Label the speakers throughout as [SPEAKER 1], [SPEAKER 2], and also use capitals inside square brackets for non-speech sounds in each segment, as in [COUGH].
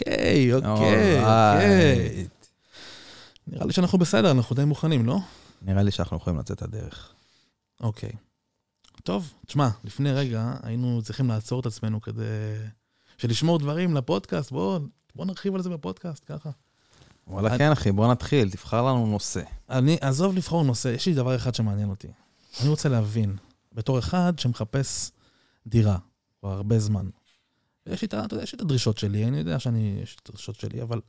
[SPEAKER 1] אוקיי, אוקיי, אוקיי.
[SPEAKER 2] Alright.
[SPEAKER 1] נראה לי שאנחנו בסדר, אנחנו די מוכנים, לא?
[SPEAKER 2] נראה לי שאנחנו יכולים לצאת לדרך.
[SPEAKER 1] אוקיי. טוב, תשמע, לפני רגע היינו צריכים לעצור את עצמנו כדי... שלשמור דברים לפודקאסט, בוא, בוא נרחיב על זה בפודקאסט, ככה.
[SPEAKER 2] וואלה,
[SPEAKER 1] אני-
[SPEAKER 2] כן, אחי, בוא נתחיל, תבחר לנו נושא.
[SPEAKER 1] אני, עזוב לבחור נושא, יש לי דבר אחד שמעניין אותי. אני רוצה להבין, בתור אחד שמחפש דירה כבר הרבה זמן, יש לי, את ה- אתה יודע, יש לי את הדרישות שלי, אני יודע שאני, יש לי את הדרישות שלי, אבל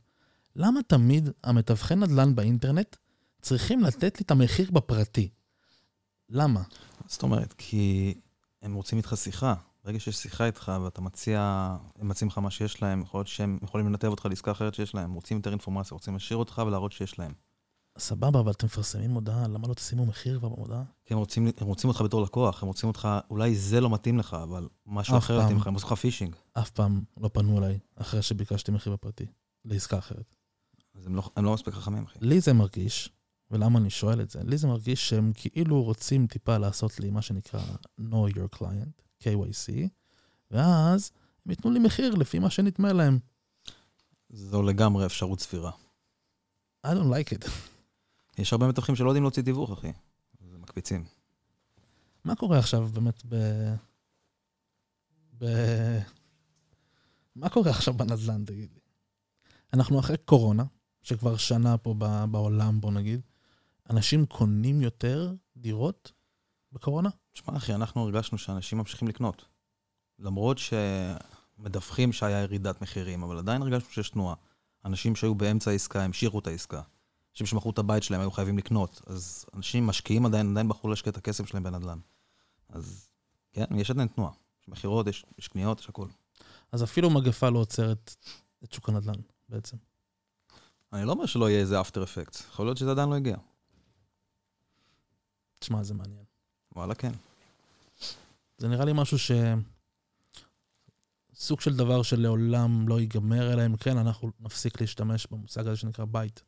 [SPEAKER 1] למה תמיד המתווכי נדל"ן באינטרנט צריכים לתת לי את המחיר בפרטי? למה?
[SPEAKER 2] זאת אומרת, כי הם רוצים איתך שיחה. ברגע שיש שיחה איתך ואתה מציע, הם מציעים לך מה שיש להם, יכול להיות שהם יכולים לנתב אותך לעסקה אחרת שיש להם. רוצים יותר אינפורמציה, רוצים להשאיר אותך ולהראות שיש להם.
[SPEAKER 1] סבבה, אבל אתם מפרסמים הודעה, למה לא תשימו מחיר כבר במודעה?
[SPEAKER 2] כי הם רוצים, הם רוצים אותך בתור לקוח, הם רוצים אותך, אולי זה לא מתאים לך, אבל משהו
[SPEAKER 1] אף
[SPEAKER 2] אחר מתאים
[SPEAKER 1] פעם.
[SPEAKER 2] לך, הם עושים לך פישינג.
[SPEAKER 1] אף פעם לא פנו אליי אחרי שביקשתי מחיר בפרטי, לעסקה אחרת.
[SPEAKER 2] אז הם לא, הם לא מספיק חכמים, אחי.
[SPEAKER 1] לי זה מרגיש, ולמה אני שואל את זה, לי זה מרגיש שהם כאילו רוצים טיפה לעשות לי מה שנקרא know your client, KYC, ואז הם ייתנו לי מחיר לפי מה שנדמה להם.
[SPEAKER 2] זו לגמרי אפשרות סבירה.
[SPEAKER 1] I don't like it. [LAUGHS]
[SPEAKER 2] יש הרבה מתווכים שלא יודעים להוציא תיווך, אחי. זה מקפיצים.
[SPEAKER 1] מה קורה עכשיו באמת ב... ב... מה קורה עכשיו בנדל"ן, תגיד לי? אנחנו אחרי קורונה, שכבר שנה פה ב- בעולם, בוא נגיד, אנשים קונים יותר דירות בקורונה?
[SPEAKER 2] תשמע, אחי, אנחנו הרגשנו שאנשים ממשיכים לקנות. למרות שמדווחים שהיה ירידת מחירים, אבל עדיין הרגשנו שיש תנועה. אנשים שהיו באמצע העסקה, המשיכו את העסקה. אנשים שמכרו את הבית שלהם היו חייבים לקנות. אז אנשים משקיעים עדיין, עדיין בחרו להשקיע את הכסף שלהם בנדל"ן. אז כן, יש עדיין תנועה. יש מכירות, יש, יש קניות, יש הכול.
[SPEAKER 1] אז אפילו מגפה לא עוצרת את שוק הנדל"ן בעצם.
[SPEAKER 2] אני לא אומר שלא יהיה איזה אפטר אפקט. יכול להיות שזה עדיין לא הגיע.
[SPEAKER 1] תשמע, זה מעניין.
[SPEAKER 2] וואלה, כן.
[SPEAKER 1] זה נראה לי משהו ש... סוג של דבר שלעולם לא ייגמר, אלא אם כן אנחנו נפסיק להשתמש במושג הזה שנקרא בית.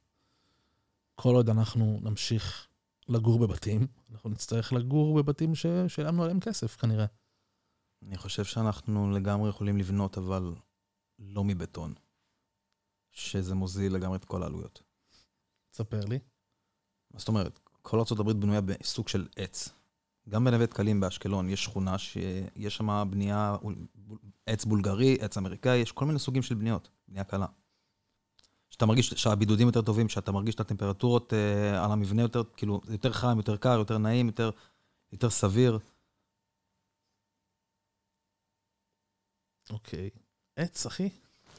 [SPEAKER 1] כל עוד אנחנו נמשיך לגור בבתים, אנחנו נצטרך לגור בבתים ש- שילמנו עליהם כסף כנראה.
[SPEAKER 2] אני חושב שאנחנו לגמרי יכולים לבנות, אבל לא מבטון. שזה מוזיל לגמרי את כל העלויות.
[SPEAKER 1] תספר לי.
[SPEAKER 2] מה זאת אומרת? כל ארה"ב בנויה בסוג של עץ. גם בנווה דקלים באשקלון יש שכונה שיש שם בנייה, עץ בולגרי, עץ אמריקאי, יש כל מיני סוגים של בניות, בנייה קלה. שאתה מרגיש שהבידודים יותר טובים, שאתה מרגיש את הטמפרטורות אה, על המבנה יותר, כאילו, זה יותר חם, יותר קר, יותר נעים, יותר, יותר סביר.
[SPEAKER 1] אוקיי. עץ, אחי?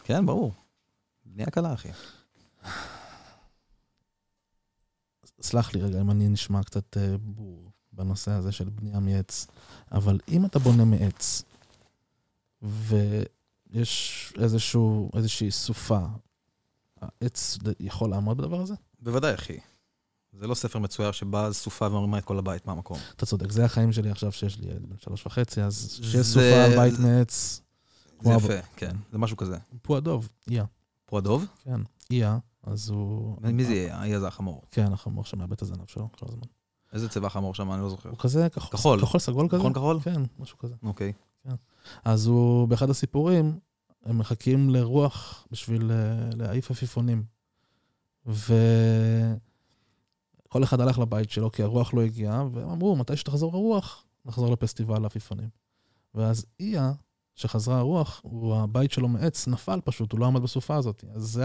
[SPEAKER 2] כן, ברור. בנייה קלה, אחי.
[SPEAKER 1] סלח לי רגע אם אני נשמע קצת אה, בור בנושא הזה של בנייה מעץ, אבל אם אתה בונה מעץ ויש איזשהו, איזושהי סופה, העץ ד- יכול לעמוד בדבר הזה?
[SPEAKER 2] בוודאי, אחי. זה לא ספר מצויר שבא סופה ומרימה את כל הבית מהמקום.
[SPEAKER 1] אתה צודק, זה החיים שלי עכשיו שיש לי ילד בן שלוש וחצי, אז
[SPEAKER 2] זה-
[SPEAKER 1] שיש סופה על בית
[SPEAKER 2] זה-
[SPEAKER 1] מעץ,
[SPEAKER 2] זה
[SPEAKER 1] וואו.
[SPEAKER 2] יפה, כן. זה משהו כזה.
[SPEAKER 1] פועדוב, איה,
[SPEAKER 2] פה הדוב?
[SPEAKER 1] כן, איה, אז הוא...
[SPEAKER 2] מי זה יהיה? האי הזה החמור.
[SPEAKER 1] כן, החמור שמאבד את הזנב שלו כל הזמן.
[SPEAKER 2] איזה צבע חמור שם? אני לא זוכר.
[SPEAKER 1] הוא כזה כחול,
[SPEAKER 2] כחול.
[SPEAKER 1] כחול סגול כזה?
[SPEAKER 2] נכון כחול?
[SPEAKER 1] כן, משהו כזה.
[SPEAKER 2] אוקיי.
[SPEAKER 1] אז הוא, באחד הסיפורים, הם מחכים לרוח בשביל אה, להעיף עפיפונים. וכל אחד הלך לבית שלו כי הרוח לא הגיעה, והם אמרו, מתי שתחזור הרוח, נחזור לפסטיבל העפיפונים. ואז איה, שחזרה הרוח, הוא, הבית שלו מעץ נפל פשוט, הוא לא עמד בסופה הזאת. אז זו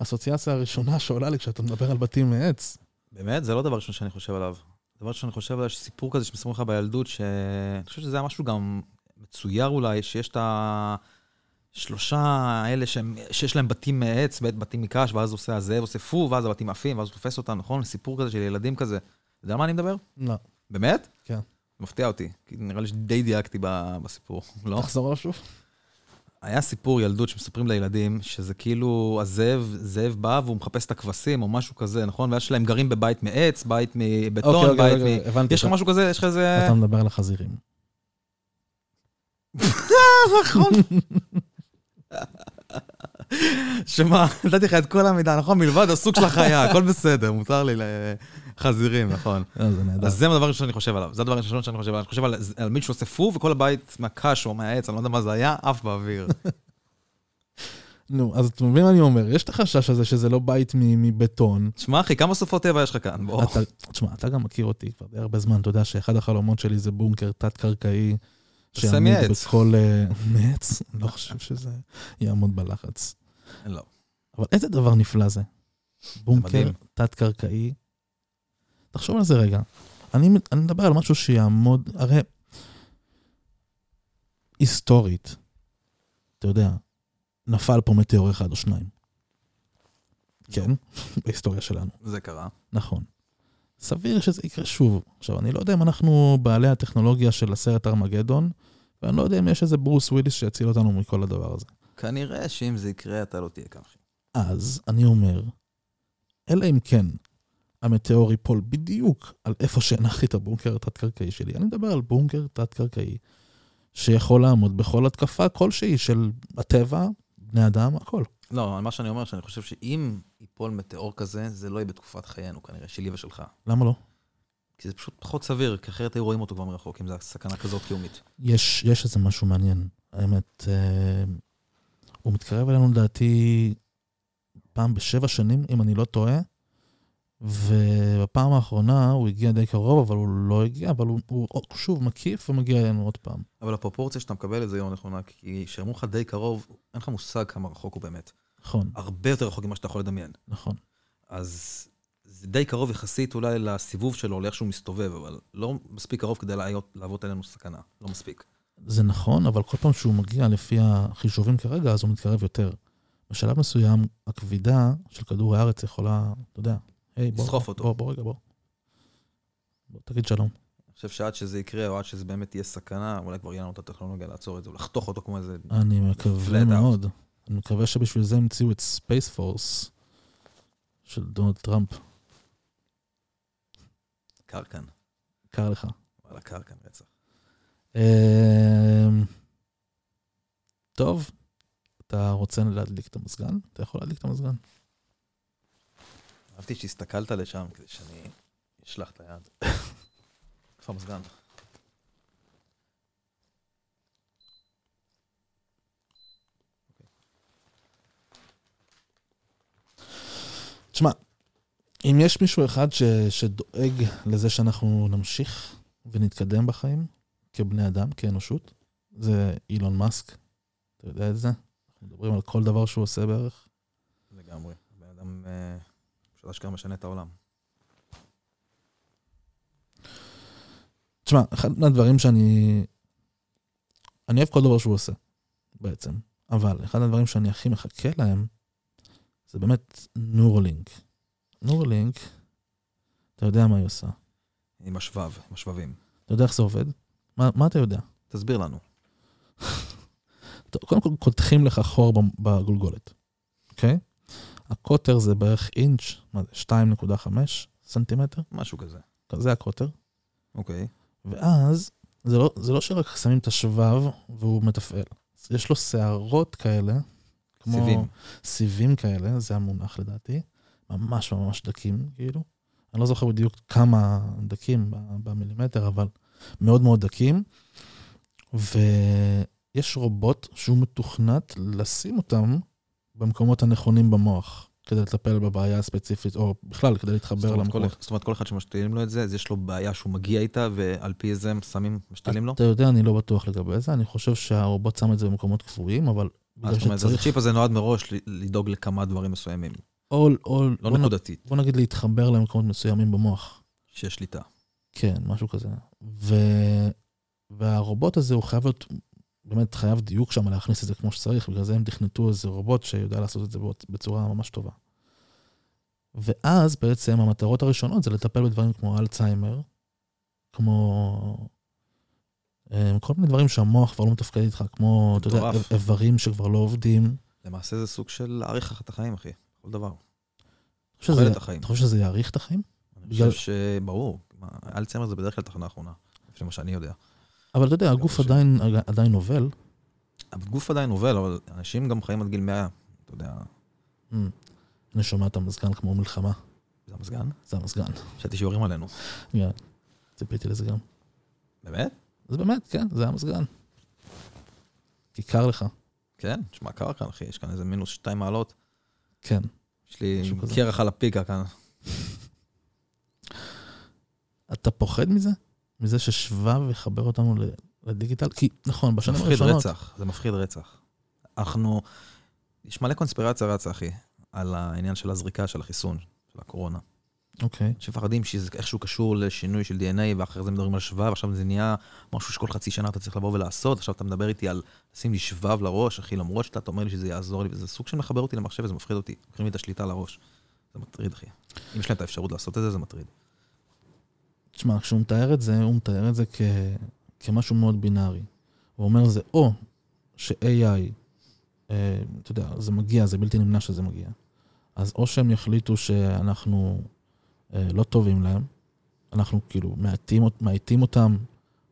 [SPEAKER 1] האסוציאציה הראשונה שעולה לי כשאתה מדבר על בתים מעץ.
[SPEAKER 2] באמת? זה לא דבר ראשון שאני חושב עליו. דבר ראשון שאני חושב עליו, יש סיפור כזה שמספרים לך בילדות, שאני חושב שזה היה משהו גם מצויר אולי, שיש את השלושה האלה שהם, שיש להם בתים מעץ, בית- בתים מקש, ואז עושה הזאב עושה פו, ואז הבתים עפים, ואז הוא תופס אותם, נכון? סיפור כזה של ילדים כזה. אתה יודע על מה אני מדבר?
[SPEAKER 1] לא,
[SPEAKER 2] באמת?
[SPEAKER 1] כן.
[SPEAKER 2] זה מפתיע אותי, כי נראה לי שדי דייקתי ב- בסיפור, לא?
[SPEAKER 1] אוקיי, תחזור עליו שוב.
[SPEAKER 2] היה סיפור ילדות שמספרים לילדים, שזה כאילו הזאב, זאב בא והוא מחפש את הכבשים או משהו כזה, נכון? ואז שלהם גרים בבית מעץ, בית מבטון,
[SPEAKER 1] אוקיי, אוקיי,
[SPEAKER 2] בית
[SPEAKER 1] אוקיי,
[SPEAKER 2] מ...
[SPEAKER 1] הבנתי.
[SPEAKER 2] יש לך
[SPEAKER 1] אתה-
[SPEAKER 2] משהו כזה, יש לך איזה...
[SPEAKER 1] אתה מדבר על החזירים.
[SPEAKER 2] נכון. שמע, נתתי לך את כל המידע, נכון? מלבד הסוג של החיה, הכל בסדר, מותר לי לחזירים, נכון.
[SPEAKER 1] אה, זה נהדר.
[SPEAKER 2] אז זה הדבר הראשון שאני חושב עליו, זה הדבר הראשון שאני חושב עליו. אני חושב על, על מישהו שעושה פו וכל הבית מהקש או מהעץ, אני לא יודע מה זה היה, עף
[SPEAKER 1] [LAUGHS]
[SPEAKER 2] באוויר.
[SPEAKER 1] נו, אז אתה מבין מה אני אומר? יש את החשש הזה שזה לא בית מ- מבטון.
[SPEAKER 2] שמע, אחי, כמה סופות טבע יש לך כאן? בוא.
[SPEAKER 1] אתה- תשמע, אתה גם מכיר אותי כבר די הרבה זמן, אתה יודע שאחד החלומות שלי זה בונקר תת-קרקעי.
[SPEAKER 2] תעשה
[SPEAKER 1] שיעמיד
[SPEAKER 2] מעץ.
[SPEAKER 1] בכל... אה, [LAUGHS] מעץ? אני לא חושב שזה יעמוד בלחץ.
[SPEAKER 2] לא.
[SPEAKER 1] אבל איזה דבר נפלא זה. בונקר
[SPEAKER 2] מדהים.
[SPEAKER 1] תת-קרקעי. תחשוב על זה רגע. אני, אני מדבר על משהו שיעמוד, הרי היסטורית, אתה יודע, נפל פה מטאור אחד או שניים. כן, [LAUGHS] בהיסטוריה שלנו.
[SPEAKER 2] זה קרה.
[SPEAKER 1] נכון. סביר שזה יקרה שוב. עכשיו, אני לא יודע אם אנחנו בעלי הטכנולוגיה של הסרט ארמגדון, ואני לא יודע אם יש איזה ברוס וויליס שיציל אותנו מכל הדבר הזה.
[SPEAKER 2] כנראה שאם זה יקרה, אתה לא תהיה כאן, אחי.
[SPEAKER 1] אז אני אומר, אלא אם כן המטאור ייפול בדיוק על איפה שהנחתי את הבונקר התת-קרקעי שלי. אני מדבר על בונקר תת-קרקעי שיכול לעמוד בכל התקפה כלשהי של הטבע, בני אדם, הכל.
[SPEAKER 2] לא, מה שאני אומר, שאני חושב שאם ייפול מטאור כזה, זה לא יהיה בתקופת חיינו, כנראה, שלי ושלך.
[SPEAKER 1] למה לא?
[SPEAKER 2] כי זה פשוט פחות סביר, כי אחרת היו רואים אותו כבר מרחוק, אם זו סכנה כזאת קיומית.
[SPEAKER 1] יש, יש איזה משהו מעניין, האמת. אה, הוא מתקרב אלינו לדעתי פעם בשבע שנים, אם אני לא טועה, ובפעם האחרונה הוא הגיע די קרוב, אבל הוא לא הגיע, אבל הוא, הוא שוב מקיף ומגיע אלינו עוד פעם.
[SPEAKER 2] אבל הפרופורציה שאתה מקבל את זה היא לא נכונה, כי שירמו לך די קרוב, אין לך מושג כמה רחוק הוא באמת.
[SPEAKER 1] נכון,
[SPEAKER 2] הרבה יותר רחוק ממה שאתה יכול לדמיין.
[SPEAKER 1] נכון.
[SPEAKER 2] אז זה די קרוב יחסית אולי לסיבוב שלו, לאיך שהוא מסתובב, אבל לא מספיק קרוב כדי להיות- להוות עלינו סכנה. לא מספיק.
[SPEAKER 1] זה נכון, אבל כל פעם שהוא מגיע לפי החישובים כרגע, אז הוא מתקרב יותר. בשלב מסוים, הכבידה של כדור הארץ יכולה, אתה יודע, היי, בוא,
[SPEAKER 2] לסחוף
[SPEAKER 1] בוא,
[SPEAKER 2] אותו.
[SPEAKER 1] בוא, בוא רגע, בוא. בוא, תגיד שלום.
[SPEAKER 2] אני חושב שעד שזה יקרה, או עד שזה באמת תהיה סכנה, אולי כבר יהיה לנו את הטכנולוגיה לעצור את זה, ולחתוך אותו כמו איזה...
[SPEAKER 1] אני מקווה
[SPEAKER 2] Flat out.
[SPEAKER 1] מאוד. אני מקווה שבשביל זה המציאו את ספייס פורס של דונלד טראמפ.
[SPEAKER 2] קרקן.
[SPEAKER 1] קר לך.
[SPEAKER 2] וואלה, קרקן רצח.
[SPEAKER 1] אמ, טוב, אתה רוצה להדליק את המזגן? אתה יכול להדליק את המזגן.
[SPEAKER 2] אהבתי שהסתכלת לשם כדי שאני אשלח את היד. איפה המזגן?
[SPEAKER 1] תשמע, אם יש מישהו אחד ש, שדואג לזה שאנחנו נמשיך ונתקדם בחיים, כבני אדם, כאנושות, זה אילון מאסק. אתה יודע את זה? אנחנו מדברים על כל דבר שהוא עושה בערך.
[SPEAKER 2] לגמרי. בן אדם אה, פשוט אשכרה משנה את העולם.
[SPEAKER 1] תשמע, אחד מהדברים שאני... אני אוהב כל דבר שהוא עושה, בעצם. אבל אחד הדברים שאני הכי מחכה להם, זה באמת נורלינק. נורלינק, אתה יודע מה היא עושה.
[SPEAKER 2] עם השבב, עם השבבים.
[SPEAKER 1] אתה יודע איך זה עובד? מה, מה אתה יודע?
[SPEAKER 2] תסביר לנו.
[SPEAKER 1] טוב, קודם כל קודחים לך חור ב- בגולגולת, אוקיי? הקוטר זה בערך אינץ', מה זה, 2.5 סנטימטר?
[SPEAKER 2] משהו כזה.
[SPEAKER 1] זה הקוטר.
[SPEAKER 2] אוקיי.
[SPEAKER 1] ואז, זה לא, זה לא שרק שמים את השבב והוא מתפעל. יש לו שערות כאלה, כמו...
[SPEAKER 2] סיבים.
[SPEAKER 1] סיבים כאלה, זה המונח לדעתי. ממש ממש דקים, כאילו. אני לא זוכר בדיוק כמה דקים ב- במילימטר, אבל מאוד מאוד דקים. ויש רובוט שהוא מתוכנת לשים אותם במקומות הנכונים במוח, כדי לטפל בבעיה הספציפית, או בכלל, כדי
[SPEAKER 2] זאת
[SPEAKER 1] להתחבר
[SPEAKER 2] אומרת, כל-
[SPEAKER 1] למקומות.
[SPEAKER 2] זאת אומרת, כל אחד שמשתילים לו את זה, אז יש לו בעיה שהוא מגיע איתה, ועל פי זה הם שמים, משתילים לו?
[SPEAKER 1] אתה יודע, אני לא בטוח לגבי זה, אני חושב שהרובוט שם את זה במקומות קבועים, אבל
[SPEAKER 2] מה
[SPEAKER 1] בגלל
[SPEAKER 2] זאת אומרת, אז
[SPEAKER 1] שצריך
[SPEAKER 2] הצ'יפ הזה נועד מראש ל- לדאוג לכמה דברים מסוימים,
[SPEAKER 1] או, או,
[SPEAKER 2] לא
[SPEAKER 1] בוא נ-
[SPEAKER 2] נקודתית,
[SPEAKER 1] בוא נגיד להתחבר למקומות מסוימים במוח.
[SPEAKER 2] שיש שליטה.
[SPEAKER 1] כן, משהו כזה. ו... והרובוט הזה הוא חייב להיות, באמת חייב דיוק שם להכניס את זה כמו שצריך, בגלל זה הם תכנתו איזה רובוט שיודע לעשות את זה באות- בצורה ממש טובה. ואז בעצם המטרות הראשונות זה לטפל בדברים כמו אלצהיימר, כמו אה, כל מיני דברים שהמוח כבר לא מתפקד איתך, כמו, אתה יודע,
[SPEAKER 2] מטורף.
[SPEAKER 1] איברים שכבר לא עובדים. אתה
[SPEAKER 2] למעשה זה סוג של להאריך לך את החיים, אחי. כל דבר.
[SPEAKER 1] חושב שזה-
[SPEAKER 2] תוחלת החיים.
[SPEAKER 1] אתה חושב שזה יאריך את החיים?
[SPEAKER 2] אני
[SPEAKER 1] בגלל-
[SPEAKER 2] חושב שברור, מה, אלצהיימר זה בדרך כלל תחנה אחרונה, לפי מה שאני יודע.
[SPEAKER 1] אבל אתה יודע, הגוף
[SPEAKER 2] חושב.
[SPEAKER 1] עדיין עדיין נובל.
[SPEAKER 2] הגוף עדיין עובל, אבל אנשים גם חיים עד גיל 100, אתה יודע,
[SPEAKER 1] אמ, אני שומע את המזגן כמו מלחמה.
[SPEAKER 2] זה המזגן?
[SPEAKER 1] זה המזגן.
[SPEAKER 2] חשבתי שיורים עלינו.
[SPEAKER 1] כן, ציפיתי לזה גם.
[SPEAKER 2] באמת?
[SPEAKER 1] זה באמת, כן, זה המזגן. כי קר לך.
[SPEAKER 2] כן, תשמע, קר כאן, אחי, יש כאן איזה מינוס שתיים מעלות.
[SPEAKER 1] כן.
[SPEAKER 2] יש לי
[SPEAKER 1] משהו כזה.
[SPEAKER 2] קרח על הפיקה כאן.
[SPEAKER 1] אתה פוחד מזה? מזה ששבב יחבר אותנו ל- לדיגיטל? כי נכון,
[SPEAKER 2] זה
[SPEAKER 1] בשנים
[SPEAKER 2] מפחיד
[SPEAKER 1] הראשונות...
[SPEAKER 2] רצח, זה מפחיד רצח. אנחנו, יש מלא קונספירציה רצה, אחי, על העניין של הזריקה של החיסון, של הקורונה.
[SPEAKER 1] אוקיי.
[SPEAKER 2] שמפחדים שזה איכשהו קשור לשינוי של DNA, ואחרי זה מדברים על שבב, עכשיו זה נהיה משהו שכל חצי שנה אתה צריך לבוא ולעשות, עכשיו אתה מדבר איתי על לשים לי שבב לראש, אחי, למרות שאתה אתה אומר לי שזה יעזור לי, וזה סוג של מחבר אותי למחשב וזה מפחיד אותי, לוקחים לי את השליטה לראש. זה מטריד, אחי. אם יש להם את האפשרות לעשות את זה, זה מטריד.
[SPEAKER 1] תשמע, כשהוא מתאר את זה, הוא מתאר את זה כ... כמשהו מאוד בינארי. הוא אומר זה או ש-AI, אה, אתה יודע, זה מגיע, זה בלתי נמנע שזה מגיע. אז או שהם יחליטו שאנחנו אה, לא טובים להם, אנחנו כאילו מאטים, אות- מאטים אותם,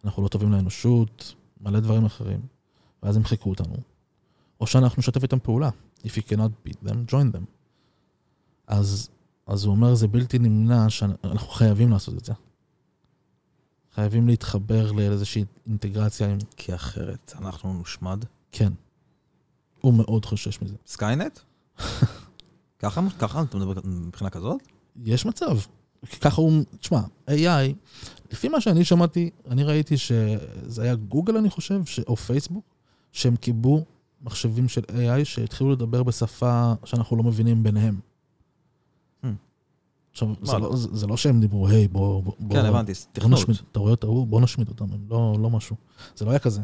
[SPEAKER 1] אנחנו לא טובים לאנושות, מלא דברים אחרים, ואז ימחקו אותנו. או שאנחנו נשתף איתם פעולה. If you cannot beat them, join them. אז, אז הוא אומר, זה בלתי נמנע שאנחנו חייבים לעשות את זה. חייבים להתחבר לאיזושהי אינטגרציה עם...
[SPEAKER 2] כי אחרת אנחנו נושמד.
[SPEAKER 1] כן. הוא מאוד חושש מזה.
[SPEAKER 2] סקיינט? [LAUGHS] ככה, ככה אתה מדבר מבחינה כזאת?
[SPEAKER 1] יש מצב. כי ככה הוא... תשמע, AI, לפי מה שאני שמעתי, אני ראיתי שזה היה גוגל, אני חושב, ש... או פייסבוק, שהם קיבו מחשבים של AI שהתחילו לדבר בשפה שאנחנו לא מבינים ביניהם.
[SPEAKER 2] Hmm.
[SPEAKER 1] עכשיו, זה
[SPEAKER 2] מה?
[SPEAKER 1] לא, זה, זה לא שהם דיברו, היי, בוא... בוא
[SPEAKER 2] כן,
[SPEAKER 1] בוא-
[SPEAKER 2] הבנתי,
[SPEAKER 1] בוא
[SPEAKER 2] תכנות.
[SPEAKER 1] נשמיד, אתה רואה את ההוא, בוא נשמיד אותם, הם לא, לא משהו. זה לא היה כזה.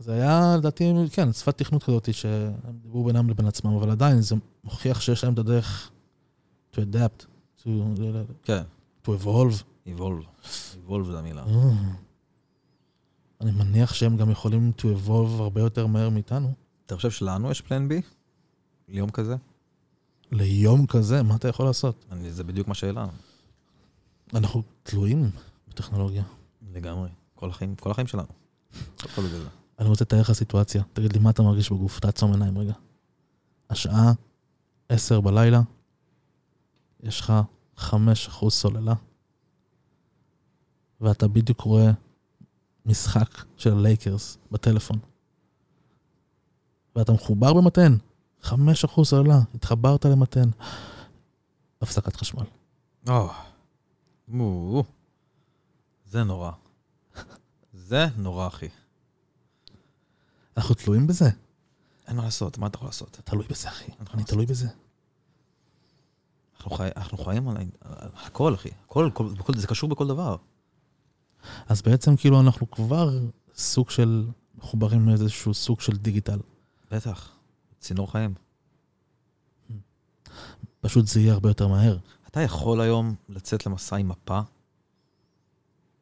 [SPEAKER 1] זה היה, לדעתי, כן, שפת תכנות כזאת שהם דיברו בינם לבין עצמם, אבל עדיין זה מוכיח שיש להם את הדרך to adapt, to,
[SPEAKER 2] כן,
[SPEAKER 1] to evolve.
[SPEAKER 2] Evolve. Evolve זה המילה.
[SPEAKER 1] אני מניח שהם גם יכולים to evolve הרבה יותר מהר מאיתנו.
[SPEAKER 2] אתה חושב שלנו יש פלן בי? ליום כזה?
[SPEAKER 1] ליום כזה, מה אתה יכול לעשות?
[SPEAKER 2] אני- זה בדיוק מה שאלה.
[SPEAKER 1] אנחנו תלויים בטכנולוגיה.
[SPEAKER 2] לגמרי. כל החיים, כל החיים שלנו. הכל בגלל זה.
[SPEAKER 1] אני רוצה לתאר לך סיטואציה. תגיד לי, מה אתה מרגיש בגוף? תעצום עיניים רגע. השעה 10 בלילה, יש לך 5% סוללה, ואתה בדיוק רואה משחק של הלייקרס בטלפון. ואתה מחובר במתן, 5% סוללה, התחברת למתן. הפסקת חשמל.
[SPEAKER 2] או, מו, זה נורא. זה נורא, אחי.
[SPEAKER 1] אנחנו תלויים בזה?
[SPEAKER 2] אין מה לעשות, מה אתה יכול לעשות?
[SPEAKER 1] תלוי בזה, אחי.
[SPEAKER 2] נכון.
[SPEAKER 1] אני תלוי בזה.
[SPEAKER 2] אנחנו, חי, אנחנו חיים על, ה- על הכל, אחי. הכל, כל, בכל, זה קשור בכל דבר.
[SPEAKER 1] אז בעצם כאילו אנחנו כבר סוג של מחוברים לאיזשהו סוג של דיגיטל.
[SPEAKER 2] בטח. צינור חיים.
[SPEAKER 1] פשוט זה יהיה הרבה יותר מהר.
[SPEAKER 2] אתה יכול היום לצאת למסע עם מפה?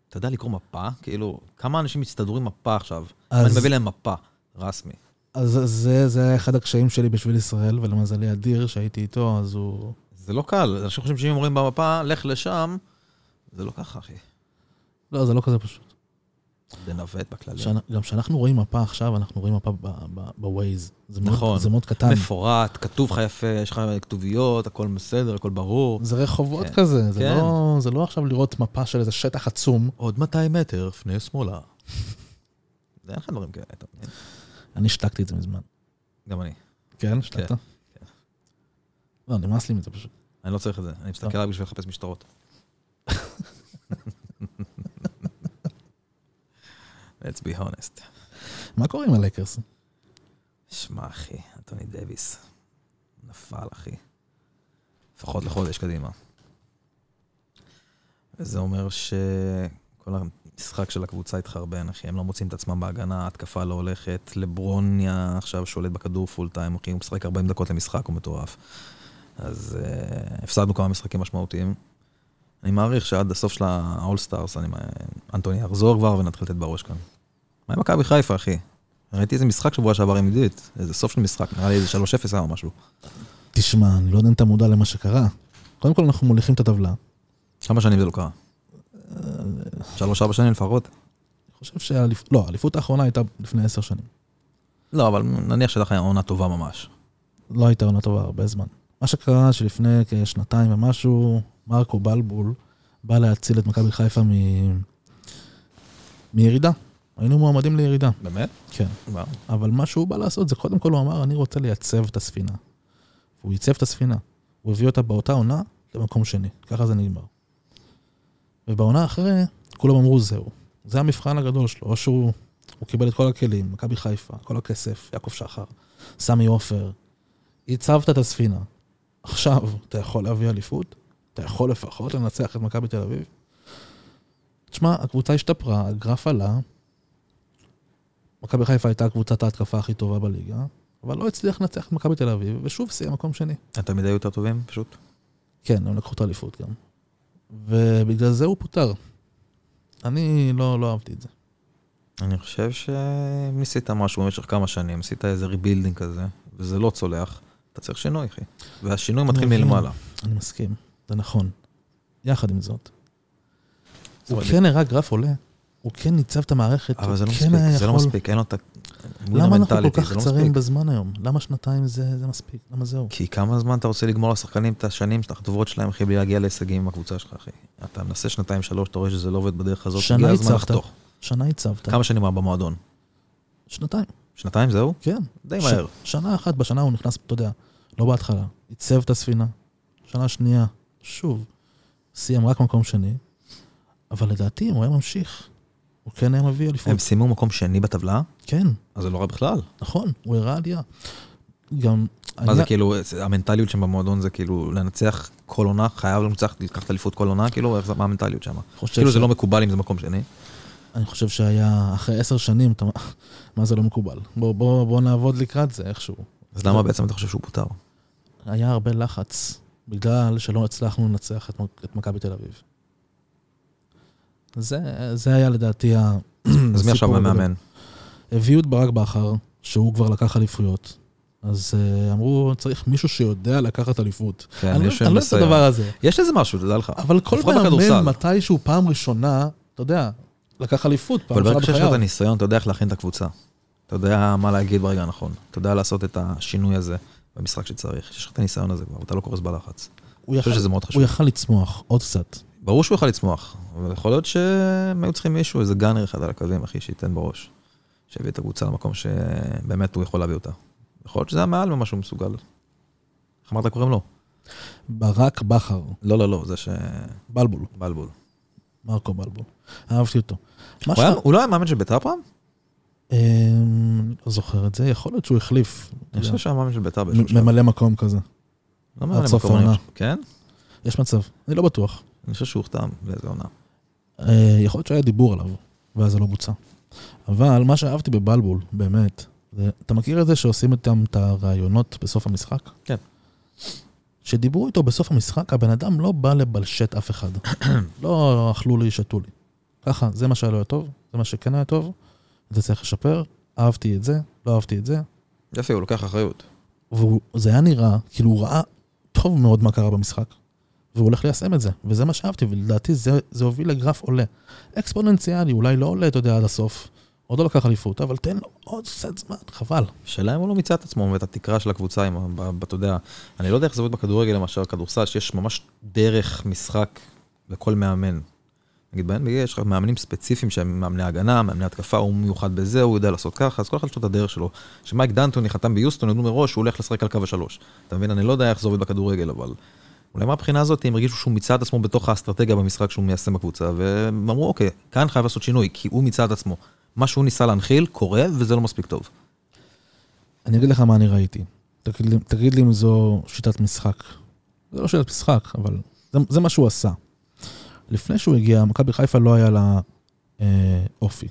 [SPEAKER 2] אתה יודע לקרוא מפה? כאילו, כמה אנשים יסתדרו עם מפה עכשיו? אני
[SPEAKER 1] אז,
[SPEAKER 2] מביא להם מפה, רסמי.
[SPEAKER 1] אז זה, זה היה אחד הקשיים שלי בשביל ישראל, ולמזלי אדיר שהייתי איתו, אז הוא...
[SPEAKER 2] זה לא קל, אנשים חושבים שאם אומרים במפה, לך לשם, זה לא ככה, אחי.
[SPEAKER 1] לא, זה לא כזה פשוט.
[SPEAKER 2] לנווט בכללים.
[SPEAKER 1] שאנ- גם כשאנחנו רואים מפה עכשיו, אנחנו רואים מפה בווייז. זה מאוד-
[SPEAKER 2] נכון.
[SPEAKER 1] זה מאוד קטן.
[SPEAKER 2] מפורט, כתוב לך יפה, יש לך כתוביות, הכל בסדר, הכל ברור.
[SPEAKER 1] זה רחובות
[SPEAKER 2] כן.
[SPEAKER 1] כזה, זה
[SPEAKER 2] כן.
[SPEAKER 1] לא- זה לא עכשיו לראות מפה של איזה שטח עצום.
[SPEAKER 2] עוד 200 מטר, פנה שמאלה. זה אין לך דברים כאלה, אתה מבין?
[SPEAKER 1] אני השתקתי את זה מזמן.
[SPEAKER 2] גם אני.
[SPEAKER 1] כן, השתקת?
[SPEAKER 2] כן.
[SPEAKER 1] לא, נמאס לי מזה פשוט.
[SPEAKER 2] אני לא צריך את זה, אני מסתכל רק בשביל לחפש משטרות. Let's be honest.
[SPEAKER 1] מה קורה עם הלקרס?
[SPEAKER 2] שמע, אחי, אנטוני דוויס. נפל, אחי. לפחות לחודש קדימה. וזה אומר שכל המשחק של הקבוצה התחרבן, אחי. הם לא מוצאים את עצמם בהגנה, ההתקפה לא הולכת. לברון נהיה עכשיו שולט בכדור פול טיים, אחי. הוא משחק 40 דקות למשחק, הוא מטורף. אז uh, הפסדנו כמה משחקים משמעותיים. אה, אני מעריך שעד הסוף של האולסטארס, אנטוני יחזור כבר ונתחיל לתת בראש כאן. מה עם מכבי חיפה, אחי? ראיתי איזה משחק שבוע שעבר עם ידידית, איזה סוף של משחק, נראה לי איזה 3-0 היה או משהו.
[SPEAKER 1] תשמע, אני לא יודע אם אתה מודע למה שקרה. קודם כל, אנחנו מוליכים את הטבלה.
[SPEAKER 2] כמה שנים זה לא קרה? שלוש-ארבע שנים לפחות.
[SPEAKER 1] אני חושב שהאליפות, לא, האליפות האחרונה הייתה לפני עשר שנים.
[SPEAKER 2] לא, אבל נניח שלך היה עונה טובה ממש.
[SPEAKER 1] לא הייתה עונה טובה הרבה זמן. מה שקרה שלפני כשנתיים ומשהו, מרקו בלבול בא להציל את מכבי חיפה מ... מירידה. היינו מועמדים לירידה.
[SPEAKER 2] באמת?
[SPEAKER 1] כן.
[SPEAKER 2] וואו.
[SPEAKER 1] אבל מה שהוא בא לעשות זה קודם כל הוא אמר, אני רוצה לייצב את הספינה. הוא ייצב את הספינה. הוא הביא אותה באותה עונה למקום שני. ככה זה נגמר. ובעונה אחרי, כולם אמרו זהו. זה המבחן הגדול שלו. או שהוא הוא קיבל את כל הכלים, מכבי חיפה, כל הכסף, יעקב שחר, סמי עופר. ייצבת את הספינה. עכשיו, אתה יכול להביא אליפות? אתה יכול לפחות לנצח את מכבי תל אביב? תשמע, הקבוצה השתפרה, הגרף עלה, מכבי חיפה הייתה קבוצת ההתקפה הכי טובה בליגה, אבל לא הצליח לנצח את מכבי תל אביב, ושוב סיים מקום שני.
[SPEAKER 2] הם תמיד היו יותר טובים, פשוט.
[SPEAKER 1] כן, הם לקחו את האליפות גם. ובגלל זה הוא פוטר. אני לא, לא אהבתי את זה.
[SPEAKER 2] אני חושב שניסית משהו במשך כמה שנים, עשית איזה ריבילדינג כזה, וזה לא צולח, אתה צריך שינוי, אחי. והשינוי מתחיל
[SPEAKER 1] אני מבין.
[SPEAKER 2] מלמעלה.
[SPEAKER 1] אני מסכים, זה נכון. יחד עם זאת, הוא
[SPEAKER 2] אבל-
[SPEAKER 1] כן הראה גרף עולה, הוא כן ניצב את המערכת,
[SPEAKER 2] אבל
[SPEAKER 1] הוא
[SPEAKER 2] זה לא
[SPEAKER 1] כן
[SPEAKER 2] מספיק,
[SPEAKER 1] היה
[SPEAKER 2] זה לא
[SPEAKER 1] יכול-
[SPEAKER 2] מספיק, אין לו את ה...
[SPEAKER 1] למה אנחנו כל
[SPEAKER 2] מנטליטי,
[SPEAKER 1] כך
[SPEAKER 2] זה לא
[SPEAKER 1] קצרים
[SPEAKER 2] מספיק.
[SPEAKER 1] בזמן היום? למה שנתיים זה, זה מספיק? למה זהו?
[SPEAKER 2] כי כמה זמן אתה רוצה לגמור לשחקנים את השנים, את הכתובות שלהם, אחי, בלי להגיע להישגים עם הקבוצה שלך, אחי. אתה מנסה שנתיים, שלוש, אתה רואה שזה לא עובד בדרך הזאת,
[SPEAKER 1] שנה
[SPEAKER 2] הגיע הזמן
[SPEAKER 1] הצלחת.
[SPEAKER 2] לחתוך.
[SPEAKER 1] שנה הצבת.
[SPEAKER 2] כמה שנים היה במועדון?
[SPEAKER 1] שנתיים,
[SPEAKER 2] שנתיים זהו?
[SPEAKER 1] כן.
[SPEAKER 2] די
[SPEAKER 1] ש-
[SPEAKER 2] מהר.
[SPEAKER 1] שנה אחת בשנה הוא נכנס, אתה יודע, לא בהתחלה, עיצב את הספינה. שנה שנייה, שוב, סיים רק מקום שני, אבל לדעתי, אם הוא היה ממשיך, הוא כן היה מביא אליפות.
[SPEAKER 2] הם סיימו מקום שני בטבלה,
[SPEAKER 1] כן,
[SPEAKER 2] אז זה לא רע בכלל.
[SPEAKER 1] נכון, הוא הראה עלייה. גם...
[SPEAKER 2] מה זה
[SPEAKER 1] היה-
[SPEAKER 2] כאילו, המנטליות שם במועדון זה כאילו לנצח כל עונה, חייב לנצח, לקחת אליפות כל עונה, כאילו, איך זה- מה המנטליות שם?
[SPEAKER 1] חושב
[SPEAKER 2] כאילו
[SPEAKER 1] ש-
[SPEAKER 2] זה לא מקובל אם זה מקום שני.
[SPEAKER 1] אני חושב שהיה אחרי עשר שנים, אתה... מה זה לא מקובל? בוא, בוא, בוא נעבוד לקראת זה איכשהו.
[SPEAKER 2] אז למה בעצם אתה חושב שהוא פוטר?
[SPEAKER 1] היה הרבה לחץ, בגלל שלא הצלחנו לנצח את, מ- את מכבי תל אביב. זה, זה היה לדעתי ה...
[SPEAKER 2] אז מי עכשיו
[SPEAKER 1] הסיפור הגדול.
[SPEAKER 2] המאמן?
[SPEAKER 1] הביאו את ברק בכר, שהוא כבר לקח אליפויות, אז אה, אמרו, צריך מישהו שיודע לקחת אליפות.
[SPEAKER 2] כן,
[SPEAKER 1] אני לא
[SPEAKER 2] יש
[SPEAKER 1] אני לא יודע את
[SPEAKER 2] ניסיון.
[SPEAKER 1] הדבר הזה.
[SPEAKER 2] יש איזה משהו, תדע לך.
[SPEAKER 1] אבל כל
[SPEAKER 2] לפחות בכדורסל.
[SPEAKER 1] מאמן, מתישהו פעם ראשונה, אתה יודע, לקח אליפות פעם
[SPEAKER 2] אבל
[SPEAKER 1] ראשונה
[SPEAKER 2] ברגע שיש לך את
[SPEAKER 1] בחייו.
[SPEAKER 2] הניסיון, אתה יודע איך להכין את הקבוצה. אתה יודע מה להגיד ברגע הנכון. אתה יודע לעשות את השינוי הזה במשחק שצריך. יש לך את הניסיון הזה כבר, אתה לא קורס בלחץ. אני
[SPEAKER 1] הוא
[SPEAKER 2] חושב
[SPEAKER 1] יכל-
[SPEAKER 2] שזה מאוד
[SPEAKER 1] הוא
[SPEAKER 2] חשוב.
[SPEAKER 1] יכל לצמוח עוד קצת.
[SPEAKER 2] ברור שהוא יוכל לצמוח, אבל יכול להיות שהם היו צריכים מישהו, איזה גאנר אחד על הקווים, אחי, שייתן בראש. שיביא את הקבוצה למקום שבאמת הוא יכול להביא אותה. יכול להיות שזה היה מעל ממה שהוא מסוגל. איך אמרת קוראים לו?
[SPEAKER 1] ברק בכר,
[SPEAKER 2] לא, לא, לא, זה ש...
[SPEAKER 1] בלבול,
[SPEAKER 2] בלבול.
[SPEAKER 1] מרקו בלבול. אהבתי אותו. מה
[SPEAKER 2] הוא היה- הוא לא היה מאמן של ביתר פעם?
[SPEAKER 1] אמ, לא זוכר את זה, יכול להיות שהוא החליף.
[SPEAKER 2] אני חושב שהוא היה מאמן של ביתר
[SPEAKER 1] לא. מ-
[SPEAKER 2] באיזשהו שלב.
[SPEAKER 1] ממלא מקום כזה.
[SPEAKER 2] לא ממלא
[SPEAKER 1] עד סוף
[SPEAKER 2] מקום, אני
[SPEAKER 1] העונה.
[SPEAKER 2] חושב. כן?
[SPEAKER 1] יש מצב, אני לא בטוח.
[SPEAKER 2] אני חושב שהוא הוחתם לאיזה עונה.
[SPEAKER 1] אה, יכול להיות שהיה דיבור עליו, ואז זה לא בוצע. אבל מה שאהבתי בבלבול, באמת, זה- אתה מכיר את זה שעושים איתם את הראיונות בסוף המשחק?
[SPEAKER 2] כן.
[SPEAKER 1] שדיברו איתו בסוף המשחק, הבן אדם לא בא לבלשט אף
[SPEAKER 2] [COUGHS]
[SPEAKER 1] אחד. לא אכלו לי, שתו לי. ככה, זה מה שהיה לא היה טוב, זה מה שכן היה טוב, זה צריך לשפר, אהבתי את זה, לא אהבתי את זה,
[SPEAKER 2] יפה, הוא לוקח אחריות.
[SPEAKER 1] וזה היה נראה, כאילו הוא ראה טוב מאוד מה קרה במשחק, והוא הולך ליישם את זה, וזה מה שאהבתי, ולדעתי זה, זה הוביל לגרף עולה. אקספוננציאלי, אולי לא עולה, אתה יודע, עד הסוף, עוד לא לקח אליפות, אבל תן לו עוד קצת זמן, חבל.
[SPEAKER 2] שאלה אם הוא לא מיצה את עצמו ואת התקרה של הקבוצה, עם, ה- ב- ב- אתה יודע, אני לא יודע איך זה עובד בכדורגל למשל, כדורסל, שיש ממש דרך משחק לכל מאמן. נגיד ב-NBA יש לך מאמנים ספציפיים שהם מאמני הגנה, מאמני התקפה, הוא מיוחד בזה, הוא יודע לעשות ככה, אז כל אחד יש לו את הדרך שלו. שמייק דנטוני חתם ביוסטון, ידעו מראש, הוא הולך לשחק על קו השלוש. אתה מבין? אני לא יודע איך זה עובד בכדורגל, אבל... אולי מהבחינה הזאת הם הרגישו שהוא מיצה את עצמו בתוך האסטרטגיה במשחק שהוא מיישם בקבוצה, והם אמרו, אוקיי, כאן חייב לעשות שינוי, כי הוא מיצה את עצמו. מה שהוא ניסה להנחיל קורה, וזה לא מספיק טוב.
[SPEAKER 1] אני אגיד לך מה אני ראיתי. תגיד לי, תגיד לי אם זו שיטת משחק. זה לא שיטת משחק, אבל זה, זה מה שהוא עשה. לפני שהוא הגיע, מכבי חיפה לא היה לה אה, אופי.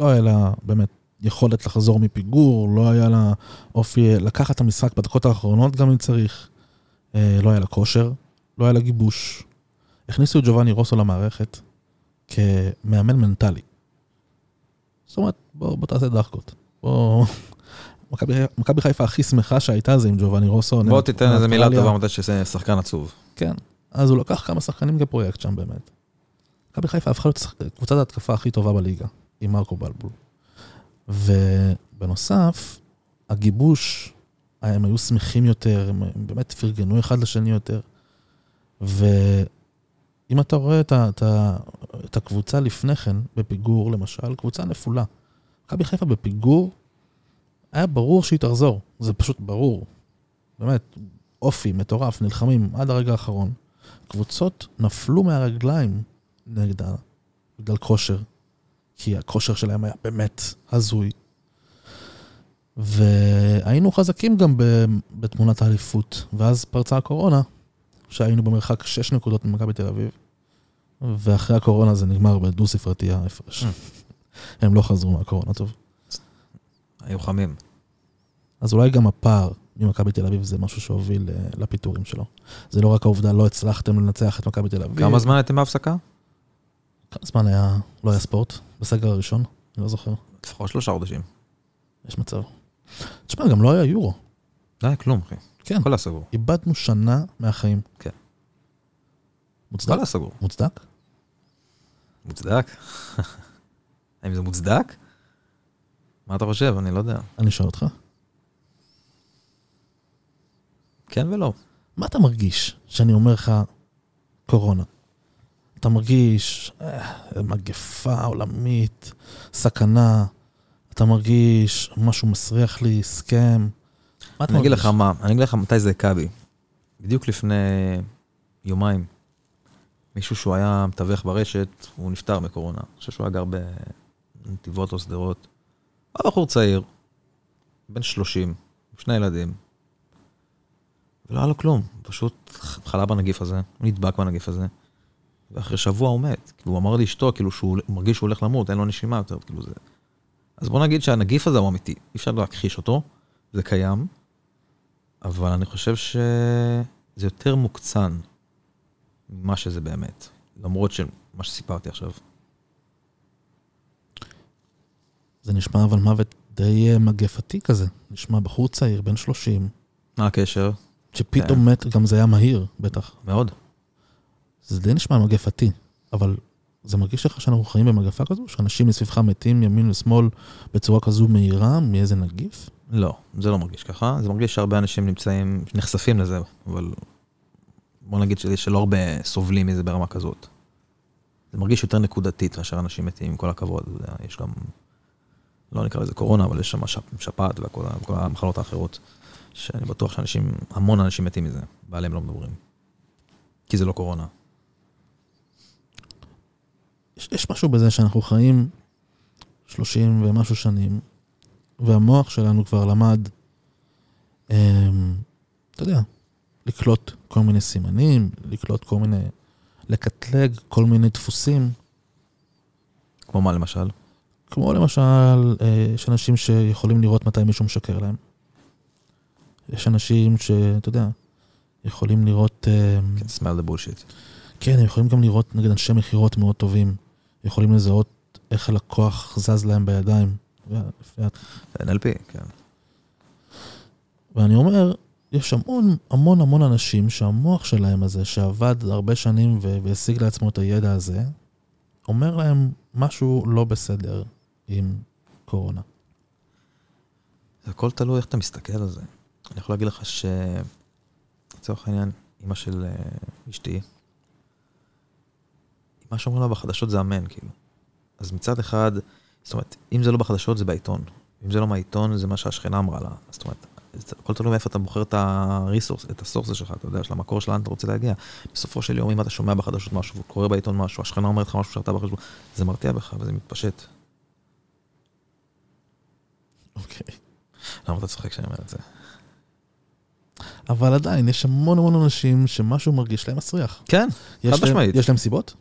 [SPEAKER 1] לא היה לה באמת יכולת לחזור מפיגור, לא היה לה אופי אה, לקחת את המשחק בדקות האחרונות גם אם צריך. אה, לא היה לה כושר, לא היה לה גיבוש. הכניסו את ג'ובאני רוסו למערכת כמאמן מנטלי. זאת אומרת, בוא, בוא תעשה דחקות. בוא... [LAUGHS] מכבי מכבי חיפה הכי שמחה שהייתה זה עם ג'ובאני רוסו.
[SPEAKER 2] בוא
[SPEAKER 1] נגד
[SPEAKER 2] תיתן איזה מילה
[SPEAKER 1] אוסטרליה.
[SPEAKER 2] טובה מתי שזה שחקן עצוב.
[SPEAKER 1] כן. אז הוא לקח כמה שחקנים כפרויקט שם באמת. מכבי חיפה הפכה להיות שח- קבוצת ההתקפה הכי טובה בליגה, עם מרקו בלבול. ובנוסף, הגיבוש, אה, הם היו שמחים יותר, הם הם באמת פרגנו אחד לשני יותר. ואם אתה רואה את, ה- את, ה- את הקבוצה לפני כן, בפיגור למשל, קבוצה נפולה. מכבי חיפה בפיגור, היה ברור שהיא תחזור, זה פשוט ברור. באמת, אופי מטורף, נלחמים עד הרגע האחרון. קבוצות נפלו מהרגליים נגדה בגלל כושר, כי הכושר שלהם היה באמת הזוי. והיינו חזקים גם ב- בתמונת האליפות, ואז פרצה הקורונה, שהיינו במרחק 6 נקודות ממכבי תל אביב, ואחרי הקורונה זה נגמר בדו-ספרתי ההפרש. הם לא חזרו מהקורונה, טוב.
[SPEAKER 2] היו חמים.
[SPEAKER 1] אז אולי גם הפער ממכבי תל אביב זה משהו שהוביל אה, לפיטורים שלו. זה לא רק העובדה, לא הצלחתם לנצח את מכבי תל אביב.
[SPEAKER 2] כמה זמן הייתם בהפסקה?
[SPEAKER 1] כמה זמן היה, לא היה ספורט? בסגר הראשון? אני לא זוכר.
[SPEAKER 2] לפחות שלושה חודשים.
[SPEAKER 1] יש מצב. תשמע, גם לא היה יורו.
[SPEAKER 2] לא היה כלום, אחי.
[SPEAKER 1] כן.
[SPEAKER 2] הכל היה סגור.
[SPEAKER 1] איבדנו שנה מהחיים.
[SPEAKER 2] כן.
[SPEAKER 1] מוצדק?
[SPEAKER 2] הכל היה סגור.
[SPEAKER 1] מוצדק?
[SPEAKER 2] מוצדק? [LAUGHS] האם זה מוצדק? מה אתה חושב? אני לא יודע.
[SPEAKER 1] אני שואל אותך.
[SPEAKER 2] כן ולא.
[SPEAKER 1] מה אתה מרגיש שאני אומר לך קורונה? אתה מרגיש אה, מגפה עולמית, סכנה, אתה מרגיש משהו מסריח לי, הסכם. מה אתה
[SPEAKER 2] אני אגיד
[SPEAKER 1] מרגיש?
[SPEAKER 2] לך מה, אני אגיד לך מתי זה הכה בי. בדיוק לפני יומיים, מישהו שהוא היה מתווך ברשת, הוא נפטר מקורונה. אני חושב שהוא היה גר בנתיבות או שדרות. היה בחור צעיר, בן 30, עם שני ילדים. ולא היה לו כלום, פשוט חלה בנגיף הזה, הוא נדבק בנגיף הזה. ואחרי שבוע הוא מת. כאילו, הוא אמר לאשתו, כאילו, שהוא הוא מרגיש שהוא הולך למות, אין לו נשימה יותר, כאילו זה... אז בוא נגיד שהנגיף הזה הוא אמיתי, אי אפשר להכחיש אותו, זה קיים, אבל אני חושב שזה יותר מוקצן ממה שזה באמת, למרות שמה שסיפרתי עכשיו.
[SPEAKER 1] זה נשמע אבל מוות די אה, מגפתי כזה. נשמע בחור צעיר, בן 30,
[SPEAKER 2] מה הקשר? כן.
[SPEAKER 1] שפתאום מת, גם זה היה מהיר, בטח.
[SPEAKER 2] מאוד.
[SPEAKER 1] זה די נשמע מגפתי, אבל זה מרגיש לך שאנחנו חיים במגפה כזו? שאנשים מסביבך מתים ימין ושמאל בצורה כזו מהירה מאיזה נגיף?
[SPEAKER 2] לא, זה לא מרגיש ככה, זה מרגיש שהרבה אנשים נמצאים, נחשפים לזה, אבל בוא נגיד שזה שלא הרבה סובלים מזה ברמה כזאת. זה מרגיש יותר נקודתית מאשר אנשים מתים, עם כל הכבוד, אתה יודע, יש גם, לא נקרא לזה קורונה, אבל יש שם שפ- שפעת וכל ה- וכל המחלות האחרות, שאני בטוח שאנשים, המון אנשים מתים מזה, ועליהם לא מדברים. כי זה לא קורונה.
[SPEAKER 1] יש, יש משהו בזה שאנחנו חיים 30 ומשהו שנים, והמוח שלנו כבר למד, אמ, אתה יודע, לקלוט כל מיני סימנים, לקלוט כל מיני, לקטלג כל מיני דפוסים.
[SPEAKER 2] כמו מה למשל?
[SPEAKER 1] כמו למשל, אה, יש אנשים שיכולים לראות מתי מישהו משקר להם. יש אנשים שאתה יודע, יכולים לראות, אה,
[SPEAKER 2] כן, smell the bullshit.
[SPEAKER 1] כן, הם יכולים גם לראות נגד אנשי מכירות מאוד טובים, יכולים לזהות איך הלקוח זז להם בידיים. ו-
[SPEAKER 2] NLP, כן.
[SPEAKER 1] ואני אומר, יש המון המון המון אנשים שהמוח שלהם הזה, שעבד הרבה שנים ו- והשיג לעצמו את הידע הזה, אומר להם משהו לא בסדר עם קורונה.
[SPEAKER 2] זה הכל תלוי איך אתה מסתכל על זה. אני יכול להגיד לך ש... לצורך העניין, אימא של אה, אשתי, מה שאומרים לה בחדשות זה אמן, כאילו. אז מצד אחד, זאת אומרת, אם זה לא בחדשות זה בעיתון. אם זה לא מהעיתון, זה מה שהשכנה אמרה לה. זאת אומרת, זה הכל תלוי מאיפה אתה בוחר את הריסורס, את הסורס שלך, אתה יודע, של המקור של לאן אתה רוצה להגיע. בסופו של יום, אם אתה שומע בחדשות משהו, קורא בעיתון משהו, השכנה אומרת לך משהו שאתה בחשבון, זה מרתיע בך וזה מתפשט.
[SPEAKER 1] אוקיי.
[SPEAKER 2] למה אתה צוחק כשאני אומר את זה?
[SPEAKER 1] אבל עדיין, יש המון המון אנשים שמשהו מרגיש להם מסריח.
[SPEAKER 2] כן,
[SPEAKER 1] יש להם-
[SPEAKER 2] משמעית.
[SPEAKER 1] יש להם סיבות?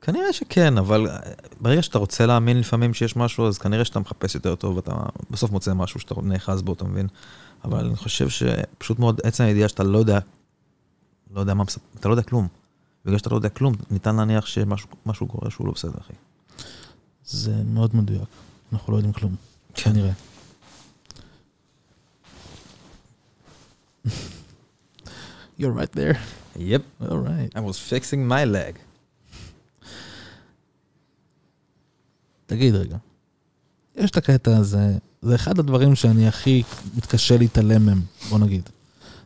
[SPEAKER 2] כנראה שכן, אבל אה, ברגע שאתה רוצה להאמין לפעמים שיש משהו, אז כנראה שאתה מחפש יותר טוב, ואתה בסוף מוצא משהו שאתה נאחז בו, אתה מבין? אבל אני חושב שפשוט מאוד, עצם הידיעה שאתה לא יודע, לא יודע מה, מס- אתה לא יודע כלום. בגלל שאתה לא יודע כלום, ניתן להניח שמשהו משהו קורה שהוא לא בסדר, אחי.
[SPEAKER 1] זה מאוד מדויק. אנחנו לא יודעים כלום, כנראה. You're right there.
[SPEAKER 2] יפ.
[SPEAKER 1] All right.
[SPEAKER 2] I was fixing my leg.
[SPEAKER 1] תגיד רגע. יש את הקטע הזה, זה אחד הדברים שאני הכי מתקשה להתעלם מהם, בוא נגיד.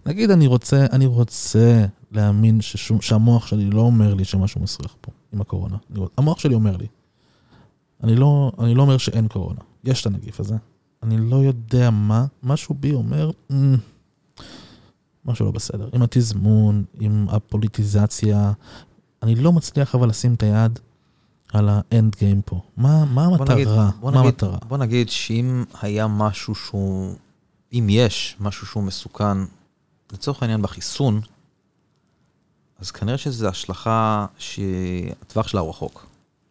[SPEAKER 1] נגיד אני רוצה, אני רוצה להאמין ששום, שהמוח שלי לא אומר לי שמשהו מסריח פה עם הקורונה. אני רוצ- המוח שלי אומר לי. אני לא, אני לא אומר שאין קורונה, יש את הנגיף הזה. אני לא יודע מה, משהו בי אומר, "אמ, משהו לא בסדר. עם התזמון, עם הפוליטיזציה, אני לא מצליח אבל לשים את היד על האנד גיים פה. מה, מה
[SPEAKER 2] בוא נגיד-
[SPEAKER 1] המטרה?
[SPEAKER 2] בוא
[SPEAKER 1] מה
[SPEAKER 2] נגיד-
[SPEAKER 1] המטרה?
[SPEAKER 2] בוא נגיד שאם היה משהו שהוא, אם יש משהו שהוא מסוכן, לצורך העניין בחיסון, אז כנראה שזו השלכה שהטווח שלה הוא רחוק.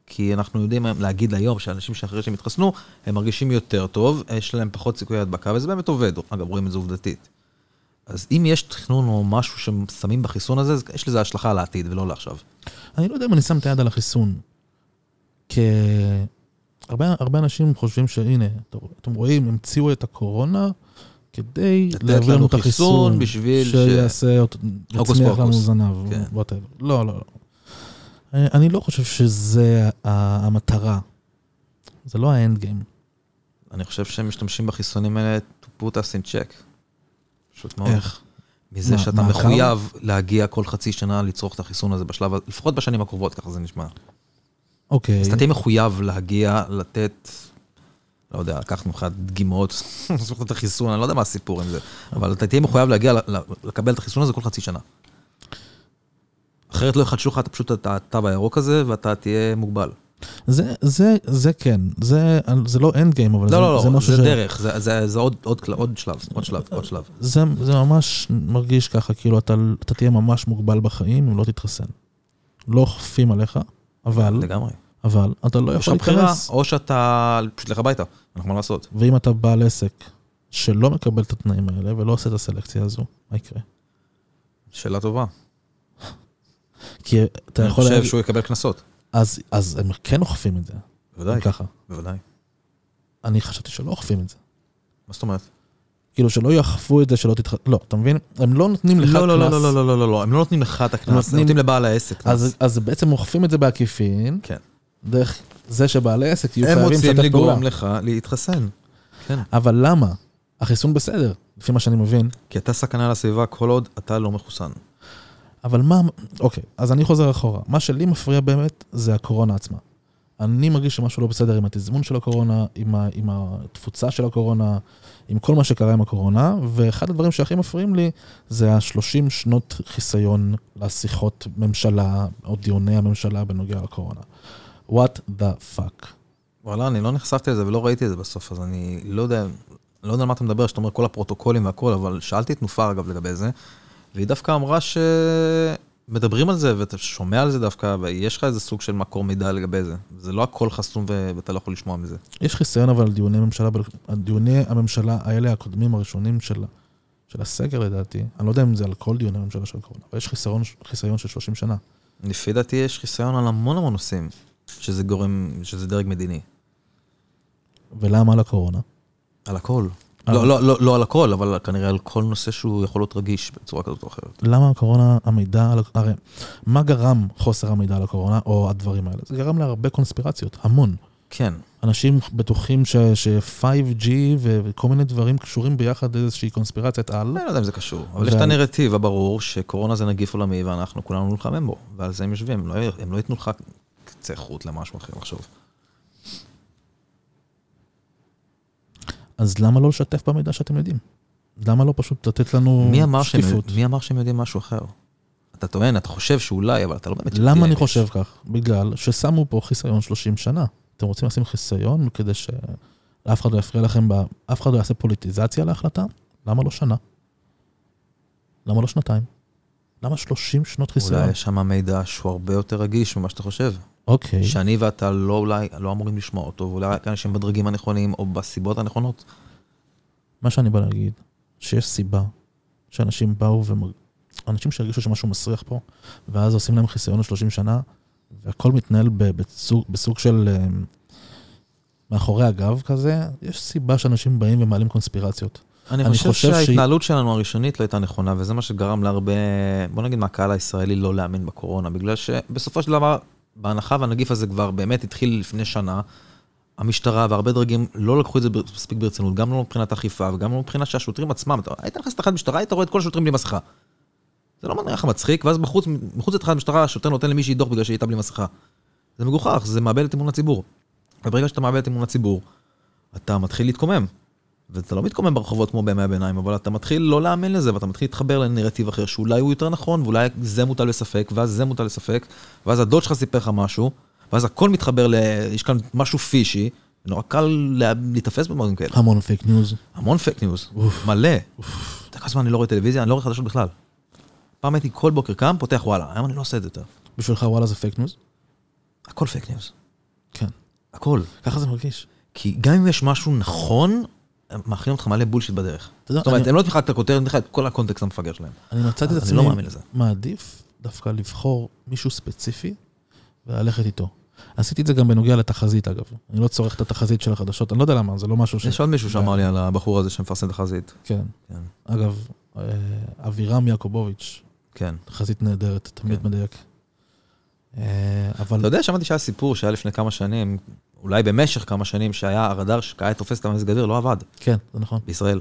[SPEAKER 2] כי אנחנו יודעים היום- להגיד היום שאנשים שאחרי שהם התחסנו, הם מרגישים יותר טוב, יש להם פחות סיכוי הדבקה, וזה באמת עובד. אגב, רואים את זה עובדתית. אז אם יש תכנון או משהו ששמים בחיסון הזה, אז יש לזה השלכה על העתיד ולא לעכשיו.
[SPEAKER 1] אני לא יודע אם אני שם את היד על החיסון. כי הרבה, הרבה אנשים חושבים שהנה, אתם- אתם רואים, המציאו את הקורונה כדי
[SPEAKER 2] לתת
[SPEAKER 1] להביא לנו
[SPEAKER 2] לנו
[SPEAKER 1] את החיסון,
[SPEAKER 2] חיסון בשביל ש-
[SPEAKER 1] שיעשה, ש...
[SPEAKER 2] הוקוס
[SPEAKER 1] יצמיח לנו
[SPEAKER 2] פוקוס.
[SPEAKER 1] זנב,
[SPEAKER 2] כן.
[SPEAKER 1] whatever. לא, לא, לא. אני, אני לא חושב שזה ה- המטרה. זה לא האנד גיים.
[SPEAKER 2] אני חושב שהם משתמשים בחיסונים האלה to put us in check. פשוט מאוד.
[SPEAKER 1] איך?
[SPEAKER 2] מזה
[SPEAKER 1] מה-
[SPEAKER 2] שאתה
[SPEAKER 1] מעקב?
[SPEAKER 2] מחויב להגיע כל חצי שנה לצרוך את החיסון הזה בשלב, ה- לפחות בשנים הקרובות, ככה זה נשמע.
[SPEAKER 1] אוקיי.
[SPEAKER 2] אז אתה תהיה מחויב להגיע, לתת, לא יודע, לקחת ממך דגימות, [LAUGHS] לצרוך את החיסון, אני לא יודע מה הסיפור עם זה, אבל אתה תהיה מחויב להגיע, ל- ל- לקבל את החיסון הזה כל חצי שנה. אחרת לא יחדשו לך אתה פשוט את התו הירוק הזה, ואתה תהיה מוגבל.
[SPEAKER 1] זה, זה, זה כן. זה, זה לא אנד גיים, אבל זה,
[SPEAKER 2] לא, לא,
[SPEAKER 1] זה
[SPEAKER 2] לא,
[SPEAKER 1] משהו
[SPEAKER 2] זה
[SPEAKER 1] ש...
[SPEAKER 2] דרך, זה- זה זה עוד- עוד קל- עוד שלב, עוד שלב, עוד שלב.
[SPEAKER 1] זה, זה ממש מרגיש ככה, כאילו אתה, אתה תהיה ממש מוגבל בחיים אם לא תתחסן. לא אוכפים עליך, אבל,
[SPEAKER 2] לגמרי.
[SPEAKER 1] אבל אתה לא
[SPEAKER 2] יש
[SPEAKER 1] יכול
[SPEAKER 2] לך בחירה,
[SPEAKER 1] להיכנס.
[SPEAKER 2] או שאתה פשוט לך הביתה, אנחנו מה לעשות.
[SPEAKER 1] ואם אתה בעל עסק שלא מקבל את התנאים האלה ולא עושה את הסלקציה הזו, מה יקרה?
[SPEAKER 2] שאלה טובה.
[SPEAKER 1] כי אתה
[SPEAKER 2] אני
[SPEAKER 1] יכול...
[SPEAKER 2] חושב
[SPEAKER 1] להגיד-
[SPEAKER 2] שהוא יקבל קנסות.
[SPEAKER 1] אז, אז הם כן אוכפים את זה,
[SPEAKER 2] בוודאי,
[SPEAKER 1] ככה.
[SPEAKER 2] בוודאי.
[SPEAKER 1] אני חשבתי שלא אוכפים את זה.
[SPEAKER 2] מה זאת אומרת?
[SPEAKER 1] כאילו
[SPEAKER 2] כאילו,
[SPEAKER 1] שלא יאכפו את זה שלא תתח... לא, אתה מבין? הם לא נותנים לך
[SPEAKER 2] לא, לא, לא,
[SPEAKER 1] קנס.
[SPEAKER 2] לא, לא, לא, לא, לא, לא, הם לא נותנים לך את
[SPEAKER 1] הם
[SPEAKER 2] הקנס, הם
[SPEAKER 1] נותנים-
[SPEAKER 2] נותנים לבעל העסק קנס.
[SPEAKER 1] אז, אז בעצם אוכפים את זה בעקיפין,
[SPEAKER 2] כן.
[SPEAKER 1] דרך זה שבעלי עסק יהיו
[SPEAKER 2] הם
[SPEAKER 1] חייבים
[SPEAKER 2] רוצים
[SPEAKER 1] לשתף פעולה.
[SPEAKER 2] לגרום לך להתחסן. כן.
[SPEAKER 1] אבל למה? החיסון בסדר, לפי מה שאני מבין.
[SPEAKER 2] כי אתה סכנה לסביבה כל עוד אתה לא מחוסן.
[SPEAKER 1] אבל מה... אוקיי, אז אני חוזר אחורה. מה שלי מפריע באמת זה הקורונה עצמה. אני מרגיש שמשהו לא בסדר עם התזמון של הקורונה, עם, ה, עם התפוצה של הקורונה, עם כל מה שקרה עם הקורונה, ואחד הדברים שהכי מפריעים לי זה ה-30 שנות חיסיון לשיחות ממשלה, או דיוני הממשלה בנוגע לקורונה. What the fuck.
[SPEAKER 2] וואלה, אני לא נחשפתי לזה ולא ראיתי את זה בסוף, אז אני לא יודע, לא יודע על מה אתה מדבר, שאתה אומר כל הפרוטוקולים והכל, אבל שאלתי את נופר אגב לגבי זה, והיא דווקא אמרה שמדברים על זה ואתה שומע על זה דווקא, ויש לך איזה סוג של מקור מידע לגבי זה. זה לא הכל חסום ו- ואתה לא יכול לשמוע מזה.
[SPEAKER 1] יש חיסיון אבל על דיוני ממשלה, על דיוני הממשלה האלה הקודמים הראשונים של, של הסגר לדעתי, אני לא יודע אם זה על כל דיוני הממשלה של הקורונה, אבל יש חיסיון, חיסיון של 30 שנה.
[SPEAKER 2] לפי דעתי יש חיסיון על המון המון נושאים, שזה גורם, שזה דרג מדיני.
[SPEAKER 1] ולמה על הקורונה?
[SPEAKER 2] על הכל.
[SPEAKER 1] אה.
[SPEAKER 2] לא, לא, לא, לא על הכל, אבל כנראה על כל נושא שהוא יכול להיות רגיש בצורה כזאת או אחרת.
[SPEAKER 1] למה הקורונה, המידע, על, הרי מה גרם חוסר המידע על הקורונה, או הדברים האלה? זה גרם להרבה קונספירציות, המון.
[SPEAKER 2] כן,
[SPEAKER 1] אנשים בטוחים ש, ש-5G ו- וכל מיני דברים קשורים ביחד לאיזושהי קונספירציית על.
[SPEAKER 2] אני לא יודע אם זה קשור, אבל יש
[SPEAKER 1] ועל-
[SPEAKER 2] את הנרטיב הברור שקורונה זה נגיף עולמי ואנחנו כולנו נלחמים בו, ועל זה הם יושבים, הם לא י- הם לא ייתנו לך קצה חוט למשהו אחר לחשוב.
[SPEAKER 1] אז למה לא לשתף במידע שאתם יודעים? למה לא פשוט לתת לנו
[SPEAKER 2] מי אמר שהם-
[SPEAKER 1] שקיפות?
[SPEAKER 2] מי אמר שהם יודעים משהו אחר? אתה טוען, אתה חושב שאולי, אבל אתה לא באמת יודע.
[SPEAKER 1] למה אני
[SPEAKER 2] אם יש.
[SPEAKER 1] חושב כך? בגלל ששמו פה חיסיון 30 שנה. אתם רוצים לשים חיסיון כדי שאף אחד לא יפריע לכם, ב- אף אחד לא יעשה פוליטיזציה להחלטה? למה לא שנה? למה לא שנתיים? למה 30 שנות חיסיון?
[SPEAKER 2] אולי יש שם מידע שהוא הרבה יותר רגיש ממה שאתה חושב.
[SPEAKER 1] אוקיי,
[SPEAKER 2] שאני ואתה לא אולי, לא אמורים לשמוע אותו, ואולי רק אנשים בדרגים הנכונים או בסיבות הנכונות.
[SPEAKER 1] מה שאני בא להגיד, שיש סיבה שאנשים באו ומרג... אנשים שהרגישו שמשהו מסריח פה, ואז עושים להם חיסיון ל-30 שנה, והכל מתנהל ב- בצוג, בסוג של אמ, מאחורי הגב כזה, יש סיבה שאנשים באים ומעלים קונספירציות.
[SPEAKER 2] אני חושב שההתנהלות שלנו הראשונית לא הייתה נכונה, וזה מה שגרם להרבה, בוא נגיד, מהקהל הישראלי לא להאמין בקורונה, בגלל שבסופו של דבר, בהנחה והנגיף הזה כבר באמת התחיל לפני שנה, המשטרה והרבה דרגים לא לקחו את זה מספיק ברצינות, גם לא מבחינת אכיפה וגם לא מבחינת שהשוטרים עצמם, אתה היית נכנס לתחנת משטרה, היית רואה את כל השוטרים בלי מסכה. זה לא מנהיח מצחיק, ואז בחוץ, מחוץ לתחנת משטרה, השוטר נותן למישהי דוח בגלל שהיא הייתה בלי מסכה. זה מגוחך, זה מאבד את אמון הציבור. וברגע שאתה מאבד את אמון הציבור, אתה מתחיל להתקומם. ואתה לא מתקומם ברחובות כמו בימי הביניים, אבל אתה מתחיל לא להאמין לזה, ואתה מתחיל להתחבר לנרטיב אחר, שאולי הוא יותר נכון, ואולי זה מוטל בספק, ואז זה מוטל בספק, ואז הדוד שלך סיפר לך משהו, ואז הכל מתחבר ל... יש כאן משהו פישי, ונורא קל לה- להיתפס בדברים כאלה.
[SPEAKER 1] המון פייק ניוז.
[SPEAKER 2] המון פייק ניוז, מלא. אתה יודע כמה זמן אני לא רואה טלוויזיה, אני לא רואה חדשות בכלל. פעם הייתי כל בוקר קם, פותח וואלה, היום אני לא עושה את זה יותר.
[SPEAKER 1] בשבילך וואלה זה פייק ניוז?
[SPEAKER 2] הכל פייק ניוז,
[SPEAKER 1] כן.
[SPEAKER 2] הכל.
[SPEAKER 1] ככה זה מרגיש.
[SPEAKER 2] כי גם אם יש משהו נכון, הם מאכילים אותך מלא בולשיט בדרך.
[SPEAKER 1] אתה יודע,
[SPEAKER 2] זאת אומרת,
[SPEAKER 1] אני-
[SPEAKER 2] הם לא נותנים לך את הכותרת, נותנים לך את כל הקונטקסט המפגר שלהם.
[SPEAKER 1] אני מצאתי את
[SPEAKER 2] אני
[SPEAKER 1] עצמי
[SPEAKER 2] לא מאמין לזה.
[SPEAKER 1] מעדיף דווקא לבחור מישהו ספציפי וללכת איתו. עשיתי את זה גם בנוגע לתחזית, אגב. אני לא צורך את התחזית של החדשות, אני לא יודע למה, זה לא משהו ש...
[SPEAKER 2] יש עוד מישהו שאמר לי על הבחור הזה שמפרסם תחזית.
[SPEAKER 1] כן.
[SPEAKER 2] כן.
[SPEAKER 1] אגב, אה, אבירם יעקובוביץ',
[SPEAKER 2] כן.
[SPEAKER 1] תחזית נהדרת, תמיד
[SPEAKER 2] כן.
[SPEAKER 1] מדייק. אה, אבל
[SPEAKER 2] אתה יודע, שמעתי שהיה סיפור שהיה לפני כמה שנים, אולי במשך כמה שנים, שהיה הרדאר שהיה תופס את המזג אוויר, לא עבד
[SPEAKER 1] כן, זה נכון.
[SPEAKER 2] בישראל.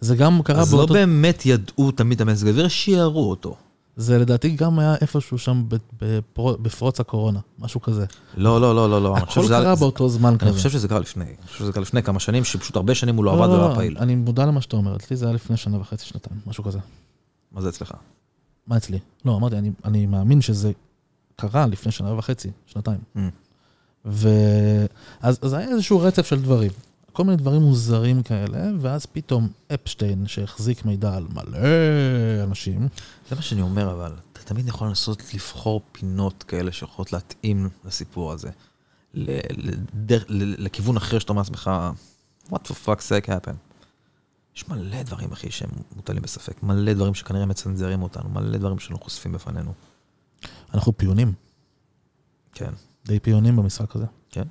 [SPEAKER 1] זה גם קרה
[SPEAKER 2] אז לא
[SPEAKER 1] באותו...
[SPEAKER 2] באמת ידעו תמיד את המזג אוויר, שיערו אותו.
[SPEAKER 1] זה לדעתי גם היה איפשהו שם ב- בפרו- בפרוץ הקורונה, משהו כזה.
[SPEAKER 2] לא, לא, לא, לא, לא. אני חושב
[SPEAKER 1] הכל
[SPEAKER 2] שזה היה-
[SPEAKER 1] קרה באותו זמן כזה.
[SPEAKER 2] אני חושב שזה קרה לפני. אני חושב שזה קרה לפני כמה שנים, שפשוט הרבה שנים הוא לא עבד
[SPEAKER 1] לא,
[SPEAKER 2] ולא
[SPEAKER 1] לא,
[SPEAKER 2] היה פעיל.
[SPEAKER 1] אני מודע למה שאתה אומר, אצלי זה היה לפני שנה וחצי, שנתיים, משהו כזה.
[SPEAKER 2] מה זה אצלך?
[SPEAKER 1] מה אצלי? לא, אמרתי, אני, אני מאמין שזה קרה לפני שנה וחצי, שנתיים.
[SPEAKER 2] Mm.
[SPEAKER 1] ואז אז היה איזשהו רצף של דברים. כל מיני דברים מוזרים כאלה, ואז פתאום אפשטיין, שהחזיק מידע על מלא אנשים,
[SPEAKER 2] זה מה שאני אומר, אבל אתה תמיד יכול לנסות לבחור פינות כאלה שיכולות להתאים לסיפור הזה. ל- לדר- ל- לכיוון אחר שאתה אומר לעצמך, what the fuck sake happened. יש מלא דברים, אחי, שהם מוטלים בספק. מלא דברים שכנראה מצנזרים אותנו, מלא דברים שלא חושפים בפנינו.
[SPEAKER 1] אנחנו פיונים,
[SPEAKER 2] כן.
[SPEAKER 1] די פיונים במשחק הזה.
[SPEAKER 2] כן.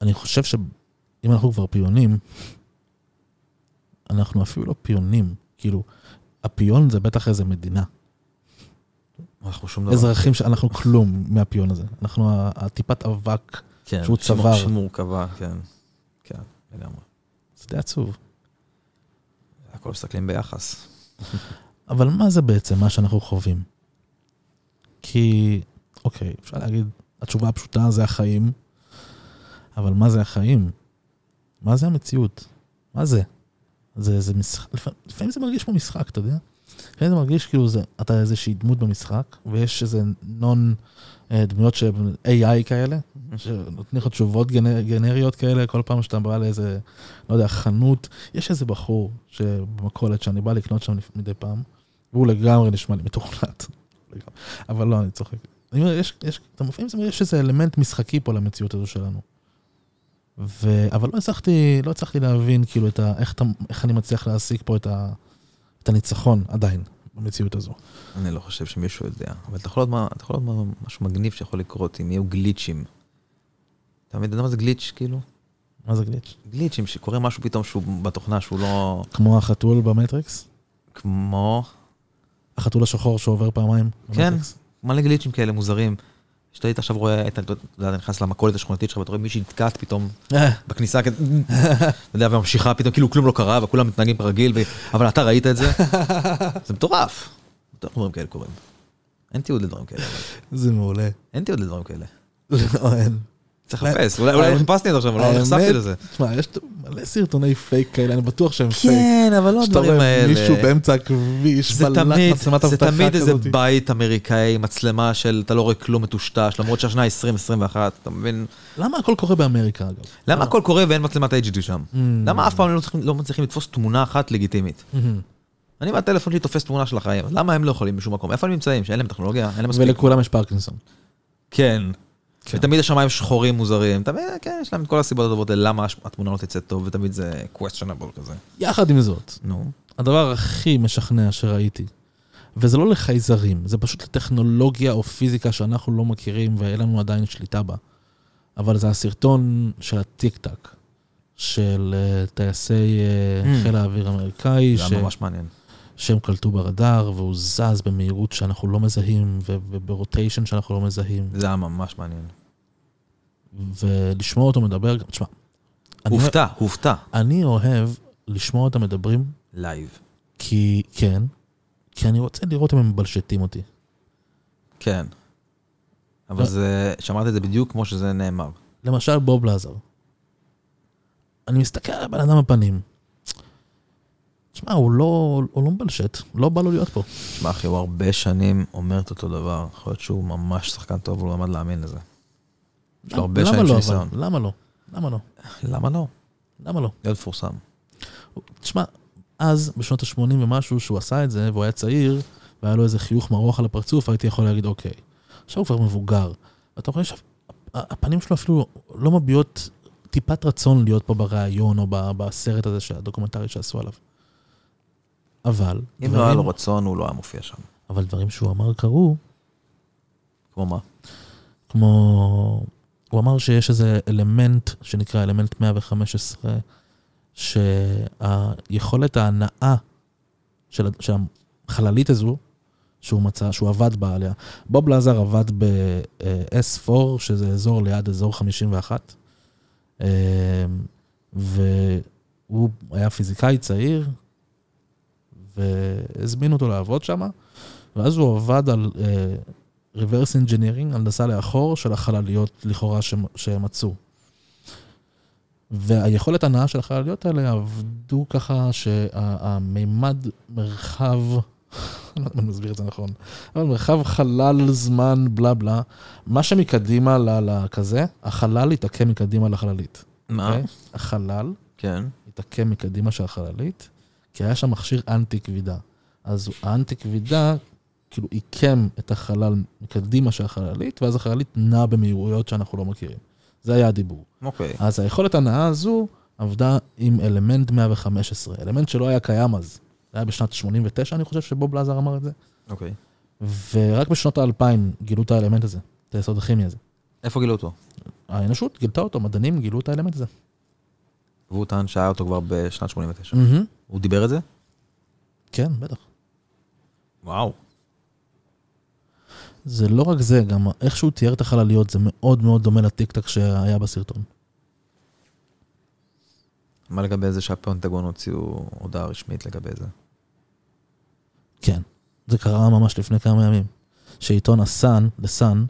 [SPEAKER 1] אני חושב שאם אנחנו כבר פיונים, אנחנו אפילו לא פיונים, כאילו, הפיון זה בטח איזה מדינה.
[SPEAKER 2] אנחנו שום דבר.
[SPEAKER 1] אזרחים שאנחנו כלום מהפיון הזה. אנחנו ה- הטיפת אבק,
[SPEAKER 2] כן,
[SPEAKER 1] שהוא
[SPEAKER 2] שמור-
[SPEAKER 1] צוואר.
[SPEAKER 2] שמורכבה, כן. כן, לגמרי.
[SPEAKER 1] זה די עצוב.
[SPEAKER 2] הכל מסתכלים ביחס.
[SPEAKER 1] אבל מה זה בעצם מה שאנחנו חווים? כי, אוקיי, אפשר להגיד, התשובה הפשוטה זה החיים, אבל מה זה החיים? מה זה המציאות? מה זה? זה, זה משחק, לפעמים, לפעמים זה מרגיש כמו משחק, אתה יודע? לפעמים זה מרגיש כאילו זה, אתה איזושהי דמות במשחק, ויש איזה נון, אה, דמויות שהם AI כאלה, שנותנים לך תשובות גנ... גנריות כאלה, כל פעם שאתה בא לאיזה, לא יודע, חנות, יש איזה בחור שבמכולת שאני בא לקנות שם לפ- מדי פעם, והוא לגמרי נשמע לי מתוכנת. לגמרי. אבל לא, אני צוחק. אני אומר, יש, יש, אתה מבין, זה אומר, יש איזה אלמנט משחקי פה למציאות הזו שלנו. ו... אבל לא הצלחתי, לא הצלחתי להבין כאילו את ה... איך, אתה, איך אני מצליח להשיג פה את, ה... את הניצחון עדיין במציאות הזו.
[SPEAKER 2] אני לא חושב שמישהו יודע, אבל אתה יכול לדעת מה- אתה יכול לדעת מה- משהו מגניב שיכול לקרות אם יהיו גליצ'ים. אתה מבין, אתה יודע מה זה גליץ' כאילו?
[SPEAKER 1] מה זה גליץ'?
[SPEAKER 2] גליצ'ים שקורה משהו פתאום שהוא בתוכנה שהוא לא
[SPEAKER 1] כמו החתול במטריקס?
[SPEAKER 2] כמו
[SPEAKER 1] החתול השחור שעובר פעמיים?
[SPEAKER 2] כן.
[SPEAKER 1] במטריקס?
[SPEAKER 2] מלא גליצ'ים כאלה מוזרים. שאתה היית עכשיו רואה, היית אתה יודע, אתה נכנס למכולת השכונתית שלך ואתה רואה מישהי נתקעת פתאום
[SPEAKER 1] אה,
[SPEAKER 2] בכניסה, כזה, אתה יודע, וממשיכה פתאום, כאילו כלום לא קרה וכולם מתנהגים כרגיל, ו- אבל אתה ראית את זה, זה מטורף. בטוח דברים כאלה קורים. אין תיעוד לדברים כאלה, אבל.
[SPEAKER 1] [LAUGHS] זה מעולה. [LAUGHS]
[SPEAKER 2] אין תיעוד לדברים כאלה.
[SPEAKER 1] לא, אין.
[SPEAKER 2] צריך לחפש, אולי אולי לא
[SPEAKER 1] האמת-
[SPEAKER 2] חיפשתי את זה עכשיו, אבל לא נחשפתי
[SPEAKER 1] אה, האמת-
[SPEAKER 2] לזה.
[SPEAKER 1] תשמע, יש מלא סרטוני פייק כאלה, אני בטוח שהם פייק.
[SPEAKER 2] אבל לא
[SPEAKER 1] שאתה רואה מישהו באמצע הכביש,
[SPEAKER 2] זה
[SPEAKER 1] בלט
[SPEAKER 2] תמיד,
[SPEAKER 1] מצלמת
[SPEAKER 2] זה
[SPEAKER 1] אבטחה
[SPEAKER 2] תמיד איזה
[SPEAKER 1] כזאת.
[SPEAKER 2] בית אמריקאי, מצלמה של אתה לא רואה כלום מטושטש, למרות שהשנה 2021, אתה מבין?
[SPEAKER 1] למה הכל קורה באמריקה, אגב?
[SPEAKER 2] למה הכל קורה ואין מצלמת HD שם?
[SPEAKER 1] Mm.
[SPEAKER 2] למה אף פעם לא צריכים- לא מצליחים לתפוס תמונה אחת לגיטימית?
[SPEAKER 1] Mm-hmm.
[SPEAKER 2] אני מהטלפון שלי תופס תמונה של החיים, למה הם לא יכולים בשום מקום? איפה הם נמצאים? שאין להם טכנולוגיה? אין להם מספיק?
[SPEAKER 1] ולכולם יש פרקינסון.
[SPEAKER 2] כן.
[SPEAKER 1] כן.
[SPEAKER 2] ותמיד יש שמיים שחורים מוזרים, אתה מבין? כן, יש להם את כל הסיבות הטובות ללמה הש- התמונה לא תצא טוב, ותמיד זה questionable כזה.
[SPEAKER 1] יחד עם זאת,
[SPEAKER 2] נו.
[SPEAKER 1] הדבר הכי משכנע שראיתי וזה לא לחייזרים, זה פשוט לטכנולוגיה או פיזיקה שאנחנו לא מכירים ואין לנו עדיין שליטה בה. אבל זה הסרטון של הטיק-טק, של אה, טייסי אה,
[SPEAKER 2] Mm.
[SPEAKER 1] חיל האוויר האמריקאי,
[SPEAKER 2] זה
[SPEAKER 1] ש-
[SPEAKER 2] היה ממש מעניין.
[SPEAKER 1] שהם קלטו ברדאר, והוא זז במהירות שאנחנו לא מזהים, ו- וברוטיישן שאנחנו לא מזהים,
[SPEAKER 2] זה היה ממש מעניין.
[SPEAKER 1] ולשמוע אותו מדבר, גם- תשמע, אני-
[SPEAKER 2] הופתע, הופתע.
[SPEAKER 1] אני אוהב לשמוע אותם מדברים
[SPEAKER 2] לייב.
[SPEAKER 1] כי כן, כי אני רוצה לראות אם הם מבלשטים אותי.
[SPEAKER 2] כן. אבל
[SPEAKER 1] לא.
[SPEAKER 2] זה, שמעת את זה בדיוק כמו שזה נאמר.
[SPEAKER 1] למשל בוב לזר. אני מסתכל על הבן אדם בפנים. תשמע, הוא לא, הוא לא מבלשט, לא בא לו להיות פה.
[SPEAKER 2] שמע, אחי, הוא הרבה שנים אומר את אותו דבר. יכול להיות שהוא ממש שחקן טוב, הוא למד להאמין לזה. יש לו הרבה
[SPEAKER 1] למה
[SPEAKER 2] שנים
[SPEAKER 1] לא,
[SPEAKER 2] של
[SPEAKER 1] אבל?
[SPEAKER 2] ניסיון.
[SPEAKER 1] למה לא? למה לא?
[SPEAKER 2] למה לא?
[SPEAKER 1] למה לא?
[SPEAKER 2] להיות מפורסם.
[SPEAKER 1] תשמע, אז, בשנות ה-80 ומשהו, שהוא עשה את זה, והוא היה צעיר, והיה לו איזה חיוך מרוח על הפרצוף, הייתי יכול להגיד, אוקיי. עכשיו הוא כבר מבוגר. ואתה רואה שהפנים שלו אפילו לא מביעות טיפת רצון להיות פה בריאיון, או ב- בסרט הזה, של הדוקומנטרי שעשו עליו. אבל,
[SPEAKER 2] אם לא היה
[SPEAKER 1] דברים-
[SPEAKER 2] לו רצון, הוא לא היה מופיע שם.
[SPEAKER 1] אבל דברים שהוא אמר קרו,
[SPEAKER 2] כמו מה?
[SPEAKER 1] כמו... הוא אמר שיש איזה אלמנט שנקרא אלמנט 115, שהיכולת ההנאה של, של החללית הזו, שהוא מצא, שהוא עבד בה עליה. בוב לזר עבד ב-S4, שזה אזור ליד אזור 51, אה, והוא היה פיזיקאי צעיר, והזמינו אותו לעבוד שם, ואז הוא עבד על אה, reverse engineering, הנדסה לאחור של החלליות לכאורה שמ- שהם מצאו. והיכולת הנעה של החלליות האלה עבדו ככה שהמימד מרחב, [LAUGHS] אני לא יודע אם אני מסביר את זה נכון, אבל מרחב חלל, זמן, בלה בלה, מה שמקדימה ל- לכזה, החלל יתעקם מקדימה לחללית.
[SPEAKER 2] מה?
[SPEAKER 1] אוקיי? החלל
[SPEAKER 2] אה? כן.
[SPEAKER 1] התעקם מקדימה של החללית, כי היה שם מכשיר אנטי כבידה. אז האנטי כבידה, כאילו, עיקם את החלל מקדימה של החללית, ואז החללית נעה במהירויות שאנחנו לא מכירים. זה היה הדיבור.
[SPEAKER 2] אוקיי.
[SPEAKER 1] אז היכולת הנאה הזו עבדה עם אלמנט 115, אלמנט שלא היה קיים אז. זה היה בשנת 89, אני חושב שבוב לזר אמר את זה.
[SPEAKER 2] אוקיי.
[SPEAKER 1] ורק בשנות האלפיים גילו את האלמנט הזה, את היסוד הכימי הזה.
[SPEAKER 2] איפה גילו אותו?
[SPEAKER 1] האנושות גילתה אותו, מדענים גילו את האלמנט הזה.
[SPEAKER 2] והוא טען שהיה אותו כבר בשנת 89.
[SPEAKER 1] Mm-hmm.
[SPEAKER 2] הוא דיבר את זה?
[SPEAKER 1] כן, בטח.
[SPEAKER 2] וואו.
[SPEAKER 1] זה לא רק זה, גם איך שהוא תיאר את החלליות, זה מאוד מאוד דומה לטיקטק שהיה בסרטון.
[SPEAKER 2] מה לגבי זה שהפנטגון הוציאו הודעה רשמית לגבי זה?
[SPEAKER 1] כן, זה קרה ממש לפני כמה ימים. שעיתון הסאן, לסאן,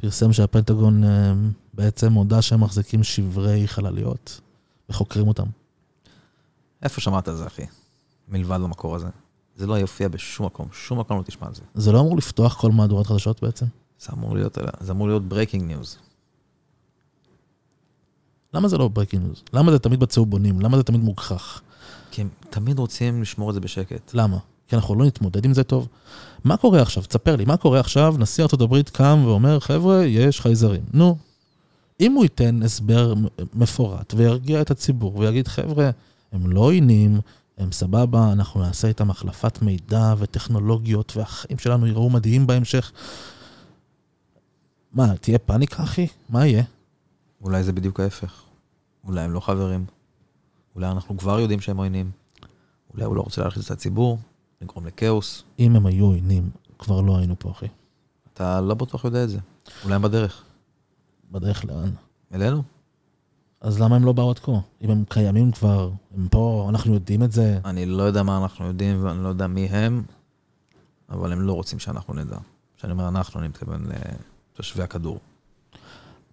[SPEAKER 1] פרסם שהפנטגון אה, בעצם הודה שהם מחזיקים שברי חלליות וחוקרים אותם.
[SPEAKER 2] איפה שמעת על זה, אחי? מלבד למקור הזה. זה לא יופיע בשום מקום, שום מקום לא תשמע על זה.
[SPEAKER 1] זה לא אמור לפתוח כל מהדורת חדשות בעצם?
[SPEAKER 2] זה אמור להיות, זה אמור להיות breaking news.
[SPEAKER 1] למה זה לא ברייקינג ניוז? למה זה תמיד בצהובונים? למה זה תמיד מוגחך?
[SPEAKER 2] כי הם תמיד רוצים לשמור את זה בשקט.
[SPEAKER 1] למה? כי אנחנו לא נתמודד עם זה טוב. מה קורה עכשיו? תספר לי, מה קורה עכשיו? נשיא ארצות הברית קם ואומר, חבר'ה, יש חייזרים. נו. אם הוא ייתן הסבר מ- מפורט וירגיע את הציבור ויגיד, חבר'ה, הם לא עוינים, הם סבבה, אנחנו נעשה איתם החלפת מידע וטכנולוגיות, והחיים שלנו יראו מדהים בהמשך. מה, תהיה פאניקה, אחי? מה יהיה?
[SPEAKER 2] אולי זה בדיוק ההפך. אולי הם לא חברים. אולי אנחנו כבר יודעים שהם עוינים. אולי הוא לא רוצה להלחיץ את הציבור, לגרום לכאוס.
[SPEAKER 1] אם הם היו עוינים, כבר לא היינו פה, אחי.
[SPEAKER 2] אתה לא בטוח יודע את זה. אולי הם בדרך.
[SPEAKER 1] בדרך לאן?
[SPEAKER 2] אלינו?
[SPEAKER 1] אז למה הם לא באו עד כה? אם הם קיימים כבר, הם פה, אנחנו יודעים את זה.
[SPEAKER 2] אני לא יודע מה אנחנו יודעים ואני לא יודע מי הם, אבל הם לא רוצים שאנחנו נדע. כשאני אומר אנחנו, אני מתכוון לתושבי הכדור.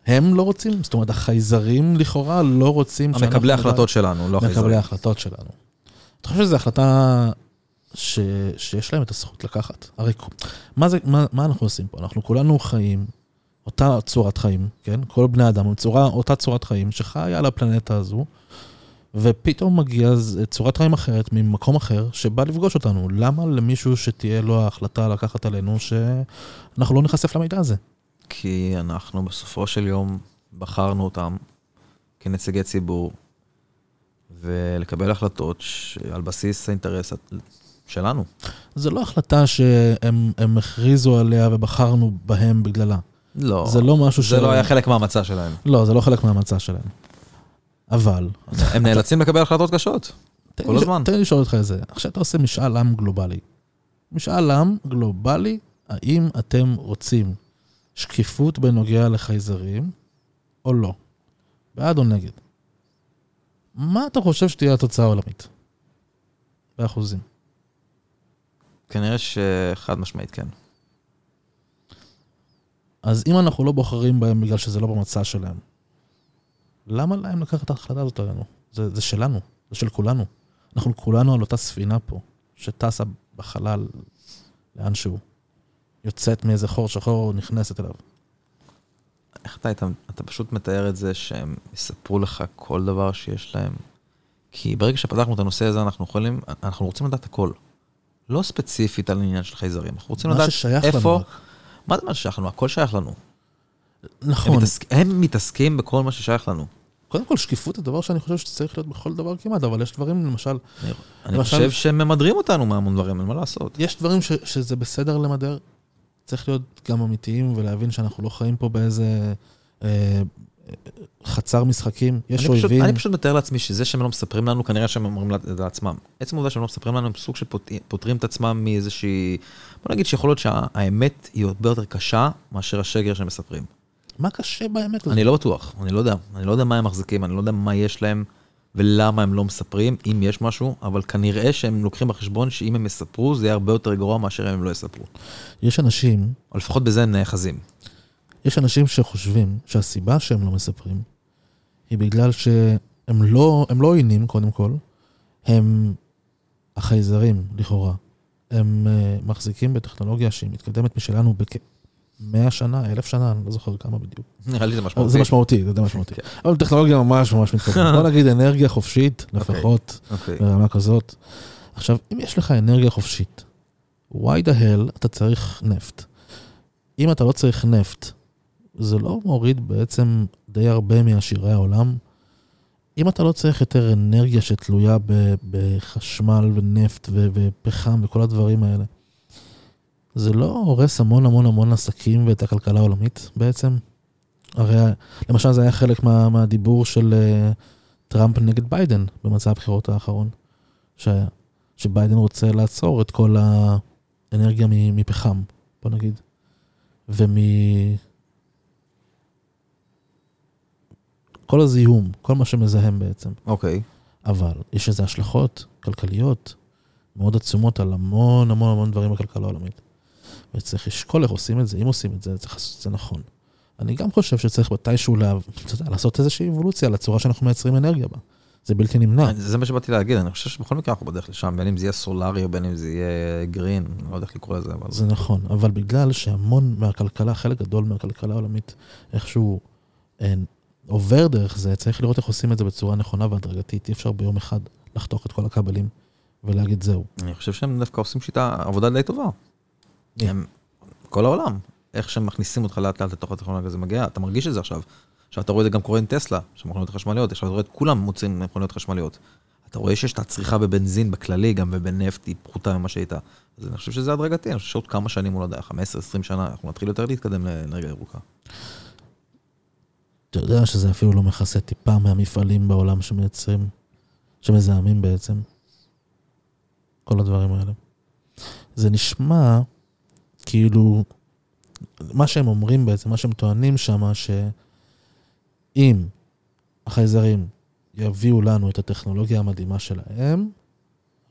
[SPEAKER 1] הם לא רוצים, זאת אומרת, החייזרים לכאורה לא רוצים
[SPEAKER 2] מקבלי ההחלטות שלנו, לא
[SPEAKER 1] לא מקבלי
[SPEAKER 2] החייזרים.
[SPEAKER 1] ההחלטות שלנו. אתה חושב שזו החלטה ש... שיש להם את הזכות לקחת? הרי כ- מה, זה, מה, מה אנחנו עושים פה? אנחנו כולנו חיים, אותה צורת חיים, כן? כל בני אדם הם צורה, אותה צורת חיים שחיה על הפלנטה הזו, ופתאום מגיעה ז- צורת חיים אחרת ממקום אחר שבא לפגוש אותנו. למה למישהו שתהיה לו ההחלטה לקחת עלינו שאנחנו לא נחשף למידע הזה?
[SPEAKER 2] כי אנחנו בסופו של יום בחרנו אותם כנציגי ציבור, ולקבל החלטות ש- על בסיס האינטרס הת- שלנו.
[SPEAKER 1] זו לא החלטה שהם הם הכריזו עליה ובחרנו בהם בגללה.
[SPEAKER 2] לא.
[SPEAKER 1] זה לא משהו ש...
[SPEAKER 2] זה לא היה חלק מהמצע
[SPEAKER 1] [LAUGHS]
[SPEAKER 2] שלהם.
[SPEAKER 1] לא, זה לא חלק מהמצע שלהם. אבל,
[SPEAKER 2] הם נאלצים לקבל החלטות קשות.
[SPEAKER 1] תן
[SPEAKER 2] כל
[SPEAKER 1] לי-
[SPEAKER 2] הזמן.
[SPEAKER 1] תן לי לשאול אותך את זה. עכשיו אתה עושה משאל עם גלובלי. משאל עם גלובלי, האם אתם רוצים שקיפות בנוגע לחייזרים או לא? בעד או נגד? מה אתה חושב שתהיה התוצאה העולמית? באחוזים.
[SPEAKER 2] כנראה שחד משמעית כן.
[SPEAKER 1] אז אם אנחנו לא בוחרים בהם בגלל שזה לא במצע שלהם, למה להם לקחת את ההחלטה הזאת עלינו? זה, זה שלנו, זה של כולנו. אנחנו כולנו על אותה ספינה פה, שטסה בחלל לאנשהו. יוצאת מאיזה חור שחור, נכנסת אליו.
[SPEAKER 2] איך אתה היית, אתה פשוט מתאר את זה שהם יספרו לך כל דבר שיש להם. כי ברגע שפתחנו את הנושא הזה, אנחנו יכולים, אנחנו רוצים לדעת הכל. לא ספציפית על עניין של חייזרים, אנחנו רוצים
[SPEAKER 1] מה
[SPEAKER 2] לדעת
[SPEAKER 1] ששייך
[SPEAKER 2] איפה-
[SPEAKER 1] לנו. רק.
[SPEAKER 2] מה זה מה ששייך לנו? הכל שייך לנו. הם,
[SPEAKER 1] נכון.
[SPEAKER 2] מתעסק, הם מתעסקים בכל מה ששייך לנו.
[SPEAKER 1] קודם כל, שקיפות זה דבר שאני חושב שצריך להיות בכל דבר כמעט, אבל יש דברים, למשל,
[SPEAKER 2] אני, אני
[SPEAKER 1] למשל-
[SPEAKER 2] חושב שהם ממדרים אותנו מהמון דברים, אין מה לעשות.
[SPEAKER 1] יש דברים ש, שזה בסדר למדר, צריך להיות גם אמיתיים ולהבין שאנחנו לא חיים פה באיזה אה, אה, חצר משחקים, יש
[SPEAKER 2] אני פשוט,
[SPEAKER 1] אויבים.
[SPEAKER 2] אני פשוט מתאר לעצמי שזה שהם לא מספרים לנו, כנראה שהם אומרים את זה לעצמם. עצם העובדה שהם לא מספרים לנו, הם סוג של פות- פותרים את עצמם מאיזושהי... בוא נגיד שיכול להיות שהאמת היא הרבה יותר קשה מאשר השקר שהם מספרים.
[SPEAKER 1] מה קשה באמת לזה?
[SPEAKER 2] אני לא בטוח, אני לא יודע. אני לא יודע מה הם מחזיקים, אני לא יודע מה יש להם ולמה הם לא מספרים, אם יש משהו, אבל כנראה שהם לוקחים בחשבון שאם הם יספרו, זה יהיה הרבה יותר גרוע מאשר אם הם לא יספרו.
[SPEAKER 1] יש אנשים,
[SPEAKER 2] או לפחות בזה הם נאחזים.
[SPEAKER 1] יש אנשים שחושבים שהסיבה שהם לא מספרים היא בגלל שהם לא, הם לא עוינים, קודם כל, הם החייזרים, לכאורה. הם uh, מחזיקים בטכנולוגיה שהיא מתקדמת משלנו בכ-100 שנה, אלף שנה, אני לא זוכר כמה בדיוק.
[SPEAKER 2] נראה לי זה
[SPEAKER 1] אבל
[SPEAKER 2] משמעותי.
[SPEAKER 1] זה משמעותי, זה די משמעותי.
[SPEAKER 2] כן.
[SPEAKER 1] אבל טכנולוגיה ממש ממש [LAUGHS] מתקדמת. בוא נגיד אנרגיה חופשית,
[SPEAKER 2] אוקיי.
[SPEAKER 1] לפחות.
[SPEAKER 2] אוקיי.
[SPEAKER 1] ברמה כזאת. עכשיו, אם יש לך אנרגיה חופשית, why the hell אתה צריך נפט? אם אתה לא צריך נפט, זה לא מוריד בעצם די הרבה מעשירי העולם. אם אתה לא צריך יותר אנרגיה שתלויה ב- בחשמל ונפט ו- ופחם וכל הדברים האלה, זה לא הורס המון המון המון עסקים ואת הכלכלה העולמית בעצם? הרי למשל זה היה חלק מה, מהדיבור של אה, טראמפ נגד ביידן במצע הבחירות האחרון, שהיה, שביידן רוצה לעצור את כל האנרגיה מ- מפחם, בוא נגיד, ומ... כל הזיהום, כל מה שמזהם בעצם.
[SPEAKER 2] אוקיי.
[SPEAKER 1] אבל יש לזה השלכות כלכליות מאוד עצומות על המון המון המון דברים בכלכלה העולמית. וצריך לשקול איך עושים את זה, אם עושים את זה, צריך לעשות את זה נכון. אני גם חושב שצריך מתישהו לה, אתה יודע, לעשות איזושהי אבולוציה לצורה שאנחנו מייצרים אנרגיה בה. זה בלתי נמנע.
[SPEAKER 2] זה מה שבאתי להגיד, אני חושב שבכל מקרה אנחנו בדרך לשם, בין אם זה יהיה סולארי או בין אם זה יהיה גרין, אני לא יודע איך לקרוא לזה, אבל
[SPEAKER 1] זה נכון, אבל בגלל שהמון מהכלכלה, חלק גדול מהכלכלה העולמית, איכשהו אין, עובר דרך זה, צריך לראות איך עושים את זה בצורה נכונה והדרגתית. אי אפשר ביום אחד לחתוך את כל הכבלים ולהגיד זהו.
[SPEAKER 2] אני חושב שהם דווקא עושים שיטה, עבודה די טובה.
[SPEAKER 1] כן.
[SPEAKER 2] הם, כל העולם, איך שהם מכניסים אותך לאט לאט לתוך הטכנולוגיה, זה מגיע, אתה מרגיש את זה עכשיו. עכשיו אתה רואה את זה גם קורה עם טסלה, שמכוניות חשמליות, עכשיו אתה רואה את כולם מוצאים מכוניות חשמליות. אתה רואה שיש את הצריכה בבנזין בכללי, גם ובנפט היא פחותה ממה שהייתה. אז אני חושב שזה הדרגתי, אני חושב שעוד כמה שנים, הוא לא יודע, 15-20 שנה, אנחנו נתחיל יותר להתקדם לאנרגיה ירוקה.
[SPEAKER 1] אתה יודע שזה אפילו לא מכסה טיפה מהמפעלים בעולם שמייצרים, שמזהמים בעצם. כל הדברים האלה. זה נשמע כאילו, מה שהם אומרים בעצם, מה שהם טוענים שם, שאם החייזרים יביאו לנו את הטכנולוגיה המדהימה שלהם,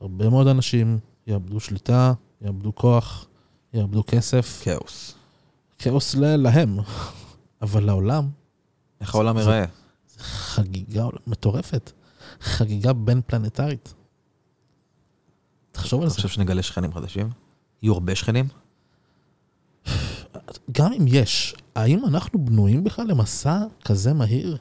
[SPEAKER 1] הרבה מאוד אנשים יאבדו שליטה, יאבדו כוח, יאבדו כסף.
[SPEAKER 2] כאוס.
[SPEAKER 1] כאוס ל- להם. [LAUGHS] אבל לעולם
[SPEAKER 2] איך העולם
[SPEAKER 1] זה-
[SPEAKER 2] ייראה?
[SPEAKER 1] חגיגה מטורפת, חגיגה בין פלנטרית. תחשוב על
[SPEAKER 2] אני
[SPEAKER 1] זה.
[SPEAKER 2] חושב שנגלה שכנים חדשים? יהיו הרבה שכנים?
[SPEAKER 1] כן, גם אם יש, האם אנחנו בנויים בכלל למסע כזה מהיר?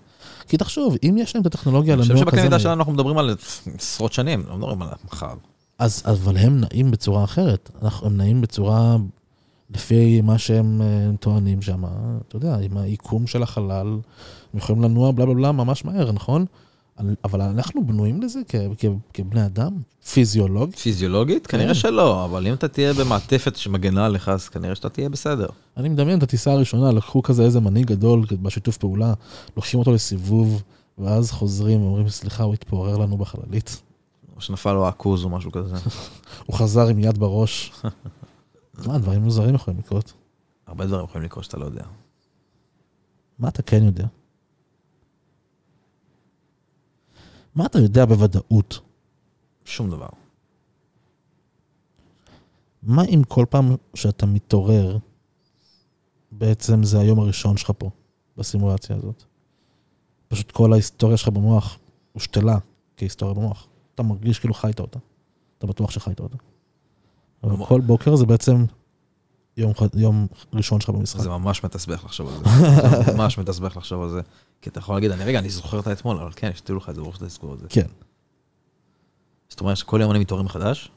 [SPEAKER 1] כי תחשוב, אם יש להם את הטכנולוגיה
[SPEAKER 2] אני חושב
[SPEAKER 1] לנוע לא כזה
[SPEAKER 2] שבקליטה
[SPEAKER 1] מהיר,
[SPEAKER 2] שלנו אנחנו מדברים על עשרות שנים, לא מדברים על מחר.
[SPEAKER 1] אז אבל הם נעים בצורה אחרת. אנחנו, הם נעים בצורה, לפי מה שהם אה, טוענים שם, אתה יודע, עם העיקום של החלל, הם יכולים לנוע בלה בלה בלה ממש מהר, נכון? אבל- אבל אנחנו בנויים לזה כ- כ- כבני אדם, פיזיולוג.
[SPEAKER 2] פיזיולוגית?
[SPEAKER 1] כן.
[SPEAKER 2] כנראה שלא, אבל אם אתה תהיה במעטפת שמגנה עליך, אז כנראה שאתה תהיה בסדר.
[SPEAKER 1] אני מדמיין את הטיסה הראשונה, לקחו כזה איזה מנהיג גדול בשיתוף פעולה, לוקחים אותו לסיבוב, ואז חוזרים ואומרים, סליחה, הוא התפורר לנו בחללית.
[SPEAKER 2] או שנפל לו העכוז או
[SPEAKER 1] [LAUGHS]
[SPEAKER 2] משהו כזה.
[SPEAKER 1] הוא חזר עם יד בראש. מה, דברים מוזרים יכולים לקרות.
[SPEAKER 2] הרבה דברים יכולים לקרות שאתה לא יודע.
[SPEAKER 1] מה אתה כן יודע? מה אתה יודע בוודאות? [LAUGHS]
[SPEAKER 2] שום דבר.
[SPEAKER 1] מה אם כל פעם שאתה מתעורר, בעצם זה היום הראשון שלך פה, בסימולציה הזאת? פשוט כל ההיסטוריה שלך במוח הושתלה כהיסטוריה במוח. אתה מרגיש כאילו חיית אותה. אתה בטוח שחיית אותה. אבל
[SPEAKER 2] במוח.
[SPEAKER 1] כל בוקר זה בעצם יום, ח- יום ראשון שלך במשחק.
[SPEAKER 2] זה ממש מתסבך לחשוב על
[SPEAKER 1] [LAUGHS]
[SPEAKER 2] זה. זה ממש מתסבך לחשוב על זה. כי אתה יכול להגיד, אני רגע, אני זוכר את האתמול, אבל כן, שתדעו לך את זה, ברור שאתה תזכור את זה.
[SPEAKER 1] כן,
[SPEAKER 2] זאת אומרת שכל יום אני מתעורר מחדש?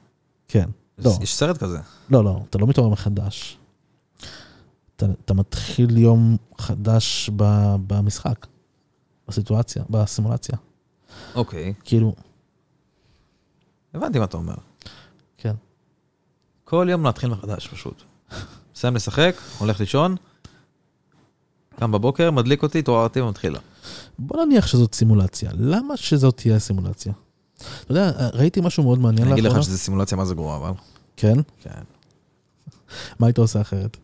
[SPEAKER 1] כן. לא.
[SPEAKER 2] יש סרט כזה.
[SPEAKER 1] לא, לא, אתה לא מתעורר מחדש. אתה, אתה מתחיל יום חדש ב, במשחק, בסיטואציה, בסימולציה.
[SPEAKER 2] אוקיי,
[SPEAKER 1] כאילו,
[SPEAKER 2] הבנתי מה אתה אומר.
[SPEAKER 1] כן.
[SPEAKER 2] כל יום להתחיל מחדש פשוט. מסיים לשחק, הולך לישון, קם בבוקר, מדליק אותי, התעוררתי ומתחילה.
[SPEAKER 1] בוא נניח שזאת סימולציה. למה שזאת תהיה סימולציה? אתה יודע, ראיתי משהו מאוד מעניין
[SPEAKER 2] אני אגיד
[SPEAKER 1] לאחרונה.
[SPEAKER 2] לך שזו סימולציה מה זה גרועה, אבל...
[SPEAKER 1] כן?
[SPEAKER 2] כן.
[SPEAKER 1] מה היית עושה אחרת?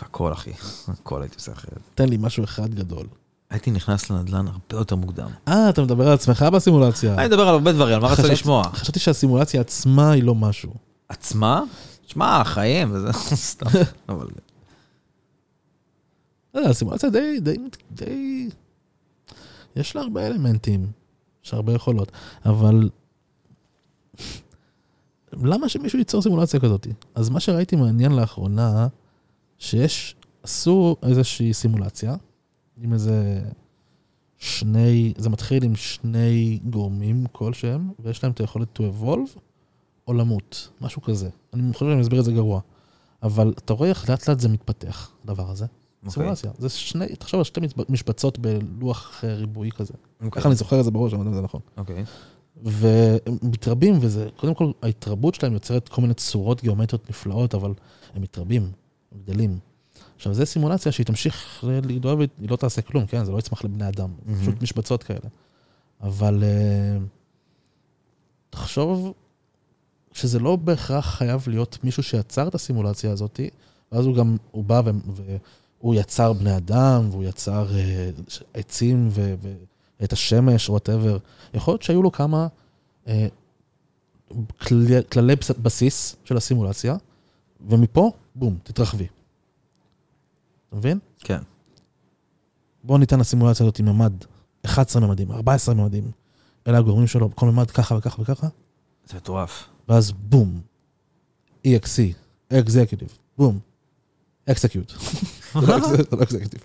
[SPEAKER 2] הכל, אחי. הכל הייתי עושה אחרת.
[SPEAKER 1] תן לי משהו אחד גדול.
[SPEAKER 2] הייתי נכנס לנדלן הרבה יותר מוקדם.
[SPEAKER 1] אה, אתה מדבר על עצמך בסימולציה.
[SPEAKER 2] אני מדבר על הרבה דברים, על אה, מה רצית
[SPEAKER 1] [LAUGHS] חשבתי-
[SPEAKER 2] לשמוע?
[SPEAKER 1] חשבתי שהסימולציה עצמה היא לא משהו.
[SPEAKER 2] עצמה? שמע, חיים, וזה [LAUGHS]
[SPEAKER 1] [LAUGHS]
[SPEAKER 2] סתם. אבל
[SPEAKER 1] לא יודע, הסימולציה די, די, די... יש לה הרבה אלמנטים, יש לה הרבה יכולות, אבל... [LAUGHS] למה שמישהו ייצור סימולציה כזאת? אז מה שראיתי מעניין לאחרונה, שיש, עשו איזושהי סימולציה, עם איזה שני, זה מתחיל עם שני גורמים כלשהם, ויש להם את היכולת to evolve או למות, משהו כזה. אני חושב שאני מסביר את זה גרוע. אבל אתה רואה איך לאט לאט זה מתפתח, הדבר הזה.
[SPEAKER 2] אוקיי.
[SPEAKER 1] סימולציה. זה שני, תחשוב על שתי מצב- משבצות בלוח אה, ריבועי כזה.
[SPEAKER 2] אוקיי,
[SPEAKER 1] ככה אני זוכר את זה בראש, אני לא יודע אם זה נכון.
[SPEAKER 2] אוקיי.
[SPEAKER 1] והם מתרבים, וזה, קודם כל, ההתרבות שלהם יוצרת כל מיני צורות גיאומטריות נפלאות, אבל הם מתרבים, הם גדלים. עכשיו, זו סימולציה שהיא תמשיך ל- לגדול והיא לא תעשה כלום, כן? זה לא יצמח לבני אדם,
[SPEAKER 2] מהמם.
[SPEAKER 1] פשוט משבצות כאלה. אבל אה, תחשוב שזה לא בהכרח חייב להיות מישהו שיצר את הסימולציה הזאת, ואז הוא גם, הוא בא ו- והוא יצר בני אדם, והוא יצר אה, ש- עצים ו- ואת השמש, וואטאבר. יכול להיות שהיו לו כמה אה, כלי- כללי בס- בסיס של הסימולציה, ומפה, בום, תתרחבי. אתה מבין?
[SPEAKER 2] כן.
[SPEAKER 1] בואו ניתן לסימולציה הזאת ממד, 11 ממדים, 14 ממדים. אלה הגורמים שלו, כל ממד ככה וככה וככה,
[SPEAKER 2] זה מטורף.
[SPEAKER 1] ואז בום, EXE, Executive, בום, Execute. זה לא אקס- זה לא Executive,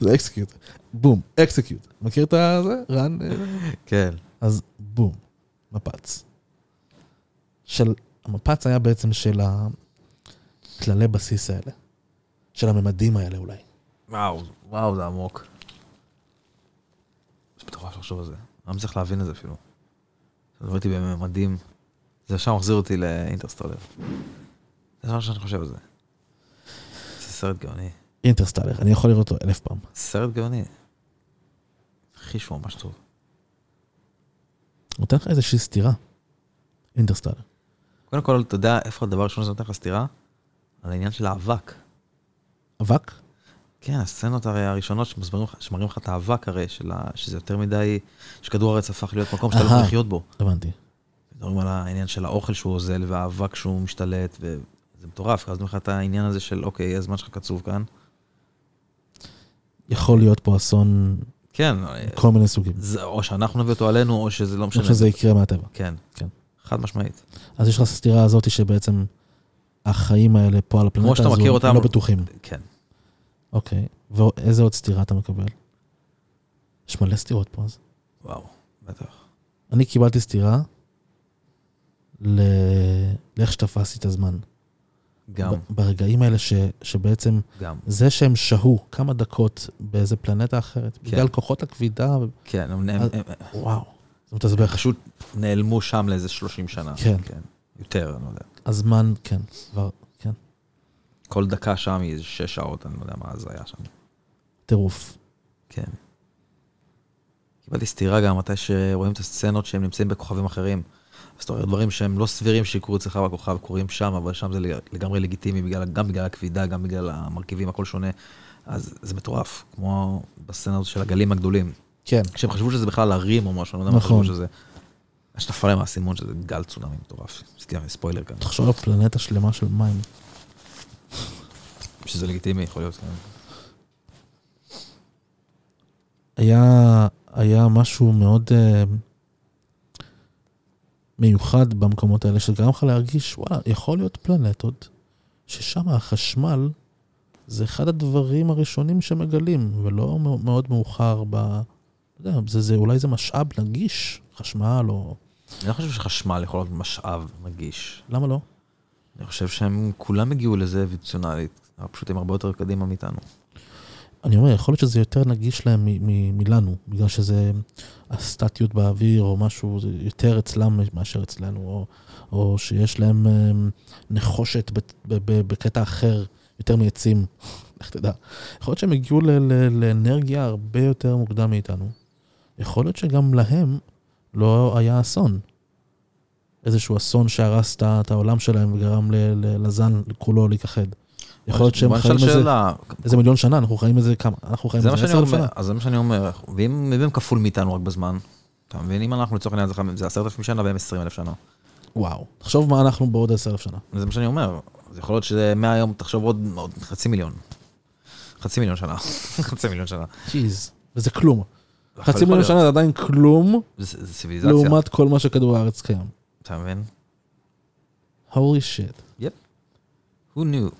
[SPEAKER 1] זה Execute, בום, Execute. מכיר את הזה, רן? אה,
[SPEAKER 2] כן.
[SPEAKER 1] אז בום, מפץ. של, המפץ היה בעצם של הכללי בסיס האלה, של הממדים האלה אולי.
[SPEAKER 2] וואו, וואו, זה עמוק. זה מטורף לחשוב על זה. אני לא צריך להבין את זה אפילו. דברתי בממדים. זה ישר מחזיר אותי לאינטרסטרלר. זה מה שאני חושב על זה. זה סרט גאוני.
[SPEAKER 1] אינטרסטלר, אני יכול לראות אותו אלף פעם.
[SPEAKER 2] סרט גאוני. אחי, שהוא ממש טוב.
[SPEAKER 1] נותן לך איזושהי סתירה. אינטרסטלר.
[SPEAKER 2] קודם כל, אתה יודע איפה הדבר הראשון שנותן לך סטירה? על העניין של האבק.
[SPEAKER 1] אבק?
[SPEAKER 2] כן, הסצנות הרי הראשונות שמסבירים לך- שמראים לך את האבק הרי, של ה- שזה יותר מדי, שכדור הארץ הפך להיות מקום שאתה לא
[SPEAKER 1] אהה.
[SPEAKER 2] יכול לחיות בו.
[SPEAKER 1] הבנתי.
[SPEAKER 2] מדברים על העניין של האוכל שהוא אוזל והאבק שהוא משתלט, וזה מטורף, אז לך את העניין הזה של, אוקיי, הזמן שלך קצוב כאן.
[SPEAKER 1] יכול להיות פה אסון
[SPEAKER 2] כן,
[SPEAKER 1] מכל מיני סוגים.
[SPEAKER 2] זה, או שאנחנו נביא אותו עלינו, או שזה לא
[SPEAKER 1] אני
[SPEAKER 2] משנה.
[SPEAKER 1] חושב שזה יקרה מהטבע.
[SPEAKER 2] כן,
[SPEAKER 1] כן.
[SPEAKER 2] חד משמעית.
[SPEAKER 1] אז יש לך הסתירה הזאת שבעצם החיים האלה פה על הפלנטה
[SPEAKER 2] שאתה
[SPEAKER 1] הזו,
[SPEAKER 2] מכיר אותם.
[SPEAKER 1] לא בטוחים.
[SPEAKER 2] כן.
[SPEAKER 1] אוקיי. ואיזה עוד סתירה אתה מקבל? יש מלא סתירות פה אז.
[SPEAKER 2] וואו, בטח.
[SPEAKER 1] אני קיבלתי סתירה ל- לאיך שתפסתי את הזמן.
[SPEAKER 2] גם,
[SPEAKER 1] ב- ברגעים האלה ש, שבעצם
[SPEAKER 2] גם.
[SPEAKER 1] זה שהם שהו כמה דקות באיזה פלנטה אחרת,
[SPEAKER 2] כן.
[SPEAKER 1] בגלל כוחות הכבידה,
[SPEAKER 2] כן, הם, הם,
[SPEAKER 1] אז-
[SPEAKER 2] הם,
[SPEAKER 1] וואו, זה מתסבך.
[SPEAKER 2] פשוט נעלמו שם לאיזה 30 שנה.
[SPEAKER 1] כן.
[SPEAKER 2] יותר, אני לא יודע.
[SPEAKER 1] הזמן, כן, כבר, כן,
[SPEAKER 2] כל דקה שם היא איזה 6 שעות, אני לא יודע מה זה היה שם.
[SPEAKER 1] טירוף.
[SPEAKER 2] כן. קיבלתי סטירה גם מתי שרואים את הסצנות שהם נמצאים בכוכבים אחרים. אז אתה רואה דברים שהם לא סבירים שיקרו אצלך בכוכב, קורים שם, אבל שם זה לג- לגמרי לגיטימי, בגלל, גם בגלל הכבידה, גם בגלל המרכיבים, הכל שונה. אז זה מטורף, כמו בסצנה הזאת של הגלים הגדולים.
[SPEAKER 1] כן,
[SPEAKER 2] כשהם חשבו שזה בכלל הרים או משהו, אני לא יודע מה
[SPEAKER 1] נכון.
[SPEAKER 2] חשבו שזה. אז שנפל להם האסימון שזה גל צונאמי מטורף. סתם, ספוילר כאן.
[SPEAKER 1] תחשוב על פלנטה שלמה של מים.
[SPEAKER 2] שזה לגיטימי, יכול להיות. כן.
[SPEAKER 1] היה, היה משהו מאוד אה, מיוחד במקומות האלה, שגרם לך להרגיש, וואלה, יכול להיות פלנטות ששם החשמל זה אחד הדברים הראשונים שמגלים, ולא מאו- מאוד מאוחר ב... אתה יודע, זה, זה, אולי זה משאב נגיש, חשמל או...
[SPEAKER 2] אני לא חושב שחשמל יכול להיות משאב נגיש.
[SPEAKER 1] למה לא?
[SPEAKER 2] אני חושב שהם כולם הגיעו לזה אבולוציונלית, אבל פשוט הם הרבה יותר קדימה מאיתנו.
[SPEAKER 1] אני אומר, יכול להיות שזה יותר נגיש להם מ- מ- מלנו, בגלל שזה הסטטיות באוויר או משהו זה יותר אצלם מאשר אצלנו, או, או שיש להם אמ, נחושת ב- ב- ב- בקטע אחר, יותר מעצים, [LAUGHS] איך תדע. יכול להיות שהם הגיעו ל- ל- לאנרגיה הרבה יותר מוקדם מאיתנו. יכול להיות שגם להם לא היה אסון. איזשהו אסון שהרס את ה- את העולם שלהם וגרם ל- ל- לזן כולו להיכחד. יכול להיות שהם
[SPEAKER 2] בוא
[SPEAKER 1] חיים
[SPEAKER 2] נשאל
[SPEAKER 1] איזה...
[SPEAKER 2] שאלה,
[SPEAKER 1] איזה מיליון שנה, אנחנו חיים איזה כמה, אנחנו חיים
[SPEAKER 2] זה מה
[SPEAKER 1] איזה
[SPEAKER 2] שאני
[SPEAKER 1] עשר אלף
[SPEAKER 2] אומר,
[SPEAKER 1] שנה.
[SPEAKER 2] אז זה מה שאני אומר, ואם ואם הם כפול מאיתנו רק בזמן, אתה מבין? אם אנחנו לצורך העניין זה חמ- זה עשרת אלפים שנה והם עשרים אלף שנה.
[SPEAKER 1] וואו. תחשוב מה אנחנו בעוד עשר אלף שנה.
[SPEAKER 2] זה מה שאני אומר, זה יכול להיות שזה מהיום, תחשוב עוד עוד חצי מיליון. חצי מיליון שנה, [LAUGHS] חצי מיליון שנה.
[SPEAKER 1] ג'יז. וזה כלום.
[SPEAKER 2] יכול
[SPEAKER 1] חצי מיליון
[SPEAKER 2] להיות.
[SPEAKER 1] שנה זה עדיין כלום,
[SPEAKER 2] זה זה סיביליזציה,
[SPEAKER 1] לעומת כל מה שכדור הארץ קיים.
[SPEAKER 2] אתה מבין?
[SPEAKER 1] holy shit.
[SPEAKER 2] Who knew?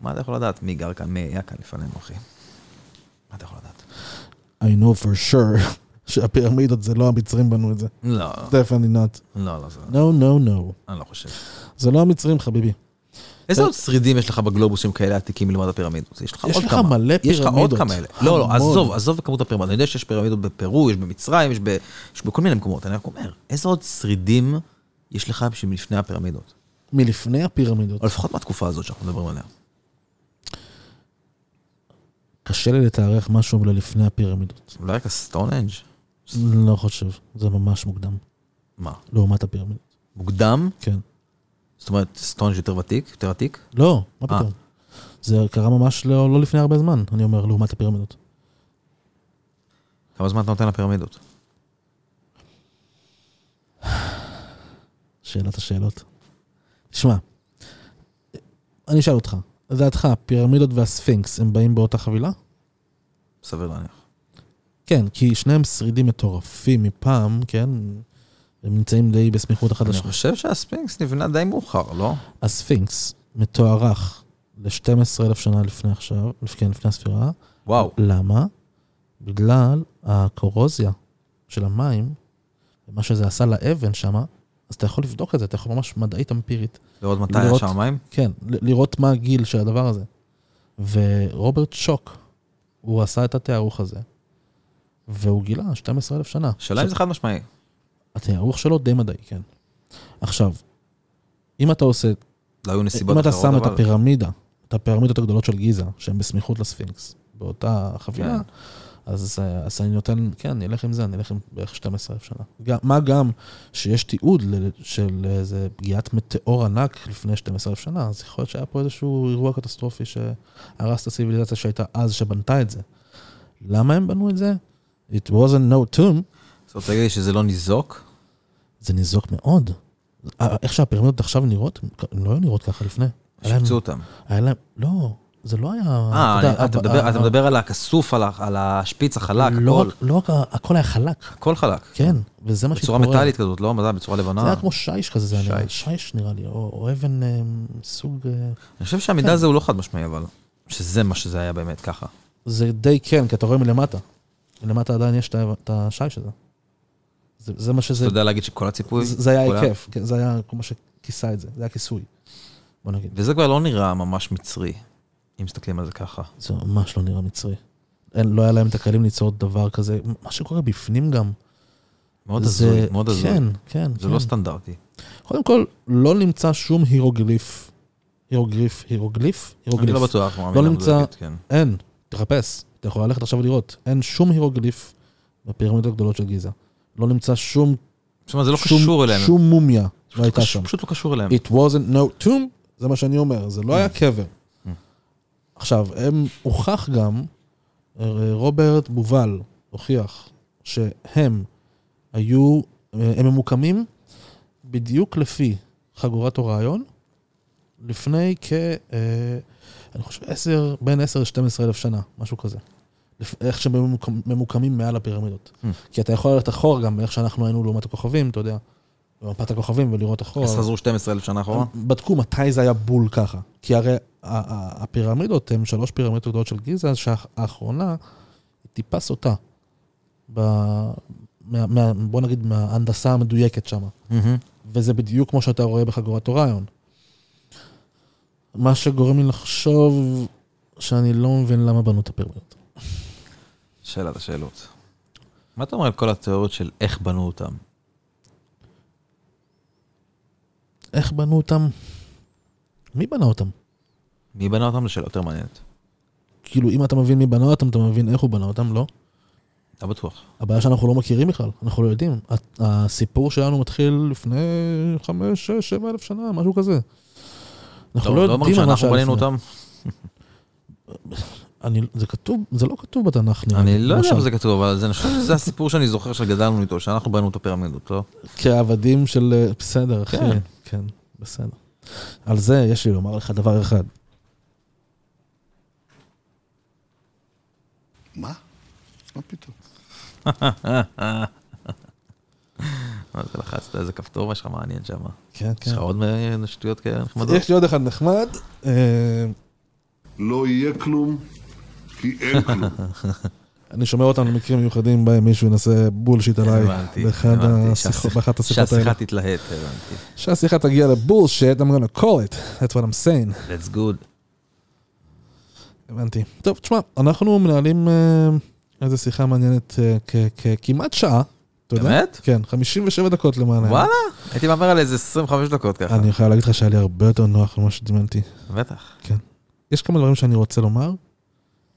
[SPEAKER 2] מה אתה יכול לדעת? מי גר כאן? מי היה כאן לפנינו, אחי? מה אתה יכול לדעת?
[SPEAKER 1] I know for sure [LAUGHS] שהפירמידות זה לא המצרים בנו את זה.
[SPEAKER 2] לא,
[SPEAKER 1] definitely not.
[SPEAKER 2] לא, לא, זה-
[SPEAKER 1] no, no, no.
[SPEAKER 2] אני לא חושב.
[SPEAKER 1] זה לא המצרים, חביבי.
[SPEAKER 2] איזה עוד שרידים יש לך בגלובוס עם כאלה עתיקים מלמד הפירמידות? יש לך
[SPEAKER 1] יש
[SPEAKER 2] עוד
[SPEAKER 1] לך
[SPEAKER 2] כמה.
[SPEAKER 1] מלא
[SPEAKER 2] יש לך עוד
[SPEAKER 1] פירמידות.
[SPEAKER 2] כמה אלה. לא, לא,
[SPEAKER 1] המון.
[SPEAKER 2] עזוב, עזוב את כמות הפירמידות. אני יודע שיש פירמידות בפרו, יש במצרים, יש, ב... יש בכל מיני מקומות. אני רק אומר, איזה עוד שרידים יש לך מלפני הפירמידות?
[SPEAKER 1] מלפני הפירמידות.
[SPEAKER 2] או לפחות מהתקופה הזאת שאנחנו מדברים עליה.
[SPEAKER 1] קשה לי לתארך משהו ללפני הפירמידות.
[SPEAKER 2] אולי רק הסטונג'?
[SPEAKER 1] לא חושב, זה ממש מוקדם.
[SPEAKER 2] מה?
[SPEAKER 1] לעומת הפירמידות.
[SPEAKER 2] מוקדם?
[SPEAKER 1] כן.
[SPEAKER 2] זאת אומרת, סטונג' יותר ותיק? יותר עתיק?
[SPEAKER 1] לא, מה
[SPEAKER 2] אה.
[SPEAKER 1] פתאום. זה קרה ממש לא, לא לפני הרבה זמן, אני אומר, לעומת הפירמידות.
[SPEAKER 2] כמה זמן אתה נותן לפירמידות?
[SPEAKER 1] שאלת השאלות. תשמע, אני אשאל אותך, לדעתך, הפירמידות והספינקס, הם באים באותה חבילה?
[SPEAKER 2] סביר להניח.
[SPEAKER 1] כן, כי שניהם שרידים מטורפים מפעם, כן? הם נמצאים די בסמיכות אחד
[SPEAKER 2] אני
[SPEAKER 1] לשני.
[SPEAKER 2] חושב שהספינקס נבנה די מאוחר, לא?
[SPEAKER 1] הספינקס מתוארך ל-12,000 שנה לפני עכשיו, לפ- כן, לפני הספירה.
[SPEAKER 2] וואו.
[SPEAKER 1] למה? בגלל הקורוזיה של המים, ומה שזה עשה לאבן שמה, אז אתה יכול לבדוק את זה, אתה יכול ממש מדעית אמפירית.
[SPEAKER 2] לראות מתי היה
[SPEAKER 1] לראות-
[SPEAKER 2] שם המים?
[SPEAKER 1] כן, ל- לראות מה הגיל של הדבר הזה. ורוברט שוק, הוא עשה את התיארוך הזה, והוא גילה 12,000 שנה.
[SPEAKER 2] השאלה אם זה חד משמעי.
[SPEAKER 1] התיארוך שלו די מדעי, כן. עכשיו, אם אתה עושה,
[SPEAKER 2] לא היו נסיבות
[SPEAKER 1] אם אתה שם את
[SPEAKER 2] אבל-
[SPEAKER 1] הפירמידה, את הפירמידות הגדולות של גיזה, שהן בסמיכות לספינקס, באותה חבילה,
[SPEAKER 2] כן.
[SPEAKER 1] אז, אה, אז אני נותן, כן, אני אלך עם זה, אני אלך עם בערך 12,000 שנה. גם, מה גם שיש תיעוד ל- של איזה פגיעת מטאור ענק לפני 12,000 שנה, אז יכול להיות שהיה פה איזשהו אירוע קטסטרופי שהרס את הסיביליזציה שהייתה אז, שבנתה את זה. למה הם בנו את זה? It wasn't no tomb,
[SPEAKER 2] אתה רוצה להגיד לי שזה לא ניזוק?
[SPEAKER 1] זה ניזוק מאוד. אה, איך שהפירמידות עכשיו נראות, הן לא היו נראות ככה לפני. היה להם-
[SPEAKER 2] שיפצו אותם.
[SPEAKER 1] היה להם, לא, זה לא היה...
[SPEAKER 2] אה,
[SPEAKER 1] אה, יודע,
[SPEAKER 2] אני- אתה
[SPEAKER 1] ה-
[SPEAKER 2] מדבר-
[SPEAKER 1] ה-
[SPEAKER 2] אתה מדבר על הכסוף, על ה- על השפיץ החלק,
[SPEAKER 1] לא
[SPEAKER 2] הכל.
[SPEAKER 1] רק- לא רק, ה- הכל היה חלק,
[SPEAKER 2] הכל חלק.
[SPEAKER 1] כן, וזה מה
[SPEAKER 2] בצורה
[SPEAKER 1] שהתפורר.
[SPEAKER 2] מטאלית כזאת, לא? מה זה, בצורה
[SPEAKER 1] זה
[SPEAKER 2] לבנה.
[SPEAKER 1] היה כמו שיש כזה, זה היה נראה.
[SPEAKER 2] שיש.
[SPEAKER 1] שיש נראה לי, או, או אבן אה, סוג... אה,
[SPEAKER 2] אני חושב שהמידע הזה הוא לא חד משמעי, אבל. שזה מה שזה היה באמת ככה.
[SPEAKER 1] זה די כן, כי אתה רואה מלמטה. מלמטה עדיין יש את ה- את השיש הזה. זה, זה מה שזה...
[SPEAKER 2] אתה יודע להגיד שכל הציפוי...
[SPEAKER 1] זה זה היה
[SPEAKER 2] כל ה-
[SPEAKER 1] היקף, כן, זה היה כמו שכיסה את זה, זה היה כיסוי. בוא נגיד.
[SPEAKER 2] וזה כבר לא נראה ממש מצרי, אם מסתכלים על זה ככה.
[SPEAKER 1] זה ממש לא נראה מצרי. אין, לא היה להם את הכלים ליצור דבר כזה. מה שקורה בפנים גם,
[SPEAKER 2] מאוד
[SPEAKER 1] זה-
[SPEAKER 2] הזוי, מאוד הזוי.
[SPEAKER 1] כן, כן,
[SPEAKER 2] זה
[SPEAKER 1] כן.
[SPEAKER 2] לא סטנדרטי.
[SPEAKER 1] קודם כל, לא נמצא שום הירוגליף. הירוגליף, הירוגליף?
[SPEAKER 2] אני
[SPEAKER 1] הירוגליף.
[SPEAKER 2] לא בטוח מה המילה
[SPEAKER 1] נמצא-
[SPEAKER 2] המדויקת, כן.
[SPEAKER 1] אין, תחפש. אתה יכול ללכת עכשיו ולראות. אין שום הירוגליף בפירמידות הגדולות של גיזה. לא נמצא שום,
[SPEAKER 2] תשמע, זה לא
[SPEAKER 1] שום,
[SPEAKER 2] קשור אלינו.
[SPEAKER 1] שום מומיה. לא הייתה
[SPEAKER 2] פשוט-
[SPEAKER 1] שם.
[SPEAKER 2] פשוט לא קשור אליהם.
[SPEAKER 1] It wasn't no tomb, זה מה שאני אומר, זה לא היה קבר.
[SPEAKER 2] Mm.
[SPEAKER 1] עכשיו, הם, הוכח גם, אה, רוברט בובל הוכיח שהם היו, אה, הם ממוקמים בדיוק לפי חגורת אוריון, לפני כ... אה, אני חושב עשר, בין 10 ל-12 אלף שנה, משהו כזה. לפ- איך שהם היו ממוקמ- ממוקמים מעל הפירמידות.
[SPEAKER 2] Mm.
[SPEAKER 1] כי אתה יכול ללכת אחורה גם באיך שאנחנו היינו לעומת הכוכבים, אתה יודע, במפת הכוכבים ולראות אחורה.
[SPEAKER 2] אז חזרו 12 אלף שנה אחורה?
[SPEAKER 1] בדקו מתי זה היה בול ככה. כי הרי ה- ה- הפירמידות הן שלוש פירמידות גדולות של גיזה, שהאחרונה היא טיפה סוטה. ב... מה, מה, בוא נגיד מההנדסה המדויקת שם.
[SPEAKER 2] מהמם.
[SPEAKER 1] וזה בדיוק כמו שאתה רואה בחגורת אוריון. מה שגורם לי לחשוב שאני לא מבין למה בנו את הפירמידות.
[SPEAKER 2] שאלת השאלות. מה אתה אומר על כל התיאוריות של איך בנו אותם?
[SPEAKER 1] איך בנו אותם? מי בנה אותם?
[SPEAKER 2] מי בנה אותם? זו שאלה יותר מעניינת.
[SPEAKER 1] כאילו, אם אתה מבין מי בנה אותם, אתה מבין איך הוא בנה אותם, לא?
[SPEAKER 2] אתה בטוח.
[SPEAKER 1] הבעיה שאנחנו לא מכירים בכלל, אנחנו לא יודעים. ה- הסיפור שלנו מתחיל לפני חמש, שש, שבע אלף שנה, משהו כזה. אנחנו לא,
[SPEAKER 2] לא אומרים
[SPEAKER 1] יודעים על מה
[SPEAKER 2] שאנחנו
[SPEAKER 1] שהיה
[SPEAKER 2] בנינו
[SPEAKER 1] לפני.
[SPEAKER 2] אותם?
[SPEAKER 1] אני, זה כתוב, זה לא כתוב בתנ"ך. נראה לי,
[SPEAKER 2] אני לא יודע
[SPEAKER 1] למשל.
[SPEAKER 2] אם זה כתוב, אבל זה- אני חושב שזה הסיפור שאני זוכר שגדלנו איתו, שאנחנו בנינו את הפירמידות, לא?
[SPEAKER 1] כעבדים של... אה, בסדר, אחי.
[SPEAKER 2] כן.
[SPEAKER 1] כן, בסדר. על זה יש לי לומר לך דבר אחד.
[SPEAKER 3] מה? מה פתאום?
[SPEAKER 2] מה זה לחצת איזה כפתור, יש לך מעניין שם.
[SPEAKER 1] כן,
[SPEAKER 2] יש לך עוד מ- שטויות כאלה נחמדות?
[SPEAKER 1] יש לי עוד אחד נחמד. אה,
[SPEAKER 3] לא יהיה כלום, כי אין כלום.
[SPEAKER 1] אני שומר אותם למקרים מיוחדים בהם מישהו ינסה בולשיט עליי.
[SPEAKER 2] הבנתי,
[SPEAKER 1] באחד
[SPEAKER 2] הבנתי,
[SPEAKER 1] השיחות-
[SPEAKER 2] שהשיח-
[SPEAKER 1] באחת השיחות האלה.
[SPEAKER 2] שהשיחה תתלהט, הבנתי.
[SPEAKER 1] שהשיחה תגיע לבולשיט, I'm gonna call it. That's what I'm saying.
[SPEAKER 2] That's good.
[SPEAKER 1] הבנתי. טוב, תשמע, אנחנו מנהלים אה, איזו שיחה מעניינת אה, כ- כ- כמעט שעה. אתה יודע?
[SPEAKER 2] באמת?
[SPEAKER 1] כן, 57 דקות למען האמת.
[SPEAKER 2] וואלה, הייתי מהמר על איזה 25 דקות ככה.
[SPEAKER 1] אני חייב להגיד לך שהיה לי הרבה יותר נוח ממה שדמיינתי.
[SPEAKER 2] בטח.
[SPEAKER 1] יש כמה דברים שאני רוצה לומר,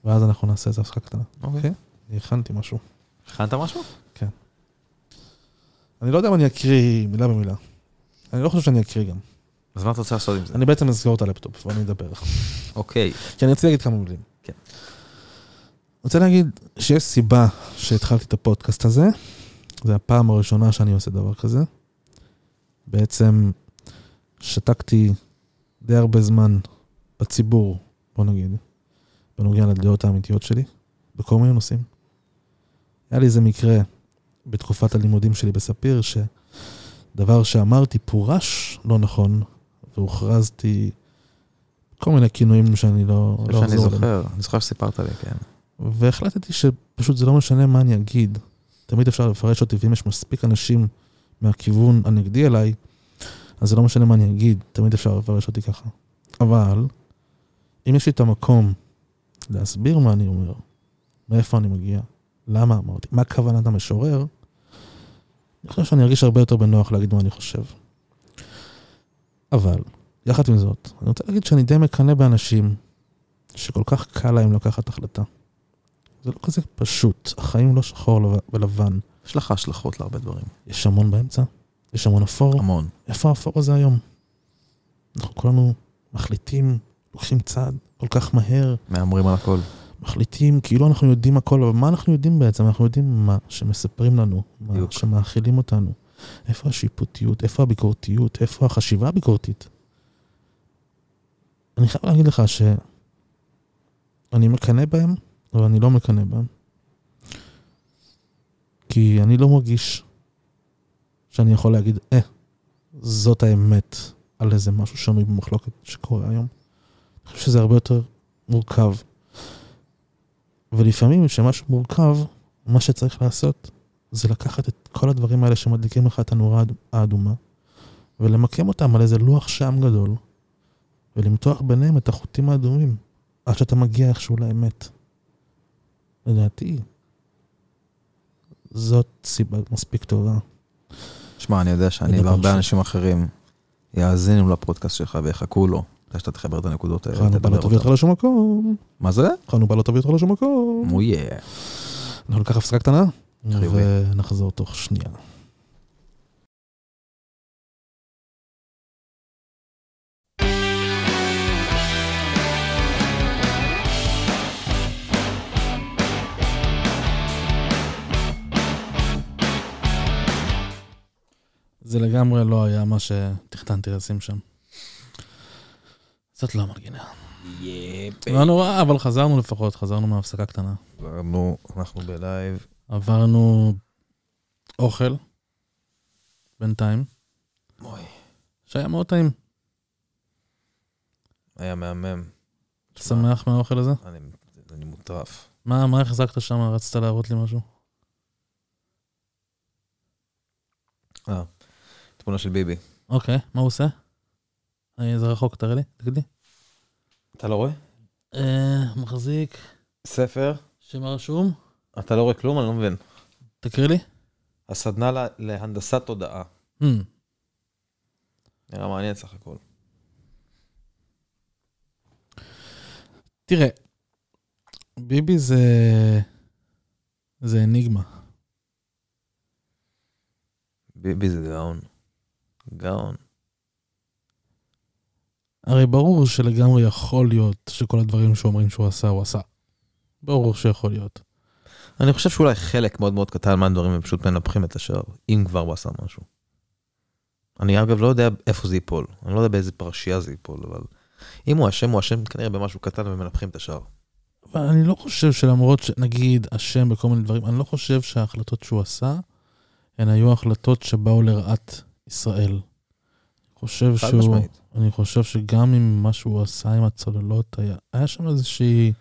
[SPEAKER 1] ואז אנחנו נעשה איזה הפסקה קטנה.
[SPEAKER 2] אוקיי.
[SPEAKER 1] אוקיי. אני הכנתי משהו.
[SPEAKER 2] הכנת משהו?
[SPEAKER 1] אני לא יודע אם אני אקריא מילה במילה. אני לא חושב שאני אקריא גם.
[SPEAKER 2] אז מה אתה רוצה לעשות עם זה?
[SPEAKER 1] אני בעצם אסגור את הלפטופ ואני אדבר.
[SPEAKER 2] אוקיי.
[SPEAKER 1] כי אני רוצה להגיד כמה מילים.
[SPEAKER 2] כן.
[SPEAKER 1] רוצה להגיד שיש סיבה שהתחלתי את הפודקאסט הזה, זה הפעם הראשונה שאני עושה דבר כזה. בעצם שתקתי די הרבה זמן בציבור, בוא נגיד, בנוגע לדעות האמיתיות שלי, בכל מיני נושאים. היה לי איזה מקרה בתקופת הלימודים שלי בספיר, שדבר שאמרתי פורש לא נכון, והוכרזתי כל מיני כינויים שאני לא,
[SPEAKER 2] אני
[SPEAKER 1] לא
[SPEAKER 2] חושב שאני
[SPEAKER 1] אחזור עליהם.
[SPEAKER 2] זוכר, אני זוכר שסיפרת לי, כן.
[SPEAKER 1] והחלטתי שפשוט זה לא משנה מה אני אגיד, תמיד אפשר לפרש אותי, ואם יש מספיק אנשים מהכיוון הנגדי אליי, אז זה לא משנה מה אני אגיד, תמיד אפשר לפרש אותי ככה. אבל, אם יש לי את המקום להסביר מה אני אומר, מאיפה אני מגיע, למה אמרתי, מה כוונת המשורר, אני חושב שאני ארגיש הרבה יותר בנוח להגיד מה אני חושב. אבל, יחד עם זאת, אני רוצה להגיד שאני די מקנא באנשים שכל כך קל להם לקחת החלטה. זה לא כזה פשוט, החיים לא שחור לב- ולבן.
[SPEAKER 2] יש לך השלכות להרבה דברים.
[SPEAKER 1] יש המון באמצע, יש המון אפור.
[SPEAKER 2] המון.
[SPEAKER 1] איפה האפור הזה היום? אנחנו כולנו מחליטים, לוקחים צעד כל כך מהר,
[SPEAKER 2] מהמרים על הכל.
[SPEAKER 1] מחליטים כאילו אנחנו יודעים הכל, אבל מה אנחנו יודעים בעצם? אנחנו יודעים מה שמספרים לנו, מה
[SPEAKER 2] בדיוק.
[SPEAKER 1] שמאכילים אותנו. איפה השיפוטיות, איפה הביקורתיות, איפה החשיבה הביקורתית? אני חייב להגיד לך שאני מקנא בהם, אבל אני לא מקנא בהם. כי אני לא מרגיש שאני יכול להגיד, אה, זאת האמת על איזה משהו שנוי במחלוקת שקורה היום. אני חושב שזה הרבה יותר מורכב. ולפעמים כשמשהו מורכב, מה שצריך לעשות זה לקחת את כל הדברים האלה שמדליקים לך את הנורה האד- האדומה, ולמקם אותם על איזה לוח שם גדול,
[SPEAKER 4] ולמתוח ביניהם את החוטים האדומים, עד שאתה מגיע איכשהו לאמת. לדעתי, זאת סיבה מספיק טובה.
[SPEAKER 2] שמע, אני יודע שאני
[SPEAKER 4] לדבר
[SPEAKER 2] והרבה
[SPEAKER 4] ש-
[SPEAKER 2] אנשים אחרים יאזינו לפודקאסט שלך ויחכו לו. אתה שאתה תחבר את הנקודות האלה,
[SPEAKER 4] התחלנו בה
[SPEAKER 2] תדבר
[SPEAKER 4] לא תביא אותך
[SPEAKER 2] אותם.
[SPEAKER 4] לשום מקום.
[SPEAKER 2] מה זה?
[SPEAKER 4] התחלנו בה לא תביא אותך לשום מקום.
[SPEAKER 2] מו יא.
[SPEAKER 4] אנחנו ניקח הפסקה קטנה,
[SPEAKER 2] חיובי.
[SPEAKER 4] ונחזור תוך שנייה.
[SPEAKER 1] זה לגמרי לא היה מה שתכננתי לשים שם. זאת לא המנגינה. לא נורא, אבל חזרנו לפחות, חזרנו מהפסקה קטנה.
[SPEAKER 2] נו, אנחנו בלייב.
[SPEAKER 1] עברנו אוכל, בינתיים,
[SPEAKER 2] אוי,
[SPEAKER 1] שהיה מאוד טעים.
[SPEAKER 2] היה מהמם.
[SPEAKER 1] אתה שמח מהאוכל הזה?
[SPEAKER 2] אני- אני מוטרף.
[SPEAKER 1] מה, מה החזקת שם? רצית להראות לי משהו?
[SPEAKER 2] תמונה של ביבי.
[SPEAKER 1] אוקיי, מה הוא עושה? אה, זה רחוק, תראה לי, תגיד לי.
[SPEAKER 2] אתה לא רואה?
[SPEAKER 1] אה, מחזיק,
[SPEAKER 2] ספר?
[SPEAKER 1] שם הרשום,
[SPEAKER 2] אתה לא רואה כלום? אני לא מבין.
[SPEAKER 1] תקריא לי.
[SPEAKER 2] הסדנה לה- להנדסת תודעה.
[SPEAKER 1] Hmm,
[SPEAKER 2] נראה מעניין סך הכל.
[SPEAKER 1] תראה, ביבי זה... זה אניגמה.
[SPEAKER 2] ביבי זה גאון. גאון.
[SPEAKER 1] הרי ברור שלגמרי יכול להיות שכל הדברים שאומרים שהוא עשה, הוא עשה. ברור שיכול להיות.
[SPEAKER 2] אני חושב שאולי חלק מאוד מאוד קטן מהדברים הם פשוט מנפחים את השאר, אם כבר הוא עשה משהו. אני אגב לא יודע איפה זה ייפול, אני לא יודע באיזה פרשייה זה ייפול, אבל אם הוא אשם, הוא אשם כנראה במשהו קטן ומנפחים את השאר.
[SPEAKER 1] אבל אני לא חושב שלמרות שנגיד אשם בכל מיני דברים, אני לא חושב שההחלטות שהוא עשה, הן היו החלטות שבאו לרעת ישראל. אני חושב
[SPEAKER 2] חד
[SPEAKER 1] שהוא...
[SPEAKER 2] משמעית.
[SPEAKER 1] אני חושב שגם אם מה שהוא עשה עם הצוללות, היה, היה שם איזושהי...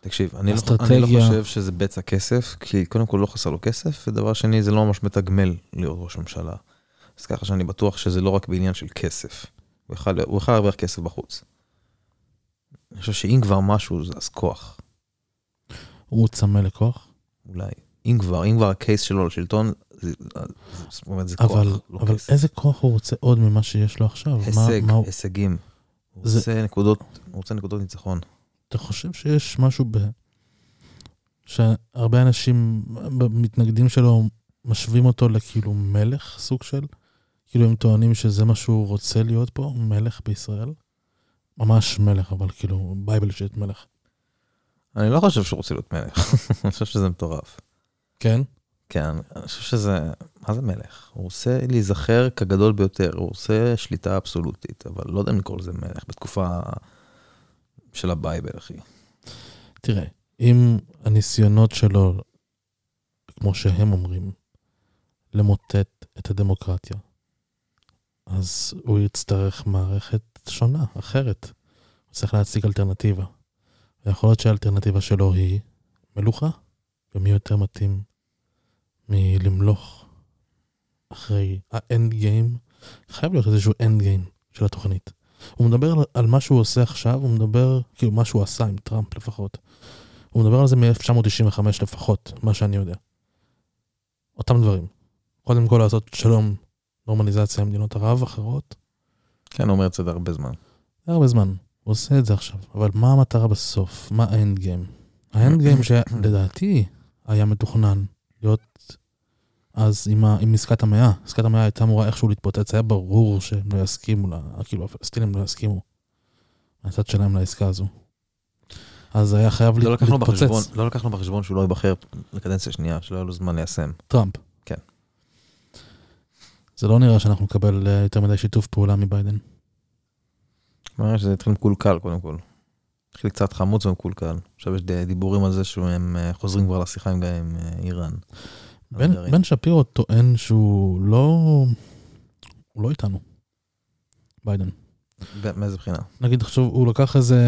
[SPEAKER 2] תקשיב, אני לא, אני
[SPEAKER 1] אסטרטגיה.
[SPEAKER 2] לא חושב שזה בצע כסף, כי קודם כל לא חסר לו כסף, ודבר שני, זה לא ממש מתגמל להיות ראש ממשלה. אז ככה שאני בטוח שזה לא רק בעניין של כסף. הוא יכל- הוא יכול להרוויח כסף בחוץ. אני חושב שאם כבר משהו, זה- אז כוח.
[SPEAKER 1] הוא צמא לכוח.
[SPEAKER 2] אולי. אם כבר, אם כבר הקייס שלו לשלטון, זה, זה, זאת אומרת, זה
[SPEAKER 1] אבל,
[SPEAKER 2] כוח, לא
[SPEAKER 1] אבל
[SPEAKER 2] קייס.
[SPEAKER 1] איזה כוח הוא רוצה עוד ממה שיש לו עכשיו?
[SPEAKER 2] הישג,
[SPEAKER 1] מה, מה, הוא-
[SPEAKER 2] הישגים. הוא
[SPEAKER 1] זה-
[SPEAKER 2] רוצה נקודות, הוא רוצה נקודות ניצחון.
[SPEAKER 1] אתה חושב שיש משהו ב... שהרבה אנשים, המתנגדים שלו, משווים אותו לכאילו מלך סוג של? כאילו הם טוענים שזה מה שהוא רוצה להיות פה, מלך בישראל? ממש מלך, אבל כאילו, בייבל שיט מלך.
[SPEAKER 2] אני לא חושב שהוא רוצה להיות מלך, [LAUGHS] אני חושב שזה מטורף.
[SPEAKER 1] כן?
[SPEAKER 2] כן, אני חושב שזה, מה זה מלך? הוא רוצה להיזכר כגדול ביותר, הוא רוצה שליטה אבסולוטית, אבל לא יודע אם לקרוא לזה מלך בתקופה של הבייבל, אחי.
[SPEAKER 1] תראה, אם הניסיונות שלו, כמו שהם אומרים, למוטט את הדמוקרטיה, אז הוא יצטרך מערכת שונה, אחרת. הוא צריך להציג אלטרנטיבה. ויכול להיות שהאלטרנטיבה שלו היא מלוכה, ומי יותר מתאים מלמלוך אחרי האנד גיים? חייב להיות איזשהו אנד גיים של התוכנית. הוא מדבר על, על מה שהוא עושה עכשיו, הוא מדבר, כאילו, מה שהוא עשה עם טראמפ לפחות. הוא מדבר על זה מ-1995 לפחות, מה שאני יודע. אותם דברים. קודם כל לעשות שלום, נורמליזציה עם מדינות ערב אחרות,
[SPEAKER 2] כן, הוא אומר את זה עוד הרבה זמן.
[SPEAKER 1] זה הרבה זמן. הוא עושה את זה עכשיו, אבל מה המטרה בסוף? מה האנד גיים? האנד גיים שלדעתי היה מתוכנן להיות אז עם, ה... עם עסקת המאה. עסקת המאה הייתה אמורה איכשהו להתפוצץ, היה ברור שהם לא יסכימו, לה... כאילו הפלסטינים לא יסכימו מהצד שלהם לעסקה הזו. אז היה חייב
[SPEAKER 2] לא
[SPEAKER 1] לה-
[SPEAKER 2] לקחנו
[SPEAKER 1] להתפוצץ.
[SPEAKER 2] בחשבון, לא לקחנו בחשבון שהוא לא ייבחר לקדנציה שנייה, שלא היה לו זמן ליישם.
[SPEAKER 1] טראמפ.
[SPEAKER 2] כן.
[SPEAKER 1] זה לא נראה שאנחנו נקבל אה, יותר מדי שיתוף פעולה מביידן.
[SPEAKER 2] מראה שזה התחיל מקולקל קודם כל. התחיל קצת חמוץ ומקולקל. עכשיו יש ד- דיבורים על זה שהם אה, חוזרים כבר לשיחה עם, עם אה, איראן.
[SPEAKER 1] בן,
[SPEAKER 2] הגרעין.
[SPEAKER 1] בן שפירו טוען שהוא לא... הוא לא איתנו. ביידן.
[SPEAKER 2] ב- מאיזה בחינה?
[SPEAKER 1] נגיד עכשיו הוא לקח איזה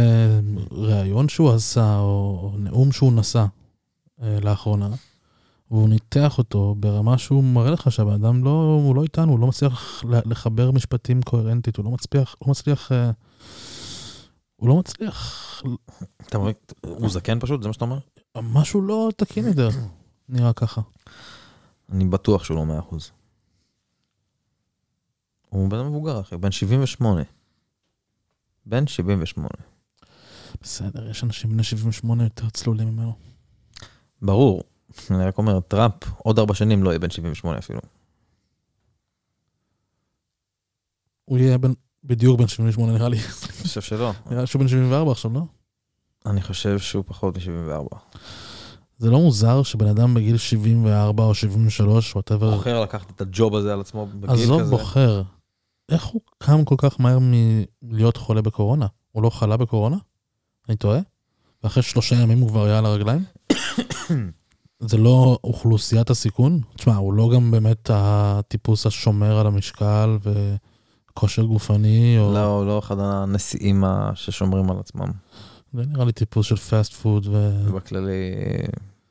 [SPEAKER 1] ראיון שהוא עשה או נאום שהוא נשא אה, לאחרונה והוא ניתח אותו ברמה שהוא מראה לך שהבן אדם לא, הוא לא איתנו, הוא לא מצליח ל- לחבר משפטים קוהרנטית, הוא לא מצליח, לא מצליח אה, הוא לא מצליח,
[SPEAKER 2] אתה מבין? הוא זקן פשוט, זה מה שאתה אומר?
[SPEAKER 1] משהו לא תקין יותר, נראה ככה.
[SPEAKER 2] אני בטוח שהוא לא 100%. הוא בן אדם מבוגר, אחי, הוא בן 78. בן 78.
[SPEAKER 1] בסדר, יש אנשים בני 78 יותר צלולים ממנו.
[SPEAKER 2] ברור. אני רק אומר, טראמפ עוד ארבע שנים לא יהיה בן 78 אפילו.
[SPEAKER 1] הוא יהיה בן, בדיוק בן 78 נראה לי. [LAUGHS]
[SPEAKER 2] אני חושב שלא.
[SPEAKER 1] נראה לי שהוא בן 74 עכשיו, לא?
[SPEAKER 2] אני חושב שהוא פחות מ-74.
[SPEAKER 1] זה לא מוזר שבן אדם בגיל 74 או 73,
[SPEAKER 2] הוא
[SPEAKER 1] ווטאבר,
[SPEAKER 2] בוחר לקחת את הג'וב הזה על עצמו בגיל כזה.
[SPEAKER 1] עזוב בוחר. איך הוא קם כל כך מהר מלהיות חולה בקורונה? הוא לא חלה בקורונה? אני טועה? ואחרי שלושה ימים הוא כבר היה על
[SPEAKER 2] [COUGHS]
[SPEAKER 1] הרגליים? זה לא אוכלוסיית הסיכון? תשמע, הוא לא גם באמת הטיפוס השומר על המשקל וכושר גופני, או...
[SPEAKER 2] לא, הוא לא אחד הנשיאים ה- ששומרים על עצמם.
[SPEAKER 1] זה נראה לי טיפוס של פאסט פוד ו...
[SPEAKER 2] לא. ובכללי,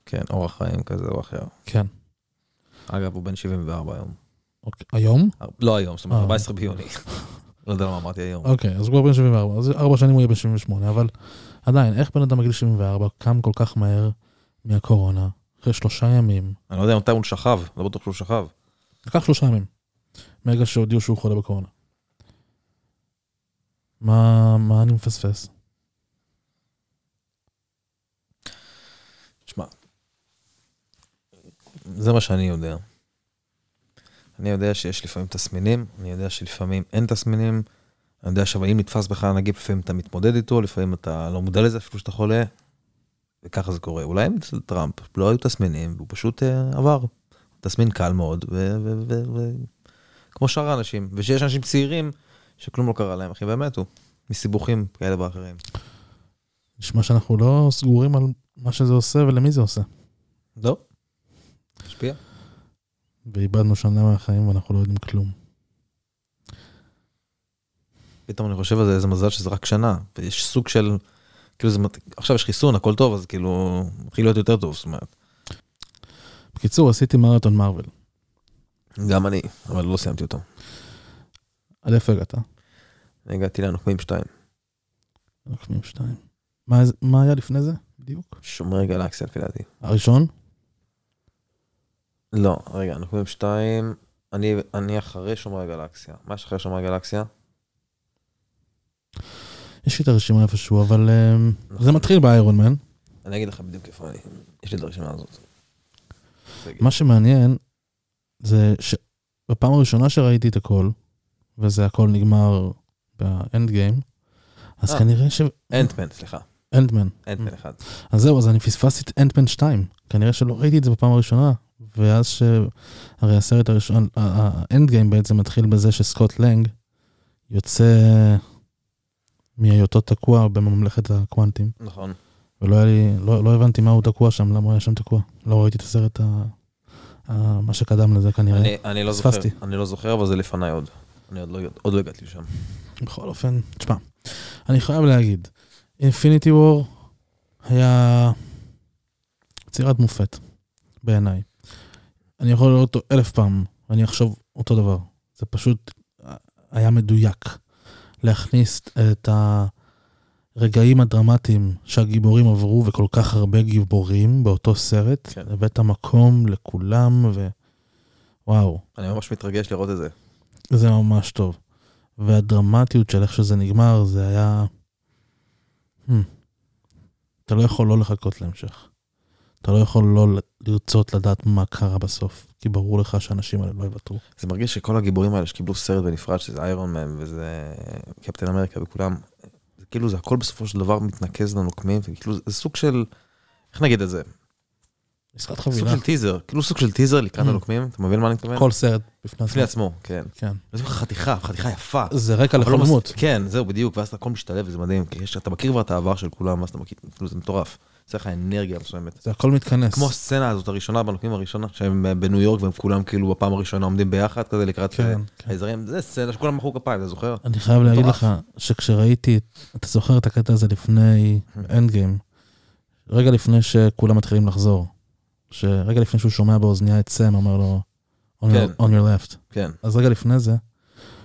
[SPEAKER 2] כן, אורח חיים כזה או אחר.
[SPEAKER 1] כן.
[SPEAKER 2] אגב, הוא בן 74 היום.
[SPEAKER 1] אוקיי. היום?
[SPEAKER 2] אר- לא היום, זאת
[SPEAKER 1] אה.
[SPEAKER 2] אומרת, 14
[SPEAKER 1] [LAUGHS]
[SPEAKER 2] ביוני. לא יודע למה אמרתי היום.
[SPEAKER 1] אוקיי, אז הוא כבר בן 74, אז ארבע שנים הוא יהיה בן 78, אבל עדיין, איך בן אדם בגיל 74 קם כל כך מהר מהקורונה, אחרי שלושה ימים,
[SPEAKER 2] אני לא יודע מתי הוא שכב, לא בטוח שהוא שכב.
[SPEAKER 1] לקח שלושה ימים, מרגע שהודיעו שהוא חולה בקורונה. מה, מה אני מפספס?
[SPEAKER 2] שמע, זה מה שאני יודע. אני יודע שיש לפעמים תסמינים, אני יודע שלפעמים אין תסמינים, אני יודע שאם נתפס בך הנגיף, לפעמים אתה מתמודד איתו, לפעמים אתה לא מודע לזה אפילו שאתה חולה, וככה זה קורה. אולי אצל טראמפ לא היו תסמינים, והוא פשוט אה, עבר. תסמין קל מאוד, ו- ו- ו- ו- כמו שאר האנשים, ושיש אנשים צעירים שכלום לא קרה להם, אחי, והם מתו, מסיבוכים כאלה ואחרים.
[SPEAKER 1] נשמע שאנחנו לא סגורים על מה שזה עושה ולמי זה עושה.
[SPEAKER 2] לא. השפיע?
[SPEAKER 1] ואיבדנו שנה מהחיים ואנחנו לא יודעים כלום.
[SPEAKER 2] פתאום אני חושב על זה, איזה מזל שזה רק שנה, ויש סוג של, כאילו זה, מת- עכשיו יש חיסון, הכל טוב, אז כאילו, מתחיל להיות יותר טוב, זאת אומרת.
[SPEAKER 1] בקיצור, עשיתי מרתון מרוויל.
[SPEAKER 2] גם אני, אבל לא סיימתי אותו.
[SPEAKER 1] עד איפה הגעת?
[SPEAKER 2] הגעתי לנוקמים 2,
[SPEAKER 1] נוקמים שתיים. מה, זה- מה היה לפני זה? בדיוק.
[SPEAKER 2] שומרי גלקסיה לפי דעתי.
[SPEAKER 1] הראשון?
[SPEAKER 2] לא, רגע, נוקמים 2, אני, אני אחרי שומרי גלקסיה. מה יש אחרי שומרי גלקסיה?
[SPEAKER 1] יש לי את הרשימה איפשהו, אבל אמ,
[SPEAKER 2] נכון.
[SPEAKER 1] זה מתחיל באיירון מן.
[SPEAKER 2] אני אגיד לך בדיוק איפה אני, יש לי את הרשימה הזאת.
[SPEAKER 1] מה שמעניין זה שבפעם הראשונה שראיתי את הכל, וזה הכל נגמר באנד גיים, אז
[SPEAKER 2] אה.
[SPEAKER 1] כנראה ש...
[SPEAKER 2] אנטמן, סליחה,
[SPEAKER 1] אנדמן.
[SPEAKER 2] אנטמן אחד.
[SPEAKER 1] אז זהו, אז אני פספסתי את אנדמן 2. כנראה שלא ראיתי את זה בפעם הראשונה. ואז ש... הרי הסרט הראשון, ה- ה- האנד גיים בעצם מתחיל בזה שסקוט לנג יוצא מהיותו תקוע בממלכת הקוונטים.
[SPEAKER 2] נכון.
[SPEAKER 1] ולא היה לי, לא, לא הבנתי מה הוא תקוע שם, למה הוא היה שם תקוע. לא ראיתי את הסרט, ה, ה, מה שקדם לזה כנראה.
[SPEAKER 2] אני, אני לא זוכר,
[SPEAKER 1] פספסתי.
[SPEAKER 2] אני לא זוכר, אבל זה לפניי עוד. אני עוד לא, עוד לא הגעתי לשם.
[SPEAKER 1] בכל אופן, תשמע, אני חייב להגיד, אינפיניטי וור היה יצירת מופת בעיניי. אני יכול לראות אותו אלף פעם, ואני אחשוב אותו דבר. זה פשוט אה, היה מדויק להכניס את הרגעים הדרמטיים שהגיבורים עברו, וכל כך הרבה גיבורים באותו סרט.
[SPEAKER 2] כן.
[SPEAKER 1] כן. הבאת מקום לכולם, ווואו.
[SPEAKER 2] אני ממש מתרגש לראות את זה.
[SPEAKER 1] זה ממש טוב. והדרמטיות של איך שזה נגמר, זה היה... Hmm. אתה לא יכול לא לחכות להמשך. אתה לא יכול לא ל- לרצות לדעת מה קרה בסוף, כי ברור לך שהאנשים האלה לא יוותרו.
[SPEAKER 2] זה מרגיש שכל הגיבורים האלה שקיבלו סרט בנפרד, שזה איירון מן וזה קפטן אמריקה וכולם, זה כאילו זה הכל בסופו של דבר מתנקז לנוקמים, וכאילו זה סוג של, איך נגיד את זה?
[SPEAKER 1] משחק
[SPEAKER 2] סוג
[SPEAKER 1] חבילה.
[SPEAKER 2] של טיזר, כאילו סוג של טיזר לקראת
[SPEAKER 1] Mm.
[SPEAKER 2] הנוקמים, אתה מבין מה אני מתכוון?
[SPEAKER 1] כל סרט בפני
[SPEAKER 2] בפני
[SPEAKER 1] עצמו.
[SPEAKER 2] עצמו, כן.
[SPEAKER 1] כן.
[SPEAKER 2] זה חתיכה, חתיכה יפה.
[SPEAKER 1] זה רקע
[SPEAKER 2] אבל לא מס-
[SPEAKER 1] לחלומות.
[SPEAKER 2] כן, זהו, בדיוק, ואז הכל משתלב וזה מדהים, כי יש- אתה מכיר כבר את העבר של כולם, ואז אתה מכיר, כאילו זה מטורף. זה לך אנרגיה מסוימת.
[SPEAKER 1] זה הכל מתכנס.
[SPEAKER 2] כמו הסצנה הזאת הראשונה, בנוקמים הראשונה, שהם אה, בניו יורק והם כולם כאילו בפעם הראשונה עומדים ביחד כזה לקראת אה,
[SPEAKER 1] כן, כן.
[SPEAKER 2] האזרים, זה סצנה שכולם מחאו כפיים, אתה זוכר?
[SPEAKER 1] אני חייב להגיד
[SPEAKER 2] מטורף.
[SPEAKER 1] לך שכשראיתי, אתה זוכר את הקטע הזה לפני
[SPEAKER 2] Mm-hmm.
[SPEAKER 1] אנד גיים, רגע לפני שכולם מתחילים לחזור, שרגע לפני שהוא שומע באוזנייה את סם, אומר לו, on
[SPEAKER 2] כן.
[SPEAKER 1] your, on your left.
[SPEAKER 2] כן.
[SPEAKER 1] אז רגע לפני זה,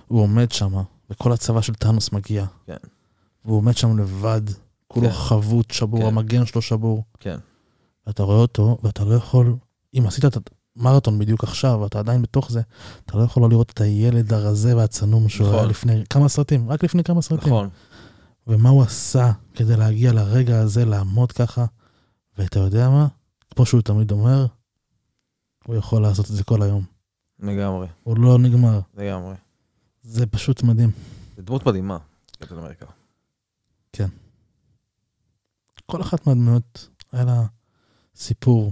[SPEAKER 1] הוא עומד שם, וכל הצבא של טאנוס מגיע.
[SPEAKER 2] כן.
[SPEAKER 1] והוא עומד שם לבד, כולו
[SPEAKER 2] כן.
[SPEAKER 1] חבוט, שבור,
[SPEAKER 2] כן.
[SPEAKER 1] המגן שלו שבור.
[SPEAKER 2] כן.
[SPEAKER 1] ואתה רואה אותו, ואתה לא יכול, אם עשית את המרתון בדיוק עכשיו, ואתה עדיין בתוך זה, אתה לא יכול לא לראות את הילד הרזה והצנום שהוא
[SPEAKER 2] נכון.
[SPEAKER 1] היה לפני כמה סרטים, רק לפני כמה סרטים.
[SPEAKER 2] נכון.
[SPEAKER 1] ומה הוא עשה כדי להגיע לרגע הזה, לעמוד ככה, ואתה יודע מה? כמו שהוא תמיד אומר, הוא יכול לעשות את זה כל היום.
[SPEAKER 2] לגמרי,
[SPEAKER 1] הוא לא נגמר.
[SPEAKER 2] לגמרי.
[SPEAKER 1] זה פשוט מדהים.
[SPEAKER 2] זה דמות מדהימה, קפטן אמריקה.
[SPEAKER 1] כל אחת מהדמויות, היה לה סיפור.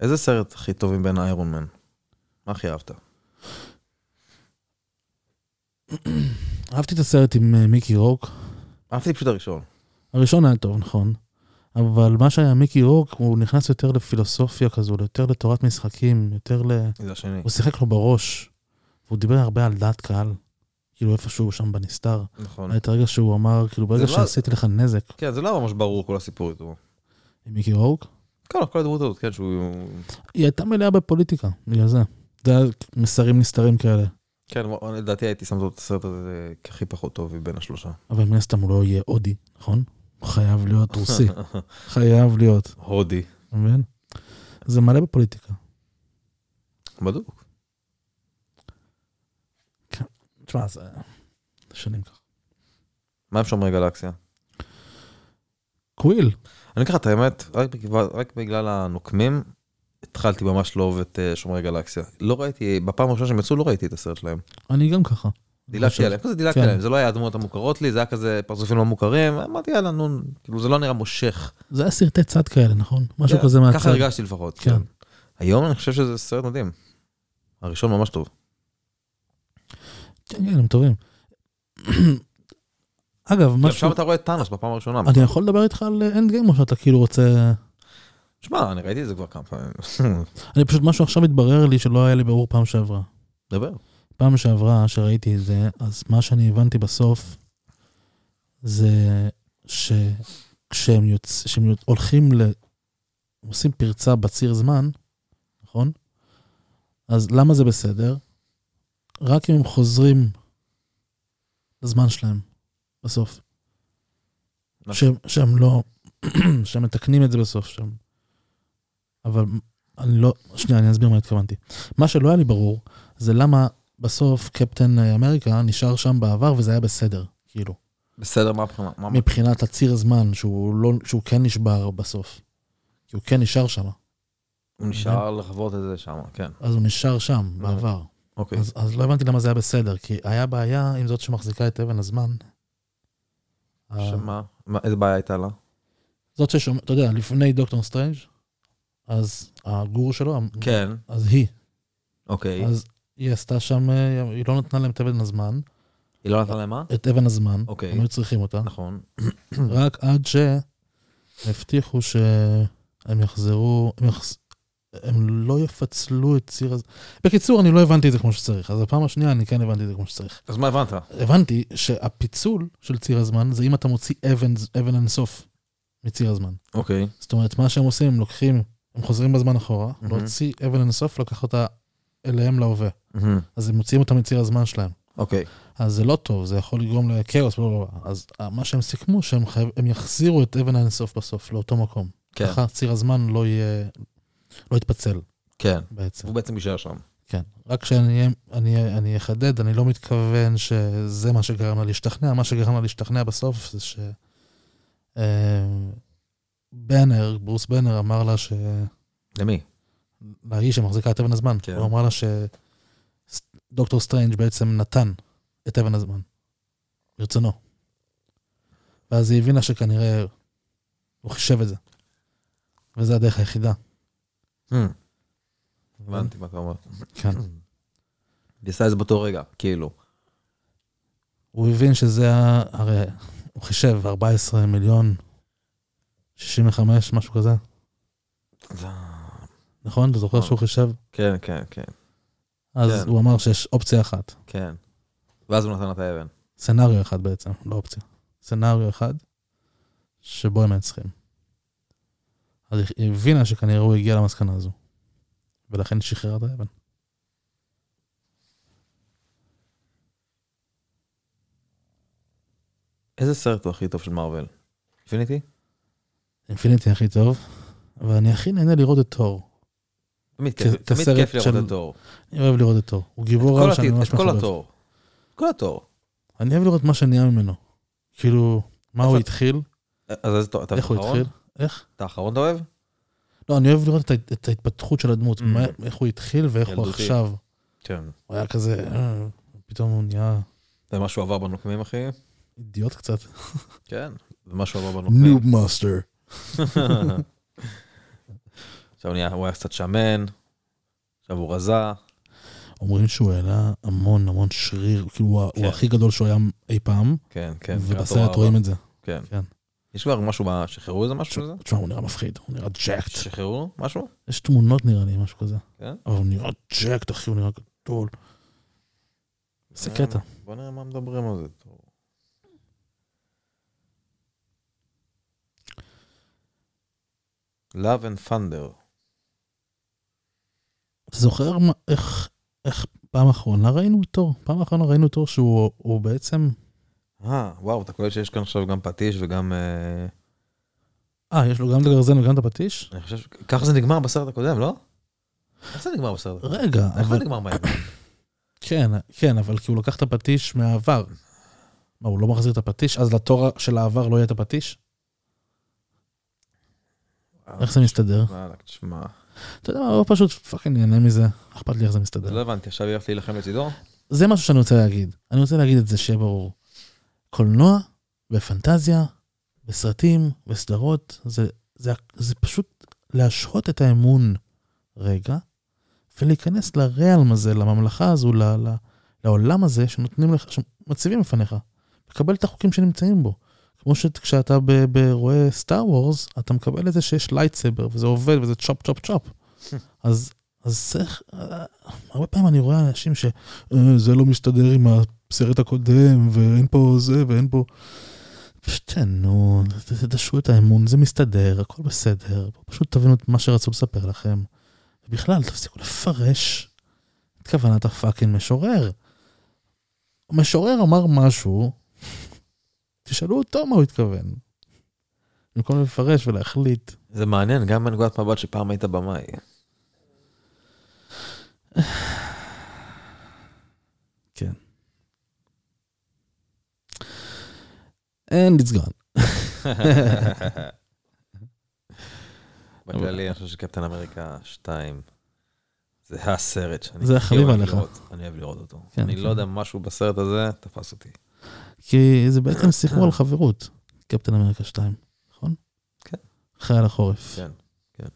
[SPEAKER 2] איזה סרט הכי טוב מבין איירון מן? מה הכי אהבת?
[SPEAKER 1] אהבתי את הסרט עם אה, מיקי רוק.
[SPEAKER 2] אהבתי פשוט הראשון.
[SPEAKER 1] הראשון היה טוב, נכון. אבל מה שהיה מיקי רוק, הוא נכנס יותר לפילוסופיה כזו, יותר לתורת משחקים, יותר ל...
[SPEAKER 2] זה השני.
[SPEAKER 1] הוא שיחק לו בראש. והוא דיבר הרבה על דעת קהל, כאילו איפשהו שם בנסתר.
[SPEAKER 2] נכון.
[SPEAKER 1] היה את הרגע שהוא אמר, כאילו ברגע
[SPEAKER 2] זה לא-
[SPEAKER 1] שעשיתי לך נזק,
[SPEAKER 2] כן, זה לא ממש ברור כל הסיפור איתו.
[SPEAKER 1] עם מיקי רוק,
[SPEAKER 2] כל כל הדמות הזאת, כן, שהוא...
[SPEAKER 1] היא הייתה מלאה בפוליטיקה, בגלל זה. זה היה מסרים נסתרים כאלה.
[SPEAKER 2] כן, לדעתי הייתי שם את הסרט הזה כהכי פחות טוב מבין השלושה.
[SPEAKER 1] אבל מן הסתם הוא לא יהיה הודי, נכון? הוא חייב להיות
[SPEAKER 2] [LAUGHS]
[SPEAKER 1] רוסי, חייב להיות.
[SPEAKER 2] הודי.
[SPEAKER 1] אתה מבין? זה מלא בפוליטיקה.
[SPEAKER 2] בדוק.
[SPEAKER 1] תשמע, זה שנים ככה.
[SPEAKER 2] מה עם שומרי גלקסיה?
[SPEAKER 1] קוויל,
[SPEAKER 2] אני אגיד לך את האמת, רק בגלל, רק בגלל הנוקמים, התחלתי ממש לאהוב את אה, שומרי גלקסיה. לא ראיתי, בפעם הראשונה שהם יצאו לא ראיתי את הסרט שלהם.
[SPEAKER 1] אני גם ככה.
[SPEAKER 2] דילגתי
[SPEAKER 1] חושב.
[SPEAKER 2] עליהם, כזה דילגתי
[SPEAKER 1] כן.
[SPEAKER 2] עליהם, זה לא היה הדמויות המוכרות לי, זה היה כזה פרצופים לא מוכרים, אמרתי יאללה נו, כאילו זה לא נראה מושך.
[SPEAKER 1] זה היה סרטי צד כאלה, נכון? משהו
[SPEAKER 2] זה-
[SPEAKER 1] כזה מהצד.
[SPEAKER 2] ככה הרגשתי לפחות.
[SPEAKER 1] כן.
[SPEAKER 2] כן. היום אני חושב שזה סרט מדהים. הראשון ממש טוב.
[SPEAKER 1] כן, כן, הם טובים. [CLEARS THROAT] אגב,
[SPEAKER 2] משהו... עכשיו
[SPEAKER 1] משהו...
[SPEAKER 2] אתה רואה את טאנוס בפעם הראשונה.
[SPEAKER 1] אני יכול לדבר איתך על אנד גיים או שאתה כאילו רוצה...
[SPEAKER 2] שמע, אני ראיתי את זה כבר כמה פעמים. [LAUGHS]
[SPEAKER 1] אני פשוט, משהו עכשיו התברר לי שלא היה לי ברור פעם שעברה.
[SPEAKER 2] דבר.
[SPEAKER 1] פעם שעברה שראיתי את זה, אז מה שאני הבנתי בסוף זה שכשהם יוצ... כשהם יוצ... הולכים ל... עושים פרצה בציר זמן, נכון? אז למה זה בסדר? רק אם הם חוזרים לזמן שלהם בסוף.
[SPEAKER 2] נכון.
[SPEAKER 1] שהם, שהם לא... [CLEARS THROAT] שהם מתקנים את זה בסוף שם. אבל אני לא... שנייה, אני אסביר מה התכוונתי. מה שלא היה לי ברור זה למה בסוף קפטן אה, אמריקה נשאר שם בעבר וזה היה בסדר, כאילו.
[SPEAKER 2] בסדר, מה הבחינה? מה- מה-
[SPEAKER 1] מבחינת הציר זמן שהוא, לא, שהוא כן נשבר בסוף. כי הוא כן נשאר שם,
[SPEAKER 2] הוא נשאר לחוות את זה שם, כן.
[SPEAKER 1] אז הוא נשאר שם בעבר.
[SPEAKER 2] אוקיי.
[SPEAKER 1] אז, אז לא הבנתי למה זה היה בסדר, כי היה בעיה עם זאת שמחזיקה את אבן הזמן. ה-
[SPEAKER 2] שמה? מה- איזה בעיה הייתה לה?
[SPEAKER 1] זאת ששומעת, אתה יודע, לפני דוקטור סטרנג', אז הגור שלו,
[SPEAKER 2] כן.
[SPEAKER 1] אז היא,
[SPEAKER 2] אוקיי.
[SPEAKER 1] אז היא עשתה שם, אה, היא לא נתנה להם את אבן הזמן,
[SPEAKER 2] היא לא נתנה להם מה?
[SPEAKER 1] את אבן הזמן,
[SPEAKER 2] אוקיי.
[SPEAKER 1] הם היו צריכים אותה,
[SPEAKER 2] נכון.
[SPEAKER 1] רק עד שהבטיחו שהם יחזרו, הם, יחז... הם לא יפצלו את ציר הזה. בקיצור, אני לא הבנתי את זה כמו שצריך, אז הפעם השנייה אני כן הבנתי את זה כמו שצריך.
[SPEAKER 2] אז מה הבנת?
[SPEAKER 1] הבנתי שהפיצול של ציר הזמן זה אם אתה מוציא אבן, אבן אינסוף מציר הזמן.
[SPEAKER 2] אוקיי.
[SPEAKER 1] זאת אומרת, מה שהם עושים, הם לוקחים, הם חוזרים בזמן אחורה,
[SPEAKER 2] מהמם.
[SPEAKER 1] להוציא אבן אינסוף, לקח אותה אליהם להווה.
[SPEAKER 2] מהמם.
[SPEAKER 1] אז הם מוציאים אותה מציר הזמן שלהם.
[SPEAKER 2] אוקיי.
[SPEAKER 1] אז זה לא טוב, זה יכול לגרום לכאוס, בלה בלה בלה. אז אה, מה שהם סיכמו, שהם חייב, הם יחזירו את אבן האינסוף בסוף, לאותו מקום.
[SPEAKER 2] כן.
[SPEAKER 1] ככה ציר הזמן לא יהיה, לא יתפצל
[SPEAKER 2] כן.
[SPEAKER 1] בעצם.
[SPEAKER 2] והוא בעצם יישאר שם.
[SPEAKER 1] כן. רק שאני אני, אני אחדד, אני לא מתכוון שזה מה שגרם לה להשתכנע, מה שגרם לה להשתכנע בסוף זה ש... אה, בנר, ברוס בנר אמר לה ש...
[SPEAKER 2] למי?
[SPEAKER 1] להיא שמחזיקה את אבן הזמן.
[SPEAKER 2] כן.
[SPEAKER 1] כן. הוא אמר לה שדוקטור סטרנג' בעצם נתן את אבן הזמן. ברצונו. ואז היא הבינה שכנראה הוא חישב את זה. וזו הדרך היחידה.
[SPEAKER 2] Hmm, הבנתי מה אתה אומר.
[SPEAKER 1] כן.
[SPEAKER 2] היא עשה את זה באותו רגע, כאילו.
[SPEAKER 1] הוא הבין שזה ה... הרי הוא חישב 14 מיליון 65, משהו כזה. נכון? אתה זוכר
[SPEAKER 2] נכון.
[SPEAKER 1] שהוא חישב?
[SPEAKER 2] כן, כן, כן,
[SPEAKER 1] אז
[SPEAKER 2] כן.
[SPEAKER 1] הוא אמר שיש אופציה אחת.
[SPEAKER 2] כן. ואז הוא נתן לה את האבן.
[SPEAKER 1] סצנריו אחד בעצם, לא אופציה. סצנריו אחד שבו הם מנצחים. אז היא הבינה שכנראה הוא הגיע למסקנה הזו. ולכן היא שחררה את האבן.
[SPEAKER 2] איזה סרט הוא הכי טוב של מארוול? אינפיניטי?
[SPEAKER 1] אינפיניטי הכי טוב, אבל אני הכי נהנה לראות את תור.
[SPEAKER 2] תמיד
[SPEAKER 1] כי זה-
[SPEAKER 2] כיף,
[SPEAKER 1] את
[SPEAKER 2] תמיד
[SPEAKER 1] הסרט
[SPEAKER 2] כיף
[SPEAKER 1] של-
[SPEAKER 2] לראות את תור.
[SPEAKER 1] אני אוהב לראות את תור. הוא גיבור על שאני ממש
[SPEAKER 2] את כל
[SPEAKER 1] מחבב.
[SPEAKER 2] התור. את כל התור.
[SPEAKER 1] אני אוהב לראות מה שנהיה ממנו. כאילו, מה הוא
[SPEAKER 2] איפה-
[SPEAKER 1] התחיל,
[SPEAKER 2] אז איזה תור? אתה
[SPEAKER 1] איך הוא
[SPEAKER 2] האחרון?
[SPEAKER 1] התחיל, איך?
[SPEAKER 2] אתה האחרון אתה אוהב?
[SPEAKER 1] לא, אני אוהב לראות את ה- את ההתפתחות של הדמות,
[SPEAKER 2] Mm.
[SPEAKER 1] מה- איך הוא התחיל ואיך הוא
[SPEAKER 2] ילדותי.
[SPEAKER 1] עכשיו.
[SPEAKER 2] כן.
[SPEAKER 1] הוא היה כזה, אה, פתאום הוא נהיה
[SPEAKER 2] זה מה שהוא עבר בנוקמים, אחי?
[SPEAKER 1] אידיוט קצת.
[SPEAKER 2] כן. זה מה שהוא עבר בנוקמים.
[SPEAKER 1] נוב מאסטר.
[SPEAKER 2] [LAUGHS] עכשיו הוא נהיה- הוא היה קצת שמן, עכשיו הוא רזה.
[SPEAKER 1] אומרים שהוא העלה המון המון שריר, כאילו הוא ה-
[SPEAKER 2] כן.
[SPEAKER 1] הוא הכי גדול שהוא היה אי פעם,
[SPEAKER 2] כן, כן.
[SPEAKER 1] ובסרט רואים את זה.
[SPEAKER 2] כן.
[SPEAKER 1] כן.
[SPEAKER 2] יש כבר משהו, ב- שחררו איזה משהו לזה?
[SPEAKER 1] תשמע, הוא נראה מפחיד, הוא נראה ג'קט.
[SPEAKER 2] שחררו משהו?
[SPEAKER 1] יש תמונות נראה לי, משהו כזה.
[SPEAKER 2] כן?
[SPEAKER 1] אבל הוא נראה ג'קט, אחי, הוא נראה גדול.
[SPEAKER 2] אה.
[SPEAKER 1] איזה קטע.
[SPEAKER 2] בוא נראה מה מדברים על זה. Love and Thunder.
[SPEAKER 1] אתה זוכר מה- איך, איך פעם אחרונה ראינו אותו? פעם אחרונה ראינו אותו שהוא הוא בעצם...
[SPEAKER 2] אה, וואו, אתה קולט שיש כאן עכשיו גם פטיש וגם... אה,
[SPEAKER 1] אה, יש לו גם את הגרזן וגם את הפטיש?
[SPEAKER 2] אני חושב ש- ככה זה נגמר בסרט הקודם, לא? איך זה נגמר בסרט הקודם?
[SPEAKER 1] רגע,
[SPEAKER 2] איך זה
[SPEAKER 1] אבל...
[SPEAKER 2] נגמר מהר?
[SPEAKER 1] כן, כן, אבל כי הוא לקח את הפטיש מהעבר. מה, הוא לא מחזיר את הפטיש? אז לתור של העבר לא יהיה את הפטיש? איך זה מסתדר?
[SPEAKER 2] וואלכ, תשמע.
[SPEAKER 1] אתה יודע מה, הוא פשוט פאקינג נהנה מזה, אכפת לי איך זה
[SPEAKER 2] אז
[SPEAKER 1] מסתדר.
[SPEAKER 2] לא הבנתי, עכשיו היא הולכת להילחם לצידו?
[SPEAKER 1] זה משהו שאני רוצה להגיד. אני רוצה להגיד את זה שיהיה ברור. קולנוע ופנטזיה וסרטים וסדרות, זה, זה, זה פשוט להשהות את האמון רגע, ולהיכנס לריאלם הזה, לממלכה הזו, ל, ל, לעולם הזה שנותנים לך, שמציבים לפניך. לקבל את החוקים שנמצאים בו. כמו שכשאתה רואה סטאר וורס, אתה מקבל את זה שיש לייטסבר, וזה עובד, וזה צ'ופ צ'ופ צ'ופ. אז, אז צריך, אה, הרבה פעמים אני רואה אנשים ש... "אה, זה לא מסתדר עם הסרט הקודם, ואין פה זה, ואין פה... פשוט תהנו, ת- תדשו את האמון, זה מסתדר, הכל בסדר, פשוט תבינו את מה שרצו לספר לכם. ובכלל, תפסיקו לפרש את כוונת הפאקינג משורר. המשורר אמר משהו, תשאלו אותו מה הוא התכוון. במקום לפרש ולהחליט.
[SPEAKER 2] זה מעניין, גם מנקודת מבט שפעם היית במאי.
[SPEAKER 1] And it's gone.
[SPEAKER 2] בכללי, אני חושב שקפטן אמריקה 2, זה הסרט שאני
[SPEAKER 1] זה
[SPEAKER 2] הכי
[SPEAKER 1] החביב
[SPEAKER 2] אוהב
[SPEAKER 1] עליך.
[SPEAKER 2] לראות. אני אוהב לראות אותו.
[SPEAKER 1] כן,
[SPEAKER 2] אני
[SPEAKER 1] כן.
[SPEAKER 2] לא יודע, משהו בסרט הזה תפס אותי.
[SPEAKER 1] כי זה בעצם סיפור על חברות, קפטן אמריקה 2, נכון?
[SPEAKER 2] כן.
[SPEAKER 1] חייל החורף.
[SPEAKER 2] כן, כן.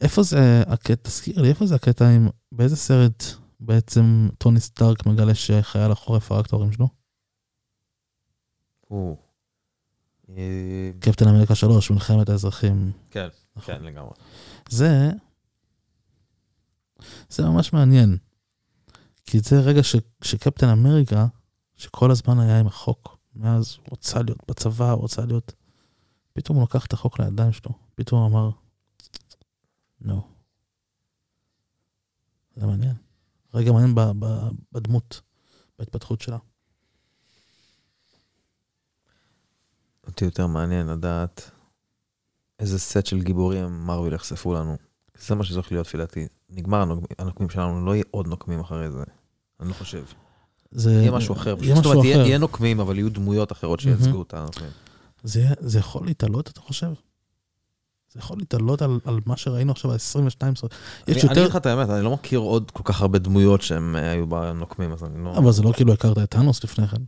[SPEAKER 1] איפה זה הקטע, תזכיר לי, איפה זה הקטע עם, באיזה סרט בעצם טוני סטארק מגלה שחייל החורף הרג את ההורים שלו?
[SPEAKER 2] הוא... אה,
[SPEAKER 1] קפטן אמריקה 3, מלחמת האזרחים.
[SPEAKER 2] כן,
[SPEAKER 1] נכון.
[SPEAKER 2] כן, לגמרי.
[SPEAKER 1] זה, זה ממש מעניין. כי זה רגע ש, שקפטן אמריקה, שכל הזמן היה עם החוק, מאז הוא רוצה להיות בצבא, הוא רוצה להיות... פתאום הוא לקח את החוק לידיים שלו, פתאום הוא אמר, לא. זה מעניין. רגע מעניין ב, ב, בדמות, בהתפתחות שלה.
[SPEAKER 2] אותי יותר מעניין לדעת איזה סט של גיבורים מרוויל יחשפו לנו. זה מה שצריך להיות לפי דעתי. נגמר הנוק- הנוקמים שלנו, לא יהיה עוד נוקמים אחרי זה. אני לא חושב.
[SPEAKER 1] זה
[SPEAKER 2] יהיה משהו אחר.
[SPEAKER 1] יהיה
[SPEAKER 2] זאת
[SPEAKER 1] משהו
[SPEAKER 2] אומרת, אה, יהיה
[SPEAKER 1] אחר.
[SPEAKER 2] יהיה נוקמים, אבל יהיו דמויות אחרות שייצגו את הנוקמים.
[SPEAKER 1] זה, זה יכול להתעלות, אתה חושב? זה יכול להתעלות על, על מה שראינו עכשיו, ה-22 סרט. יש
[SPEAKER 2] אני- אני
[SPEAKER 1] יותר...
[SPEAKER 2] אגיד לך את האמת, אני לא מכיר עוד כל כך הרבה דמויות שהם אה, היו בנוקמים, אז אני לא...
[SPEAKER 1] אבל זה לא כאילו הכרת את טאנוס לפני כן.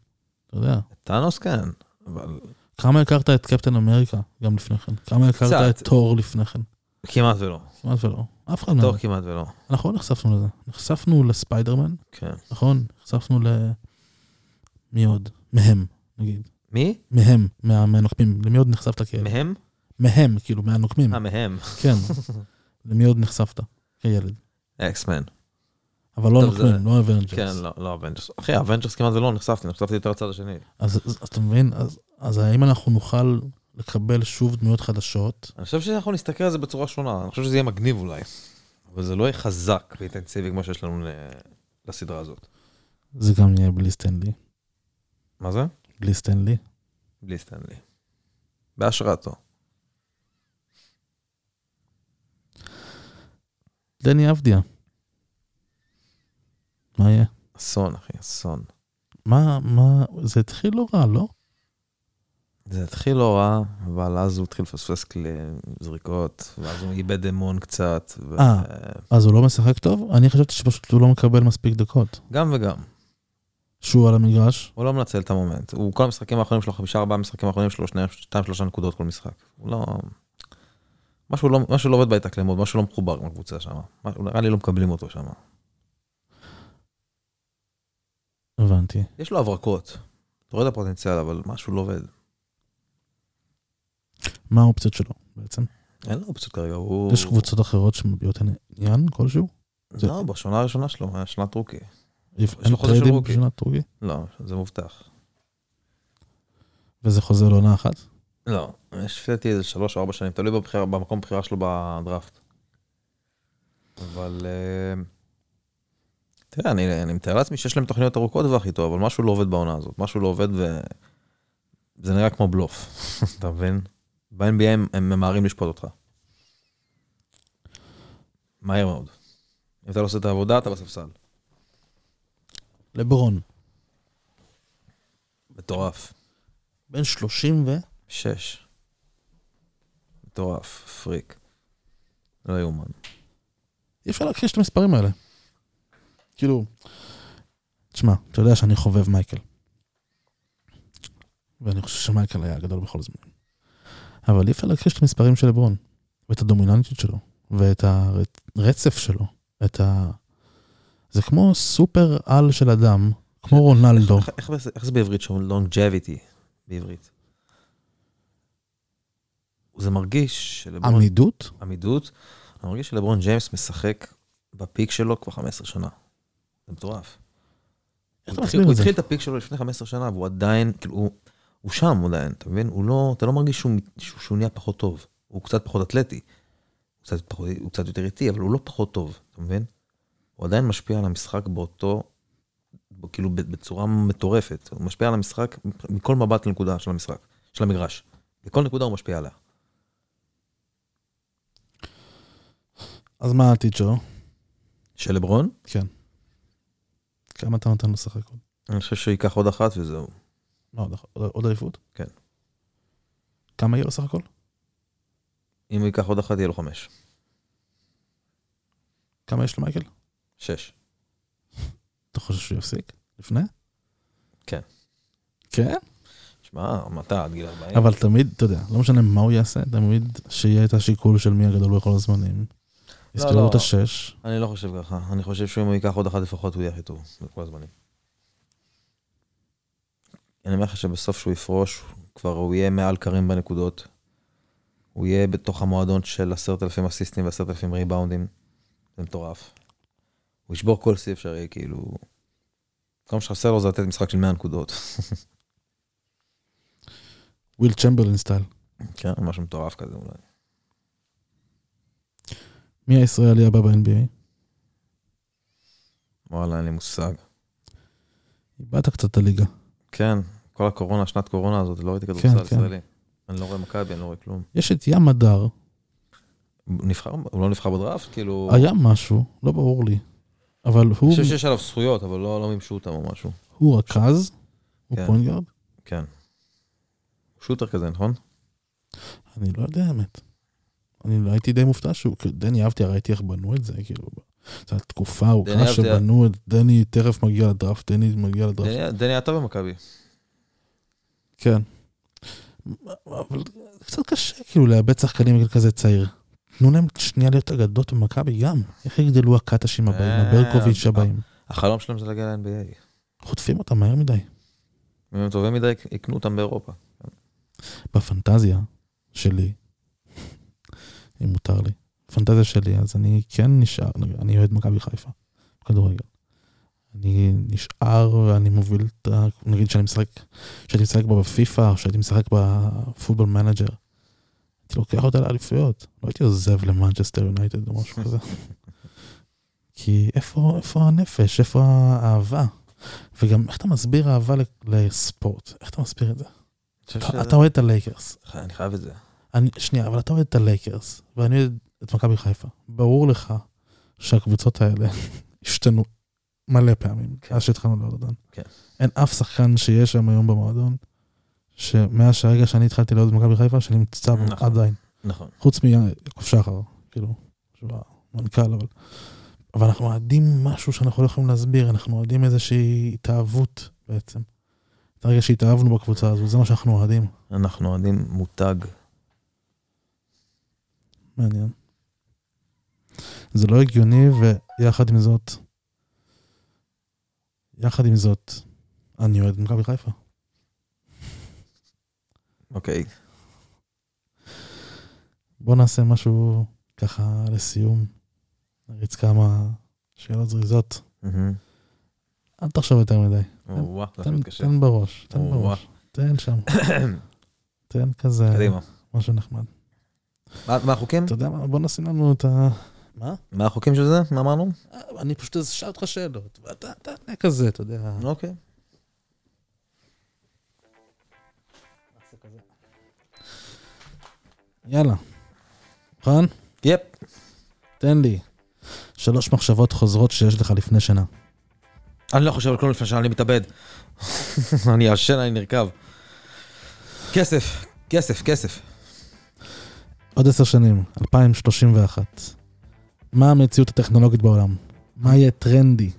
[SPEAKER 1] אתה יודע.
[SPEAKER 2] טאנוס כן, אבל
[SPEAKER 1] כמה הכרת את קפטן אמריקה גם לפני כן? כמה הכרת
[SPEAKER 2] קצת.
[SPEAKER 1] את תור לפני כן?
[SPEAKER 2] כמעט ולא.
[SPEAKER 1] כמעט ולא. אף אחד מהם.
[SPEAKER 2] טוב, כמעט ולא.
[SPEAKER 1] אנחנו לא נחשפנו לזה. נחשפנו לספיידרמן,
[SPEAKER 2] כן.
[SPEAKER 1] נכון? נחשפנו ל... מי עוד? מהם, נגיד.
[SPEAKER 2] מי?
[SPEAKER 1] מהם, מה- מהנוקמים. למי עוד נחשפת כילד?
[SPEAKER 2] מהם?
[SPEAKER 1] מהם, כאילו, מהנוקמים.
[SPEAKER 2] אה, מהם. [LAUGHS]
[SPEAKER 1] כן. למי עוד נחשפת כילד?
[SPEAKER 2] אקסמן.
[SPEAKER 1] אבל לא
[SPEAKER 2] טוב, זה-
[SPEAKER 1] נוקמים, לא
[SPEAKER 2] כן,
[SPEAKER 1] אבנג'רס.
[SPEAKER 2] לא, לא אבנג'רס. אחי, אבנג'רס כמעט ולא נחשפתי, נחשפתי יותר לצד השני.
[SPEAKER 1] אז אז אתה מבין? אז- אז האם אנחנו נוכל לקבל שוב דמויות חדשות?
[SPEAKER 2] אני חושב שאנחנו נסתכל על זה בצורה שונה, אני חושב שזה יהיה מגניב אולי. אבל זה לא יהיה חזק ואינטנסיבי כמו שיש לנו ל- לסדרה הזאת.
[SPEAKER 1] זה גם יהיה בלי סטנלי.
[SPEAKER 2] מה זה?
[SPEAKER 1] בלי סטנלי.
[SPEAKER 2] בלי סטנלי. בהשראתו.
[SPEAKER 1] דני אבדיה. מה יהיה?
[SPEAKER 2] אסון, אחי, אסון.
[SPEAKER 1] מה, מה, זה התחיל לא רע, לא?
[SPEAKER 2] זה התחיל לא רע, אבל אז הוא התחיל לפספס כלי זריקות, ואז הוא איבד אמון קצת. ו-
[SPEAKER 1] אה. אז הוא לא משחק טוב? אני חשבתי שפשוט הוא לא מקבל מספיק דקות.
[SPEAKER 2] גם וגם.
[SPEAKER 1] שהוא על המגרש,
[SPEAKER 2] הוא לא מנצל את המומנט. הוא כל המשחקים האחרונים שלו, חמישה ארבעה משחקים האחרונים שלו, שני- שתיים שלושה נקודות כל משחק. הוא לא... משהו לא, משהו לא עובד בהתאקלמות, משהו לא מחובר עם הקבוצה שם. משהו- נראה לי לא מקבלים אותו שם.
[SPEAKER 1] הבנתי.
[SPEAKER 2] יש לו הברקות. אתה רואה את הפוטנציאל, אבל משהו לא עובד.
[SPEAKER 1] מה האופציות שלו בעצם?
[SPEAKER 2] אין לו אופציות כרגע, הוא...
[SPEAKER 1] יש קבוצות אחרות שמביעות עניין כלשהו?
[SPEAKER 2] לא, בשנה הראשונה שלו, שנת רוקי.
[SPEAKER 1] אין
[SPEAKER 2] חוזה של
[SPEAKER 1] טריידים
[SPEAKER 2] רוקי.
[SPEAKER 1] בשנת רוקי?
[SPEAKER 2] לא, זה מובטח.
[SPEAKER 1] וזה חוזר לעונה אחת?
[SPEAKER 2] לא, יש לפי דעתי איזה שלוש או ארבע שנים, תלוי בבחירה, במקום בחירה שלו בדראפט. אבל... אה, תראה, אני, אני מתאר לעצמי שיש להם תוכניות ארוכות טווח איתו, אבל משהו לא עובד בעונה הזאת, משהו לא עובד ו... זה נראה כמו בלוף, [LAUGHS] אתה מבין? ב-NBA הם, הם ממהרים לשפוט אותך. מהר מאוד. אם אתה לא עושה את העבודה, אתה בספסל.
[SPEAKER 1] לברון.
[SPEAKER 2] מטורף.
[SPEAKER 1] בן 30 ו...
[SPEAKER 2] שש. מטורף, פריק. לא יאומן.
[SPEAKER 1] אי אפשר להכחיש את המספרים האלה. כאילו, תשמע, אתה יודע שאני חובב מייקל. ואני חושב שמייקל היה הגדול בכל הזמן. אבל אי אפשר להכחיש את המספרים של לברון, ואת הדומיננטיות שלו, ואת הרצף שלו, את ה... זה כמו סופר על של אדם, כמו רונלדו.
[SPEAKER 2] איך- איך זה- איך זה בעברית שאומרים longevity בעברית? זה מרגיש שלברון...
[SPEAKER 1] עמידות?
[SPEAKER 2] עמידות. אני מרגיש שלברון ג'יימס משחק בפיק שלו כבר 15 שנה. זה מטורף.
[SPEAKER 1] איך אתה מסביר
[SPEAKER 2] הוא התחיל- הוא
[SPEAKER 1] את זה?
[SPEAKER 2] התחיל את הפיק שלו לפני 15 שנה, והוא עדיין, כאילו, הוא- הוא שם עדיין, אתה מבין? הוא לא, אתה לא מרגיש שהוא מת- שהוא שהוא נהיה פחות טוב. הוא קצת פחות אתלטי. הוא קצת פחות- הוא קצת יותר איטי, אבל הוא לא פחות טוב, אתה מבין? הוא עדיין משפיע על המשחק באותו, ב- כאילו ב- בצורה מטורפת. הוא משפיע על המשחק מכל מבט לנקודה של המשחק, של המגרש. בכל נקודה הוא משפיע עליה.
[SPEAKER 1] אז מה העתיד שלו?
[SPEAKER 2] של לברון,
[SPEAKER 1] כן. כמה אתה נותן לו לשחק עוד?
[SPEAKER 2] אני חושב שהוא ייקח עוד אחת וזהו.
[SPEAKER 1] מה, עוד- עוד עוד אליפות?
[SPEAKER 2] כן.
[SPEAKER 1] כמה יהיה לו סך הכל?
[SPEAKER 2] אם הוא ייקח עוד אחת, יהיה לו חמש.
[SPEAKER 1] כמה יש למייקל?
[SPEAKER 2] שש.
[SPEAKER 1] אתה חושב שהוא יפסיק? לפני?
[SPEAKER 2] אה. כן.
[SPEAKER 1] כן?
[SPEAKER 2] שמע, מתי עד גיל 40?
[SPEAKER 1] אבל תמיד, אתה יודע, לא משנה מה הוא יעשה, תמיד שיהיה את השיקול של מי הגדול בכל הזמנים. יסתכלו
[SPEAKER 2] לא.
[SPEAKER 1] את השש,
[SPEAKER 2] אני לא חושב ככה. אני חושב שאם הוא ייקח עוד אחת לפחות, הוא יהיה הכי טוב בכל הזמנים. אני אומר לך שבסוף שהוא יפרוש, כבר הוא יהיה מעל קרים בנקודות. הוא יהיה בתוך המועדון של עשרת אלפים אסיסטים ועשרת אלפים ריבאונדים. זה מטורף. הוא ישבור כל שיא אפשרי, כאילו... כל מה שחסר לו זה לתת משחק של 100 נקודות.
[SPEAKER 1] וויל צ'מברלין סטייל.
[SPEAKER 2] כן, משהו מטורף כזה אולי.
[SPEAKER 1] מי הישראלי הבא ב-NBA?
[SPEAKER 2] וואלה, אין לי מושג.
[SPEAKER 1] איבדת קצת את הליגה.
[SPEAKER 2] כן, כל הקורונה, שנת קורונה הזאת, לא ראיתי
[SPEAKER 1] כן,
[SPEAKER 2] כדורסל
[SPEAKER 1] כן.
[SPEAKER 2] ישראלי. אני לא רואה מכבי, אני לא רואה כלום.
[SPEAKER 1] יש את ים הדר,
[SPEAKER 2] הוא נבחר, הוא לא נבחר בדראפט, כאילו...
[SPEAKER 1] היה משהו, לא ברור לי, אבל
[SPEAKER 2] אני
[SPEAKER 1] הוא-
[SPEAKER 2] חושב שיש עליו זכויות, אבל לא, לא מימשו אותם או משהו.
[SPEAKER 1] הוא רכז, הוא
[SPEAKER 2] כן.
[SPEAKER 1] פוינט גארד,
[SPEAKER 2] כן. הוא שוטר כזה, נכון?
[SPEAKER 1] אני לא יודע האמת. אני לא- הייתי די מופתע שהוא, כאילו, דני אהבתי, ראיתי איך בנו את זה, כאילו, זו התקופה
[SPEAKER 2] דני
[SPEAKER 1] ארוכה
[SPEAKER 2] אבדיה.
[SPEAKER 1] שבנו את דני, טרף מגיע לדראפט, דני מגיע לדראפט.
[SPEAKER 2] דני- דני היה טוב במכבי.
[SPEAKER 1] כן. אבל זה קצת קשה כאילו לאבד שחקנים בגיל כזה צעיר. תנו להם שנייה להיות אגדות במכבי גם. איך יגדלו הקטשים הבאים,
[SPEAKER 2] אה,
[SPEAKER 1] הברקוביץ'
[SPEAKER 2] אה.
[SPEAKER 1] הבאים?
[SPEAKER 2] החלום שלהם זה להגיע ל-NBA.
[SPEAKER 1] חוטפים אותם מהר מדי.
[SPEAKER 2] אם הם טובים מדי, יקנו אותם באירופה.
[SPEAKER 1] בפנטזיה שלי, [LAUGHS] אם מותר לי, פנטזיה שלי, אז אני כן נשאר, אני אוהד מכבי חיפה, כדורגל. אני נשאר ואני מוביל את ה... נגיד שאני משחק, כשהייתי משחק בה בפיפא, או כשהייתי משחק בפוטבול מנג'ר, הייתי לוקח אותה לאליפויות, לא הייתי עוזב למנצ'סטר יונייטד או משהו כזה. כי איפה, איפה הנפש, איפה האהבה? וגם איך אתה מסביר אהבה ל- לספורט? איך אתה מסביר את זה?
[SPEAKER 2] חושב
[SPEAKER 1] אתה-
[SPEAKER 2] שזה- אה,
[SPEAKER 1] אתה אוהד את הלייקרס.
[SPEAKER 2] אני חייב את זה.
[SPEAKER 1] אני, שנייה, אבל אתה אוהד את הלייקרס, ואני אוהד את מכבי חיפה. ברור לך שהקבוצות האלה [LAUGHS] השתנו מלא פעמים,
[SPEAKER 2] כן.
[SPEAKER 1] מאז שהתחלנו לאורדן.
[SPEAKER 2] כן.
[SPEAKER 1] אין אף שחקן שיש שם היום במועדון, שמאז שהרגע שאני התחלתי לאהוד את מכבי חיפה, שנמצא בו
[SPEAKER 2] נכון.
[SPEAKER 1] עדיין.
[SPEAKER 2] נכון.
[SPEAKER 1] חוץ מיעקב שחר, כאילו, שהוא המנכ"ל, אבל... אבל אנחנו אוהדים משהו שאנחנו לא יכולים להסביר, אנחנו אוהדים איזושהי התאהבות בעצם. את הרגע שהתאהבנו בקבוצה הזו, זה מה שאנחנו אוהדים.
[SPEAKER 2] אנחנו אוהדים מותג.
[SPEAKER 1] מעניין. זה לא הגיוני, ויחד עם זאת, יחד עם זאת, אני אוהד מכבי חיפה.
[SPEAKER 2] אוקיי.
[SPEAKER 1] בוא נעשה משהו ככה לסיום. נריץ כמה שאלות זריזות.
[SPEAKER 2] מהמם.
[SPEAKER 1] אל תחשוב יותר מדי.
[SPEAKER 2] או, וואו, לא, זה
[SPEAKER 1] תן,
[SPEAKER 2] אפילו קשה.
[SPEAKER 1] תן בראש, תן
[SPEAKER 2] או, וואו.
[SPEAKER 1] בראש. תן
[SPEAKER 2] [COUGHS]
[SPEAKER 1] שם, תן כזה
[SPEAKER 2] קדימה.
[SPEAKER 1] משהו נחמד.
[SPEAKER 2] מה- מה החוקים?
[SPEAKER 1] אתה יודע מה, בוא נשים לנו את ה... מה?
[SPEAKER 2] מה החוקים של זה? מה אמרנו?
[SPEAKER 1] אני פשוט אשאל אותך שאלות, ואתה תענה כזה, אתה יודע.
[SPEAKER 2] אוקיי.
[SPEAKER 1] יאללה. מוכן?
[SPEAKER 2] יפ.
[SPEAKER 1] תן לי. שלוש מחשבות חוזרות שיש לך לפני שינה.
[SPEAKER 2] אני לא חושב על כלום לפני שאני מתאבד. [LAUGHS] אני ישן, אני נרקב. כסף, כסף, כסף.
[SPEAKER 1] עוד עשר שנים, 2031. מה המציאות הטכנולוגית בעולם? מה יהיה טרנדי?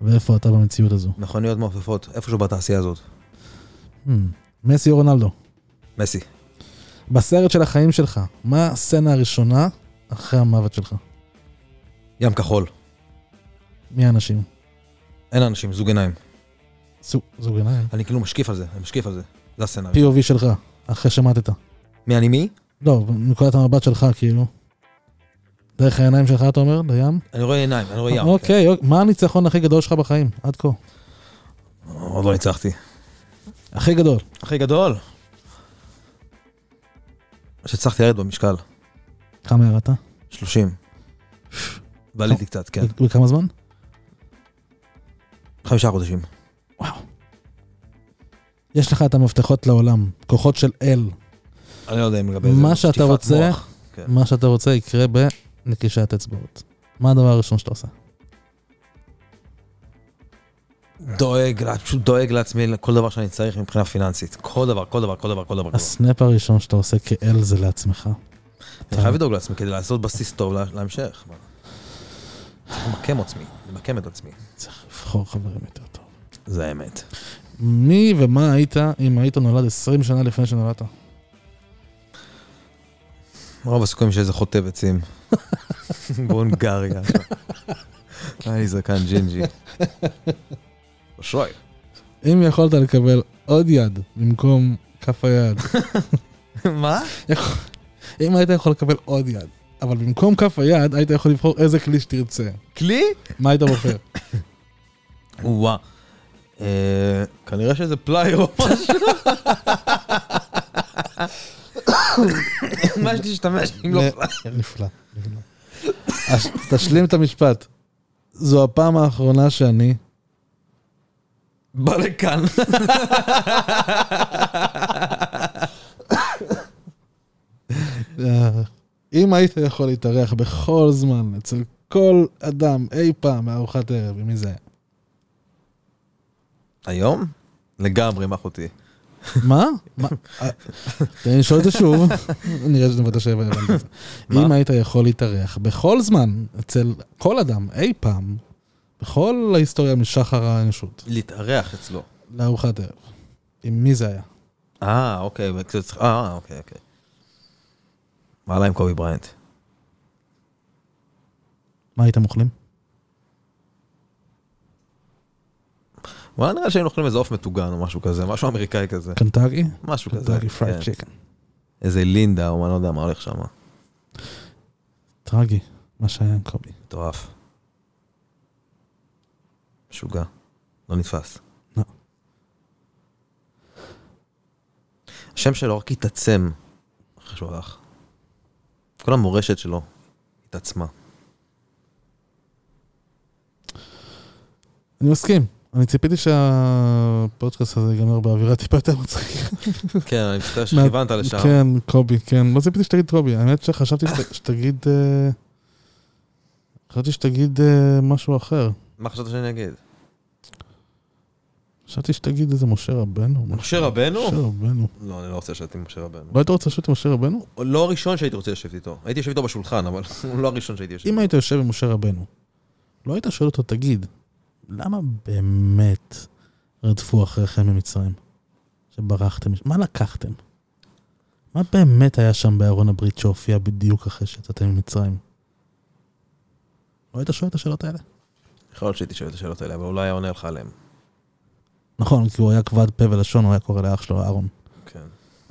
[SPEAKER 1] ואיפה אתה במציאות הזו?
[SPEAKER 2] מכוניות מעופפות, איפשהו בתעשייה הזאת.
[SPEAKER 1] Hmm. מסי או רונלדו?
[SPEAKER 2] מסי.
[SPEAKER 1] בסרט של החיים שלך, מה הסצנה הראשונה אחרי המוות שלך?
[SPEAKER 2] ים כחול.
[SPEAKER 1] מי האנשים?
[SPEAKER 2] אין אנשים, זוג עיניים.
[SPEAKER 1] זוג זוג עיניים.
[SPEAKER 2] אני כאילו משקיף על זה, אני משקיף על זה. זה הסצנריו.
[SPEAKER 1] POV שלך, אחרי שמטת.
[SPEAKER 2] מי אני מי?
[SPEAKER 1] לא, מנקודת המבט שלך, כאילו. דרך העיניים שלך, אתה אומר? לים?
[SPEAKER 2] אני רואה עיניים, אני רואה ים. כן.
[SPEAKER 1] אוקיי, אוקיי. מה הניצחון הכי גדול שלך בחיים, עד כה?
[SPEAKER 2] עוד לא ניצחתי.
[SPEAKER 1] הכי גדול.
[SPEAKER 2] הכי גדול. שהצלחתי לרדת במשקל,
[SPEAKER 1] כמה ירדת?
[SPEAKER 2] 30. ועליתי קצת, כן.
[SPEAKER 1] ב- בכמה זמן?
[SPEAKER 2] חמישה חודשים.
[SPEAKER 1] וואו. יש לך את המפתחות לעולם, כוחות של אל.
[SPEAKER 2] אני לא יודע אם לגבי
[SPEAKER 1] מה
[SPEAKER 2] זה
[SPEAKER 1] שאתה
[SPEAKER 2] שטיפת
[SPEAKER 1] רוצה.
[SPEAKER 2] מוח. כן.
[SPEAKER 1] מה שאתה רוצה יקרה בנקישת אצבעות. מה הדבר הראשון שאתה עושה?
[SPEAKER 2] דואג, לה- פשוט דואג לעצמי לכל דבר שאני צריך מבחינה פיננסית. כל דבר, כל דבר, כל דבר, כל דבר. כל דבר.
[SPEAKER 1] הסנאפ הראשון שאתה עושה כאל זה לעצמך.
[SPEAKER 2] אני חייב לדאוג לעצמי כדי לעשות בסיס טוב לה- להמשך. מה? צריך למקם עצמי, למקם את עצמי.
[SPEAKER 1] צריך לבחור חברים יותר טוב.
[SPEAKER 2] זה האמת.
[SPEAKER 1] מי ומה היית אם היית נולד 20 שנה לפני שנולדת?
[SPEAKER 2] רוב הסיכויים שאיזה חוטב עצים. [LAUGHS] בהונגריה. [LAUGHS] היה לי זקן ג'ינג'י. אשרי.
[SPEAKER 1] אם יכולת לקבל עוד יד במקום כף היד,
[SPEAKER 2] [LAUGHS] מה?
[SPEAKER 1] אם היית יכול לקבל עוד יד, אבל במקום כף היד היית יכול לבחור איזה כלי שתרצה,
[SPEAKER 2] כלי?
[SPEAKER 1] מה היית בוחר?
[SPEAKER 2] וואה. אה, כנראה שזה פלייר או משהו. מה יש להשתמש אם לא פלייר?
[SPEAKER 1] נפלא, נפלא. אז תשלים את המשפט. זו הפעם האחרונה שאני...
[SPEAKER 2] בא לכאן.
[SPEAKER 1] אה, אם היית יכול להתארח בכל זמן אצל כל אדם אי פעם בארוחת ערב, עם מי זה היה?
[SPEAKER 2] היום? לגמרי עם אחותי.
[SPEAKER 1] מה? מה? אה, תן לי לשאול את זה שוב, נראה שזה מבטא שהבנתי את זה.
[SPEAKER 2] מה?
[SPEAKER 1] אם היית יכול להתארח בכל זמן, אצל כל אדם, אי פעם, בכל ההיסטוריה משחר האנושות,
[SPEAKER 2] להתארח אצלו.
[SPEAKER 1] לארוחת ערב, עם מי זה היה?
[SPEAKER 2] אה, אוקיי, וקצת צריך... אה, אוקיי, אוקיי. מה עלה עם קובי בריינט?
[SPEAKER 1] מה הייתם אוכלים?
[SPEAKER 2] וואלה, נראה שהיינו אוכלים איזה עוף מטוגן או משהו כזה, משהו אמריקאי כזה.
[SPEAKER 1] קנטקי?
[SPEAKER 2] משהו כזה.
[SPEAKER 1] קנטקי פרייד
[SPEAKER 2] כן.
[SPEAKER 1] צ'יקן.
[SPEAKER 2] איזה לינדה, או אני לא יודע מה הולך שם.
[SPEAKER 1] טרגי, מה שהיה עם קובי.
[SPEAKER 2] מטורף. משוגע. לא נתפס.
[SPEAKER 1] לא.
[SPEAKER 2] השם שלו רק התעצם אחרי שהוא הלך. כל המורשת שלו התעצמה.
[SPEAKER 1] אני מסכים, אני ציפיתי שהפודקאסט הזה ייגמר באווירה טיפה יותר מצחיקה.
[SPEAKER 2] כן, אני מצטער שכיוונת לשם.
[SPEAKER 1] כן, קובי, כן. לא ציפיתי שתגיד קובי. האמת שחשבתי שת- שתגיד... אה, חשבתי שתגיד אה, משהו אחר.
[SPEAKER 2] מה חשבת שאני אגיד?
[SPEAKER 1] חשבתי שתגיד איזה משה רבנו. משהו.
[SPEAKER 2] משה רבנו?
[SPEAKER 1] משה רבנו.
[SPEAKER 2] לא, אני לא רוצה לשבת עם משה רבנו.
[SPEAKER 1] לא היית רוצה לשבת עם משה רבנו?
[SPEAKER 2] לא הראשון שהייתי רוצה לשבת איתו. הייתי יושב איתו בשולחן, אבל [LAUGHS] הוא לא הראשון שהייתי יושב.
[SPEAKER 1] אם היית יושב עם משה רבנו, לא היית שואל אותו, תגיד, למה באמת רדפו אחריכם ממצרים? שברחתם, מש- מה לקחתם? מה באמת היה שם בארון הברית שהופיע בדיוק אחרי שיצאתם ממצרים? לא היית שואל את השאלות האלה?
[SPEAKER 2] יכול להיות שהייתי שואל את השאלות האלה, אבל אולי היה עונה לך עליהן.
[SPEAKER 1] נכון, כי הוא היה כבד פה ולשון, הוא היה קורא לאח שלו אהרון.
[SPEAKER 2] כן.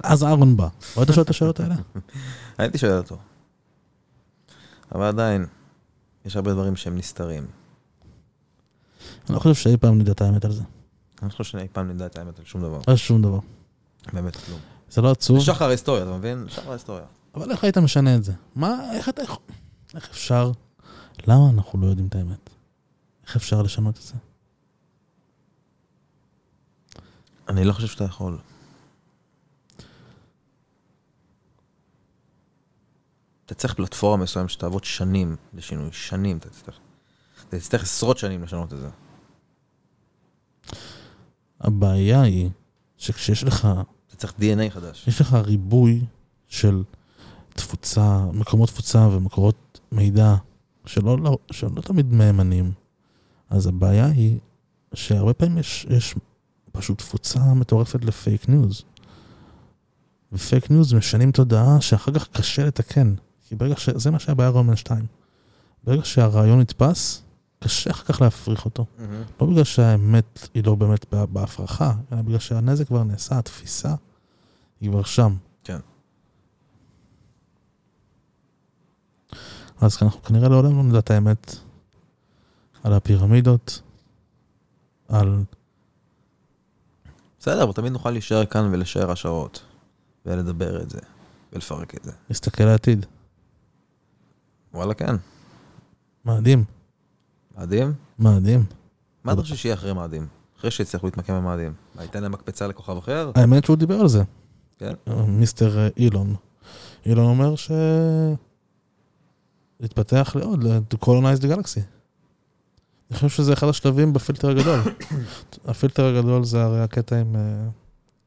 [SPEAKER 1] אז אהרון בא. לא היית שואל את השאלות האלה?
[SPEAKER 2] הייתי שואל אותו. אבל עדיין, יש הרבה דברים שהם נסתרים.
[SPEAKER 1] אני לא חושב שאי פעם נדע את האמת על זה.
[SPEAKER 2] אני חושב שאני אי פעם נדע את האמת על שום דבר.
[SPEAKER 1] לא יש שום דבר.
[SPEAKER 2] באמת כלום.
[SPEAKER 1] זה לא עצוב.
[SPEAKER 2] שחר ההיסטוריה, אתה מבין? שחר ההיסטוריה.
[SPEAKER 1] אבל איך היית משנה את זה? מה, איך אתה יכול... איך אפשר? למה אנחנו לא יודעים את האמת? איך אפשר לשנות את זה?
[SPEAKER 2] אני לא חושב שאתה יכול. אתה צריך פלטפורמה מסוים שתעבוד שנים לשינוי, שנים אתה תצטרך. אתה תצטרך עשרות שנים לשנות את זה.
[SPEAKER 1] הבעיה היא שכשיש לך,
[SPEAKER 2] אתה צריך DNA חדש.
[SPEAKER 1] יש לך ריבוי של תפוצה, מקומות תפוצה ומקורות מידע שלא, לא, שלא תמיד מהימנים, אז הבעיה היא שהרבה פעמים יש, יש פשוט תפוצה מטורפת לפייק ניוז. ופייק ניוז משנים תודעה שאחר כך קשה לתקן. כי ברגע ש... זה מה שהיה באיירון מן 2. ברגע שהרעיון נתפס, קשה אחר כך להפריך אותו. לא בגלל שהאמת היא לא באמת בה- בהפרחה, אלא בגלל שהנזק כבר נעשה, התפיסה היא כבר שם.
[SPEAKER 2] כן.
[SPEAKER 1] אז אנחנו כנראה לעולם לא נדע את האמת על הפירמידות, על...
[SPEAKER 2] בסדר, אבל תמיד נוכל להישאר כאן ולשער השערות. ולדבר את זה. ולפרק את זה.
[SPEAKER 1] להסתכל לעתיד.
[SPEAKER 2] וואלה, כן.
[SPEAKER 1] מאדים,
[SPEAKER 2] מאדים?
[SPEAKER 1] מאדים.
[SPEAKER 2] מה אתה חושב שיהיה אחרי מאדים? אחרי שיצטרכו להתמקם במאדים. מה, ייתן להם מקפצה לכוכב אחר?
[SPEAKER 1] האמת שהוא דיבר על זה.
[SPEAKER 2] כן.
[SPEAKER 1] מיסטר אילון. אילון אומר ש... התפתח לעוד, ל- to colonize the galaxy. אני חושב שזה אחד השלבים בפילטר הגדול. [COUGHS] הפילטר הגדול זה הרי הקטע עם... אה,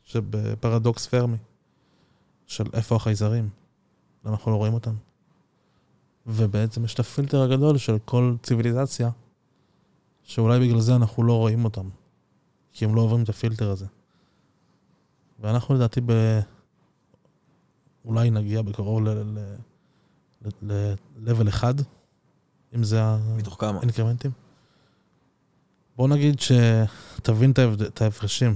[SPEAKER 1] שבפרדוקס פרמי, של איפה החייזרים, למה אנחנו לא רואים אותם. ובעצם יש את הפילטר הגדול של כל ציוויליזציה, שאולי בגלל זה אנחנו לא רואים אותם, כי הם לא עוברים את הפילטר הזה. ואנחנו לדעתי ב... אולי נגיע בקרוב ל-level ל... ל... ל- level 1, אם זה ה...
[SPEAKER 2] מתוך כמה?
[SPEAKER 1] אינקרמנטים? בוא נגיד שתבין את ההבד- את ההפרשים.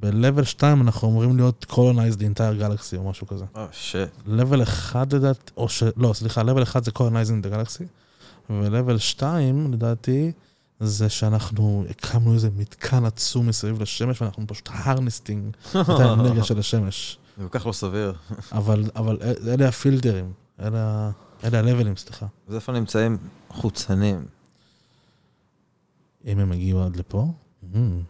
[SPEAKER 1] ב-level 2 אנחנו אמורים להיות colonize the entire galaxy או משהו כזה.
[SPEAKER 2] אה, שיט.
[SPEAKER 1] level 1 לדעתי, או ש... לא, סליחה, level 1 זה colonizing the galaxy, ו-level 2 לדעתי זה שאנחנו הקמנו איזה מתקן עצום מסביב לשמש ואנחנו פשוט הרניסטינג את האנרגיה של השמש.
[SPEAKER 2] זה כל כך לא סביר.
[SPEAKER 1] אבל, אבל אלה הפילטרים, אלה, ה- אלה הלבלים, סליחה.
[SPEAKER 2] אז איפה נמצאים חוצנים?
[SPEAKER 1] אם הם הגיעו עד לפה, אמ.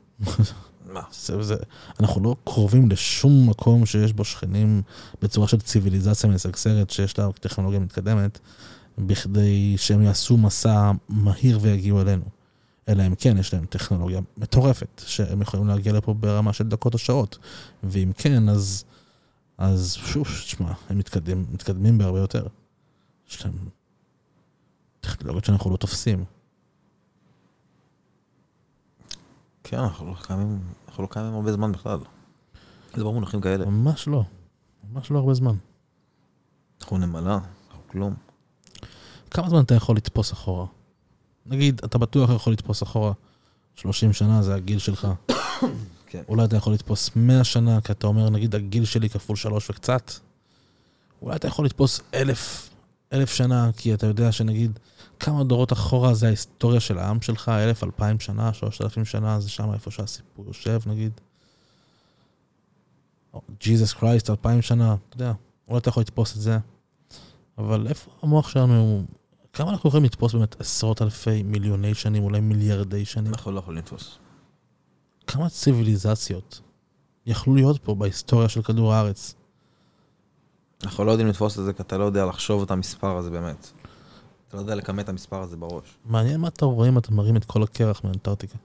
[SPEAKER 2] מה?
[SPEAKER 1] זה, זה, אנחנו לא קרובים לשום מקום שיש בו שכנים בצורה של ציוויליזציה משגשגת, שיש לה טכנולוגיה מתקדמת, בכדי שהם יעשו מסע מהיר ויגיעו אלינו. אלא אם כן, יש להם טכנולוגיה מטורפת, שהם יכולים להגיע לפה ברמה של דקות או שעות. ואם כן, אז, אז שוב, תשמע, הם מתקדמים, מתקדמים בהרבה יותר. יש להם טכנולוגיות שאנחנו לא תופסים.
[SPEAKER 2] כן, אנחנו לא קיימים, אנחנו לא קיימים הרבה זמן בכלל. זה לא מונחים כאלה.
[SPEAKER 1] ממש לא. ממש לא הרבה זמן.
[SPEAKER 2] אנחנו נמלה, אנחנו כלום.
[SPEAKER 1] כמה זמן אתה יכול לתפוס אחורה? נגיד, אתה בטוח יכול לתפוס אחורה 30 שנה, זה הגיל שלך.
[SPEAKER 2] כן.
[SPEAKER 1] אולי אתה יכול לתפוס 100 שנה, כי אתה אומר, נגיד, הגיל שלי כפול 3 וקצת. אולי אתה יכול לתפוס אלף, אלף שנה, כי אתה יודע שנגיד, כמה דורות אחורה זה ההיסטוריה של העם שלך, אלף, אלפיים שנה, שלושת אלפים שנה, זה שם איפה שהסיפור יושב, נגיד. ג'יזוס קרייסט, אלפיים שנה, אתה יודע, אולי אתה יכול לתפוס את זה. אבל איפה המוח שלנו, כמה אנחנו יכולים לתפוס באמת עשרות אלפי, מיליוני שנים, אולי מיליארדי שנים?
[SPEAKER 2] אנחנו לא יכולים לתפוס.
[SPEAKER 1] כמה ציוויליזציות יכלו להיות פה בהיסטוריה של כדור הארץ?
[SPEAKER 2] אנחנו לא יודעים לתפוס את זה, כי אתה לא יודע לחשוב את המספר הזה באמת. אתה לא יודע לכמת את המספר הזה בראש.
[SPEAKER 1] מעניין מה אתה רואה אם אתה מרים את כל הקרח מאנטארקטיקה.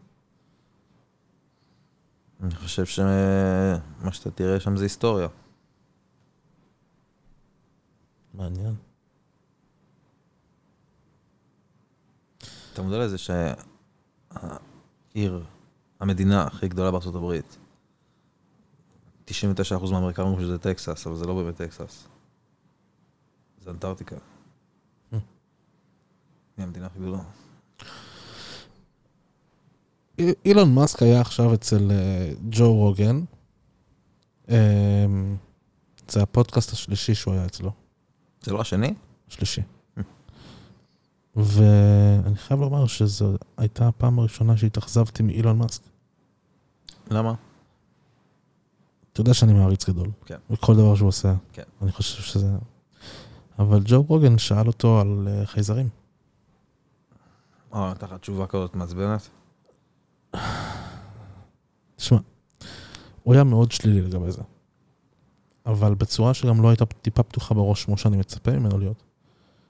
[SPEAKER 2] אני חושב שמה שאתה תראה שם זה היסטוריה.
[SPEAKER 1] מעניין.
[SPEAKER 2] אתה מודע לזה שהעיר, המדינה הכי גדולה בארצות הברית, 99% מהאמריקאים אומרים שזה טקסס, אבל זה לא באמת טקסס. זה אנטארקטיקה.
[SPEAKER 1] Hmm.
[SPEAKER 2] היא המדינה הכי גדולה.
[SPEAKER 1] אי- אילון מאסק היה עכשיו אצל אה, ג'ו רוגן. אה, זה הפודקאסט השלישי שהוא היה אצלו.
[SPEAKER 2] זה לא השני?
[SPEAKER 1] השלישי. ואני חייב לומר שזו הייתה הפעם הראשונה שהתאכזבתי מאילון מאסק.
[SPEAKER 2] למה?
[SPEAKER 1] אתה יודע שאני מעריץ גדול.
[SPEAKER 2] כן.
[SPEAKER 1] וכל דבר שהוא עושה.
[SPEAKER 2] כן.
[SPEAKER 1] אני חושב שזה... אבל ג'ו רוגן שאל אותו על אה, חייזרים.
[SPEAKER 2] אה, נתן לך תשובה כזאת מעצבנת?
[SPEAKER 1] תשמע, הוא היה מאוד שלילי לגבי זה. אבל בצורה שגם לא הייתה טיפה פתוחה בראש, כמו שאני מצפה ממנו להיות.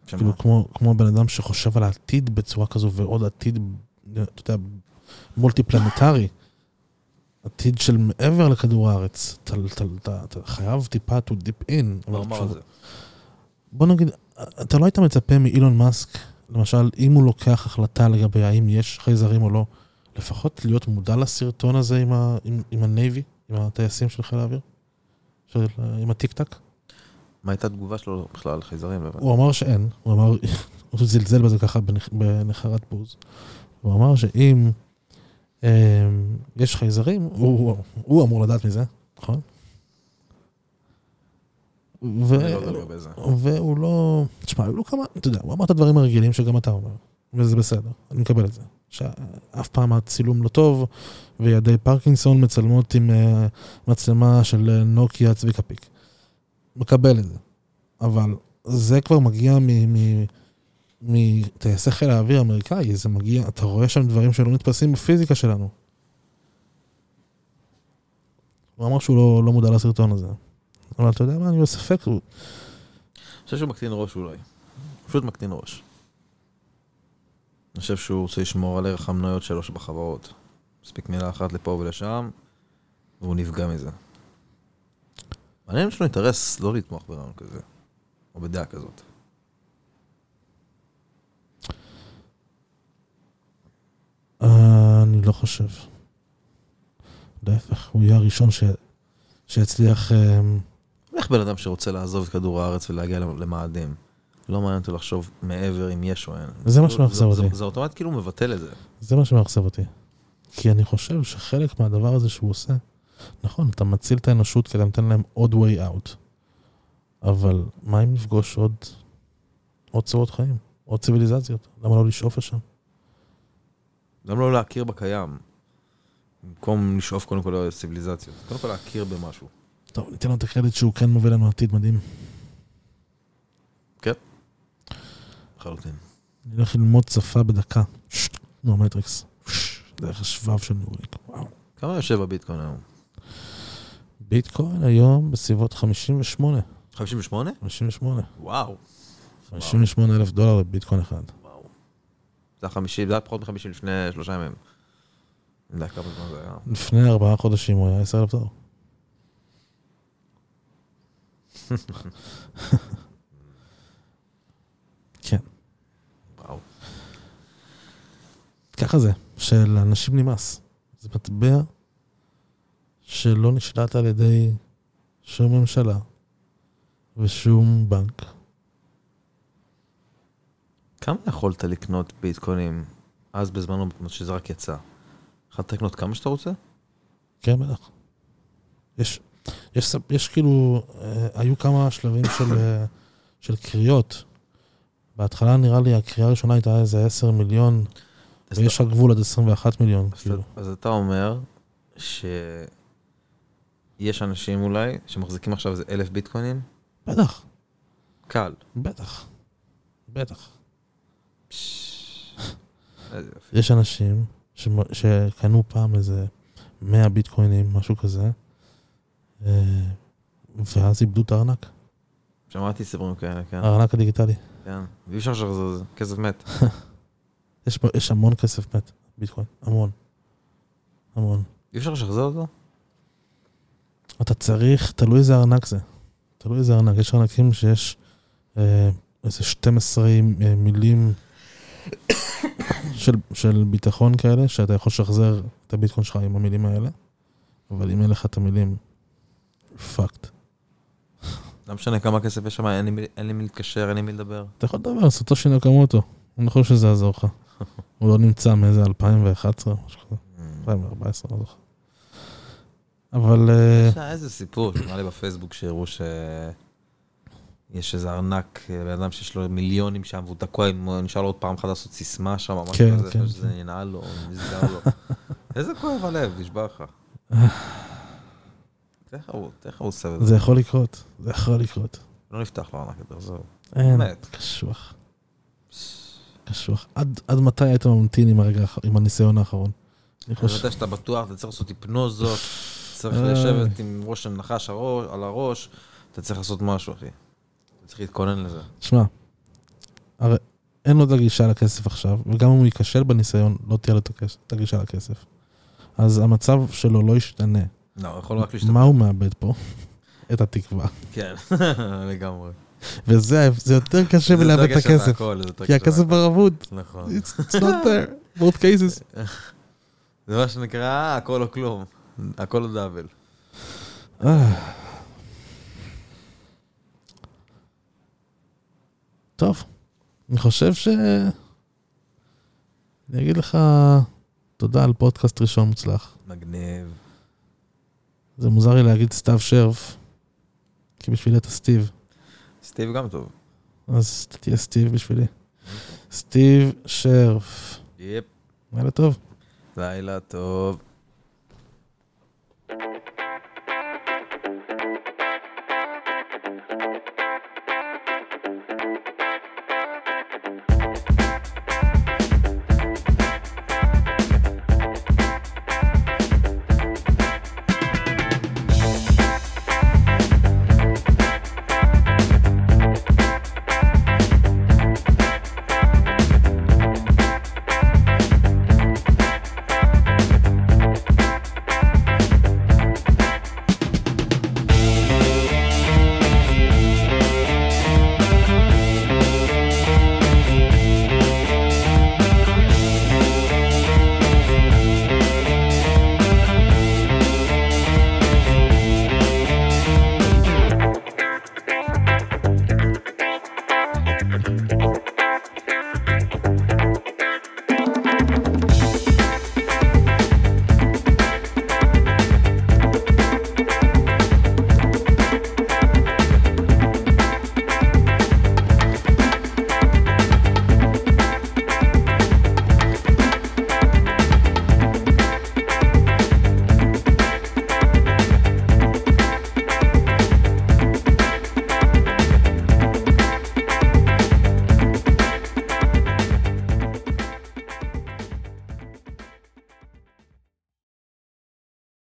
[SPEAKER 2] שמה?
[SPEAKER 1] כאילו כמו, כמו בן אדם שחושב על העתיד בצורה כזו ועוד עתיד, אתה יודע, מולטי-פלנטרי. עתיד של מעבר לכדור הארץ. אתה, אתה, אתה, אתה חייב טיפה to dip in.
[SPEAKER 2] לא
[SPEAKER 1] אבל
[SPEAKER 2] אמר
[SPEAKER 1] כשהוא-
[SPEAKER 2] על זה.
[SPEAKER 1] בוא נגיד, אתה לא היית מצפה מאילון מאסק, למשל, אם הוא לוקח החלטה לגבי האם יש חייזרים או לא, לפחות להיות מודע לסרטון הזה עם, ה, עם, עם הנייבי, עם הטייסים של חיל האוויר, של, עם הטיק-טק.
[SPEAKER 2] מה הייתה התגובה שלו בכלל על חייזרים? לא הבנתי.
[SPEAKER 1] הוא אמר שאין, הוא אמר, [LAUGHS] הוא זלזל בזה ככה בנח- בנחרת בוז. הוא אמר שאם אמ, יש חייזרים, הוא, הוא, הוא אמור לדעת מזה, נכון? ו...
[SPEAKER 2] אני לא יודע לגבי זה.
[SPEAKER 1] והוא לא... תשמע, היו לו כמה... אתה יודע, הוא אמר את הדברים הרגילים שגם אתה אומר, וזה בסדר, אני מקבל את זה. שאף פעם הצילום לא טוב, וידי פרקינסון מצלמות עם אה, מצלמה של אה, נוקיה צביקה פיק. מקבל את זה. אבל זה כבר מגיע מ- מ- מטייסי חיל האוויר האמריקאי, זה מגיע, אתה רואה שם דברים שלא נתפסים בפיזיקה שלנו. הוא אמר שהוא לא, לא מודע לסרטון הזה. אבל אתה יודע מה, אני בספק, הוא-
[SPEAKER 2] אני חושב שהוא מקטין ראש אולי. הוא פשוט מקטין ראש. אני חושב שהוא רוצה לשמור על ערך המניות שלו שבחברות. מספיק מילה אחת לפה ולשם, והוא נפגע מזה. מעניין אם יש לו אינטרס לא לתמוך ברעיון כזה, או בדעה כזאת.
[SPEAKER 1] אה, אני לא חושב. להפך, הוא יהיה הראשון ש... שיצליח... אה,
[SPEAKER 2] איך בן אדם שרוצה לעזוב את כדור הארץ ולהגיע למאדים? לא מעניין אותו לחשוב מעבר אם יש או אין.
[SPEAKER 1] זה מה שמאכזב
[SPEAKER 2] זה-
[SPEAKER 1] אותי.
[SPEAKER 2] זה אוטומט כאילו מבטל את זה.
[SPEAKER 1] זה מה שמאכזב אותי. כי אני חושב שחלק מהדבר הזה שהוא עושה, נכון, אתה מציל את האנושות כי אתה נותן להם עוד way out. אבל מה אם נפגוש עוד... עוד צורות חיים? עוד ציוויליזציות? למה לא לשאוף לשם?
[SPEAKER 2] למה לא להכיר בקיים? במקום לשאוף קודם כל לסיביליזציות. קודם כל להכיר במשהו.
[SPEAKER 1] טוב, ניתן לו את הקרדיט שהוא כן מוביל לנו עתיד מדהים.
[SPEAKER 2] לחלוטין.
[SPEAKER 1] אני הולך ללמוד שפה בדקה. שט, כמו המטריקס. שט, דרך השבב של ניוריק. וואו.
[SPEAKER 2] כמה יושב הביטקוין היום?
[SPEAKER 1] ביטקוין היום בסביבות 58,
[SPEAKER 2] 58?
[SPEAKER 1] 58,
[SPEAKER 2] וואו.
[SPEAKER 1] 58 אלף דולר בביטקוין אחד.
[SPEAKER 2] זה החמישי, זה היה פחות מחמישי לפני שלושה ימים. אני יודע כמה זמן זה היה.
[SPEAKER 1] לפני ארבעה חודשים הוא היה 10 אלף דולר. כן,
[SPEAKER 2] וואו.
[SPEAKER 1] ככה זה, שלאנשים נמאס. זה מטבע שלא נשלט על ידי שום ממשלה ושום בנק.
[SPEAKER 2] כמה יכולת לקנות ביטקוינים אז בזמנו שזה רק יצא? יכולת לקנות כמה שאתה רוצה?
[SPEAKER 1] כן, בטח. יש, יש, סב- יש כאילו, אה, היו כמה שלבים של, אה, של קריאות. בהתחלה נראה לי הקריאה הראשונה הייתה איזה 10 מיליון,
[SPEAKER 2] אז
[SPEAKER 1] ויש על גבול עד 21 מיליון.
[SPEAKER 2] אז
[SPEAKER 1] כאילו.
[SPEAKER 2] אתה- אז אתה אומר שיש אנשים אולי שמחזיקים עכשיו איזה אלף ביטקוינים?
[SPEAKER 1] בטח,
[SPEAKER 2] קל.
[SPEAKER 1] בטח, בטח.
[SPEAKER 2] אה,
[SPEAKER 5] איזה יופי.
[SPEAKER 1] יש אנשים שמ- שקנו פעם איזה 100 ביטקוינים, משהו כזה, אה, ואז איבדו את הארנק,
[SPEAKER 2] שמעתי סיפורים כאלה, כן,
[SPEAKER 1] הארנק הדיגיטלי.
[SPEAKER 2] כן. ואי אפשר לשחזר את זה, כסף מת.
[SPEAKER 1] יש, יש המון כסף מת, ביטקוין, המון. המון.
[SPEAKER 2] אי אפשר לשחזר אותו?
[SPEAKER 1] אתה צריך, תלוי איזה ארנק זה. תלוי איזה ארנק. יש ארנקים שיש אה, איזה 12 אה, מילים של, של ביטחון כאלה, שאתה יכול לשחזר את הביטקוין שלך עם המילים האלה, אבל אם אין לך את המילים, פאקד.
[SPEAKER 2] לא משנה כמה כסף יש שם, אין לי מי- אין לי מי להתקשר, אין לי מי לדבר.
[SPEAKER 1] אתה יכול לדבר, סטושי נקמוטו. אני לא חושב שזה יעזור לך. הוא לא נמצא מאיזה 2011, משהו כזה. 2014, לא זוכר. אבל...
[SPEAKER 2] [LAUGHS]
[SPEAKER 1] אה,
[SPEAKER 2] יש איזה סיפור, נראה לי בפייסבוק שהראו ש... יש איזה ארנק, בן אדם שיש לו מיליונים שם, והוא תקוע, אם הוא נשאר לו עוד פעם אחת לעשות סיסמה שם, או משהו
[SPEAKER 1] כן,
[SPEAKER 2] כזה,
[SPEAKER 1] כן,
[SPEAKER 2] אחרי שזה ננעל לו, נסגר
[SPEAKER 1] [LAUGHS]
[SPEAKER 2] לו. איזה כואב הלב, נשבע לך. תראה איך הוא- תראה איך הוא עושה את זה,
[SPEAKER 1] זה יכול לקרות, זה יכול לקרות.
[SPEAKER 2] לא נפתח לו ארנק יותר, זהו.
[SPEAKER 1] אין,
[SPEAKER 2] באמת.
[SPEAKER 1] קשוח. קשוח. עד, עד מתי היית ממתין עם הרגע, האח- עם הניסיון האחרון? אני
[SPEAKER 2] אני לא
[SPEAKER 1] חושב, אה.
[SPEAKER 2] יודע שאתה בטוח, אתה צריך לעשות היפנוזות, צריך
[SPEAKER 1] איי.
[SPEAKER 2] לשבת עם ראש הנחש הראש- על הראש, אתה צריך לעשות משהו, אחי. אתה צריך להתכונן לזה.
[SPEAKER 1] תשמע, הרי אין לו את הגישה לכסף עכשיו, וגם אם הוא ייכשל בניסיון, לא תהיה לו את הכס- את הגישה לכסף. אז המצב שלו לא ישתנה.
[SPEAKER 2] לא, הוא יכול רק להשתמש.
[SPEAKER 1] מה הוא מאבד פה? [LAUGHS] את התקווה.
[SPEAKER 2] כן, [LAUGHS] לגמרי.
[SPEAKER 1] וזה זה יותר קשה
[SPEAKER 2] זה יותר
[SPEAKER 1] מלאבד את
[SPEAKER 2] קשה
[SPEAKER 1] הכסף,
[SPEAKER 2] מהכל, זה יותר
[SPEAKER 1] כי
[SPEAKER 2] קשה
[SPEAKER 1] הכסף
[SPEAKER 2] מהכל.
[SPEAKER 1] ברבוד.
[SPEAKER 2] נכון.
[SPEAKER 1] It's it's
[SPEAKER 2] [LAUGHS]
[SPEAKER 1] not there, both cases.
[SPEAKER 2] זה מה שנקרא אה, הכל או כלום. הכל או דאבל.
[SPEAKER 1] אה. טוב, אני חושב ש... אני אגיד לך תודה על פודקאסט ראשון מוצלח.
[SPEAKER 2] מגניב.
[SPEAKER 1] זה מוזר לי להגיד סתיו שרף, כי בשבילי אתה סטיב,
[SPEAKER 2] סטיב גם טוב.
[SPEAKER 1] אז אתה תהיה סטיב בשבילי. סטיב שרף.
[SPEAKER 2] יפ.
[SPEAKER 1] לילה טוב.
[SPEAKER 2] לילה טוב.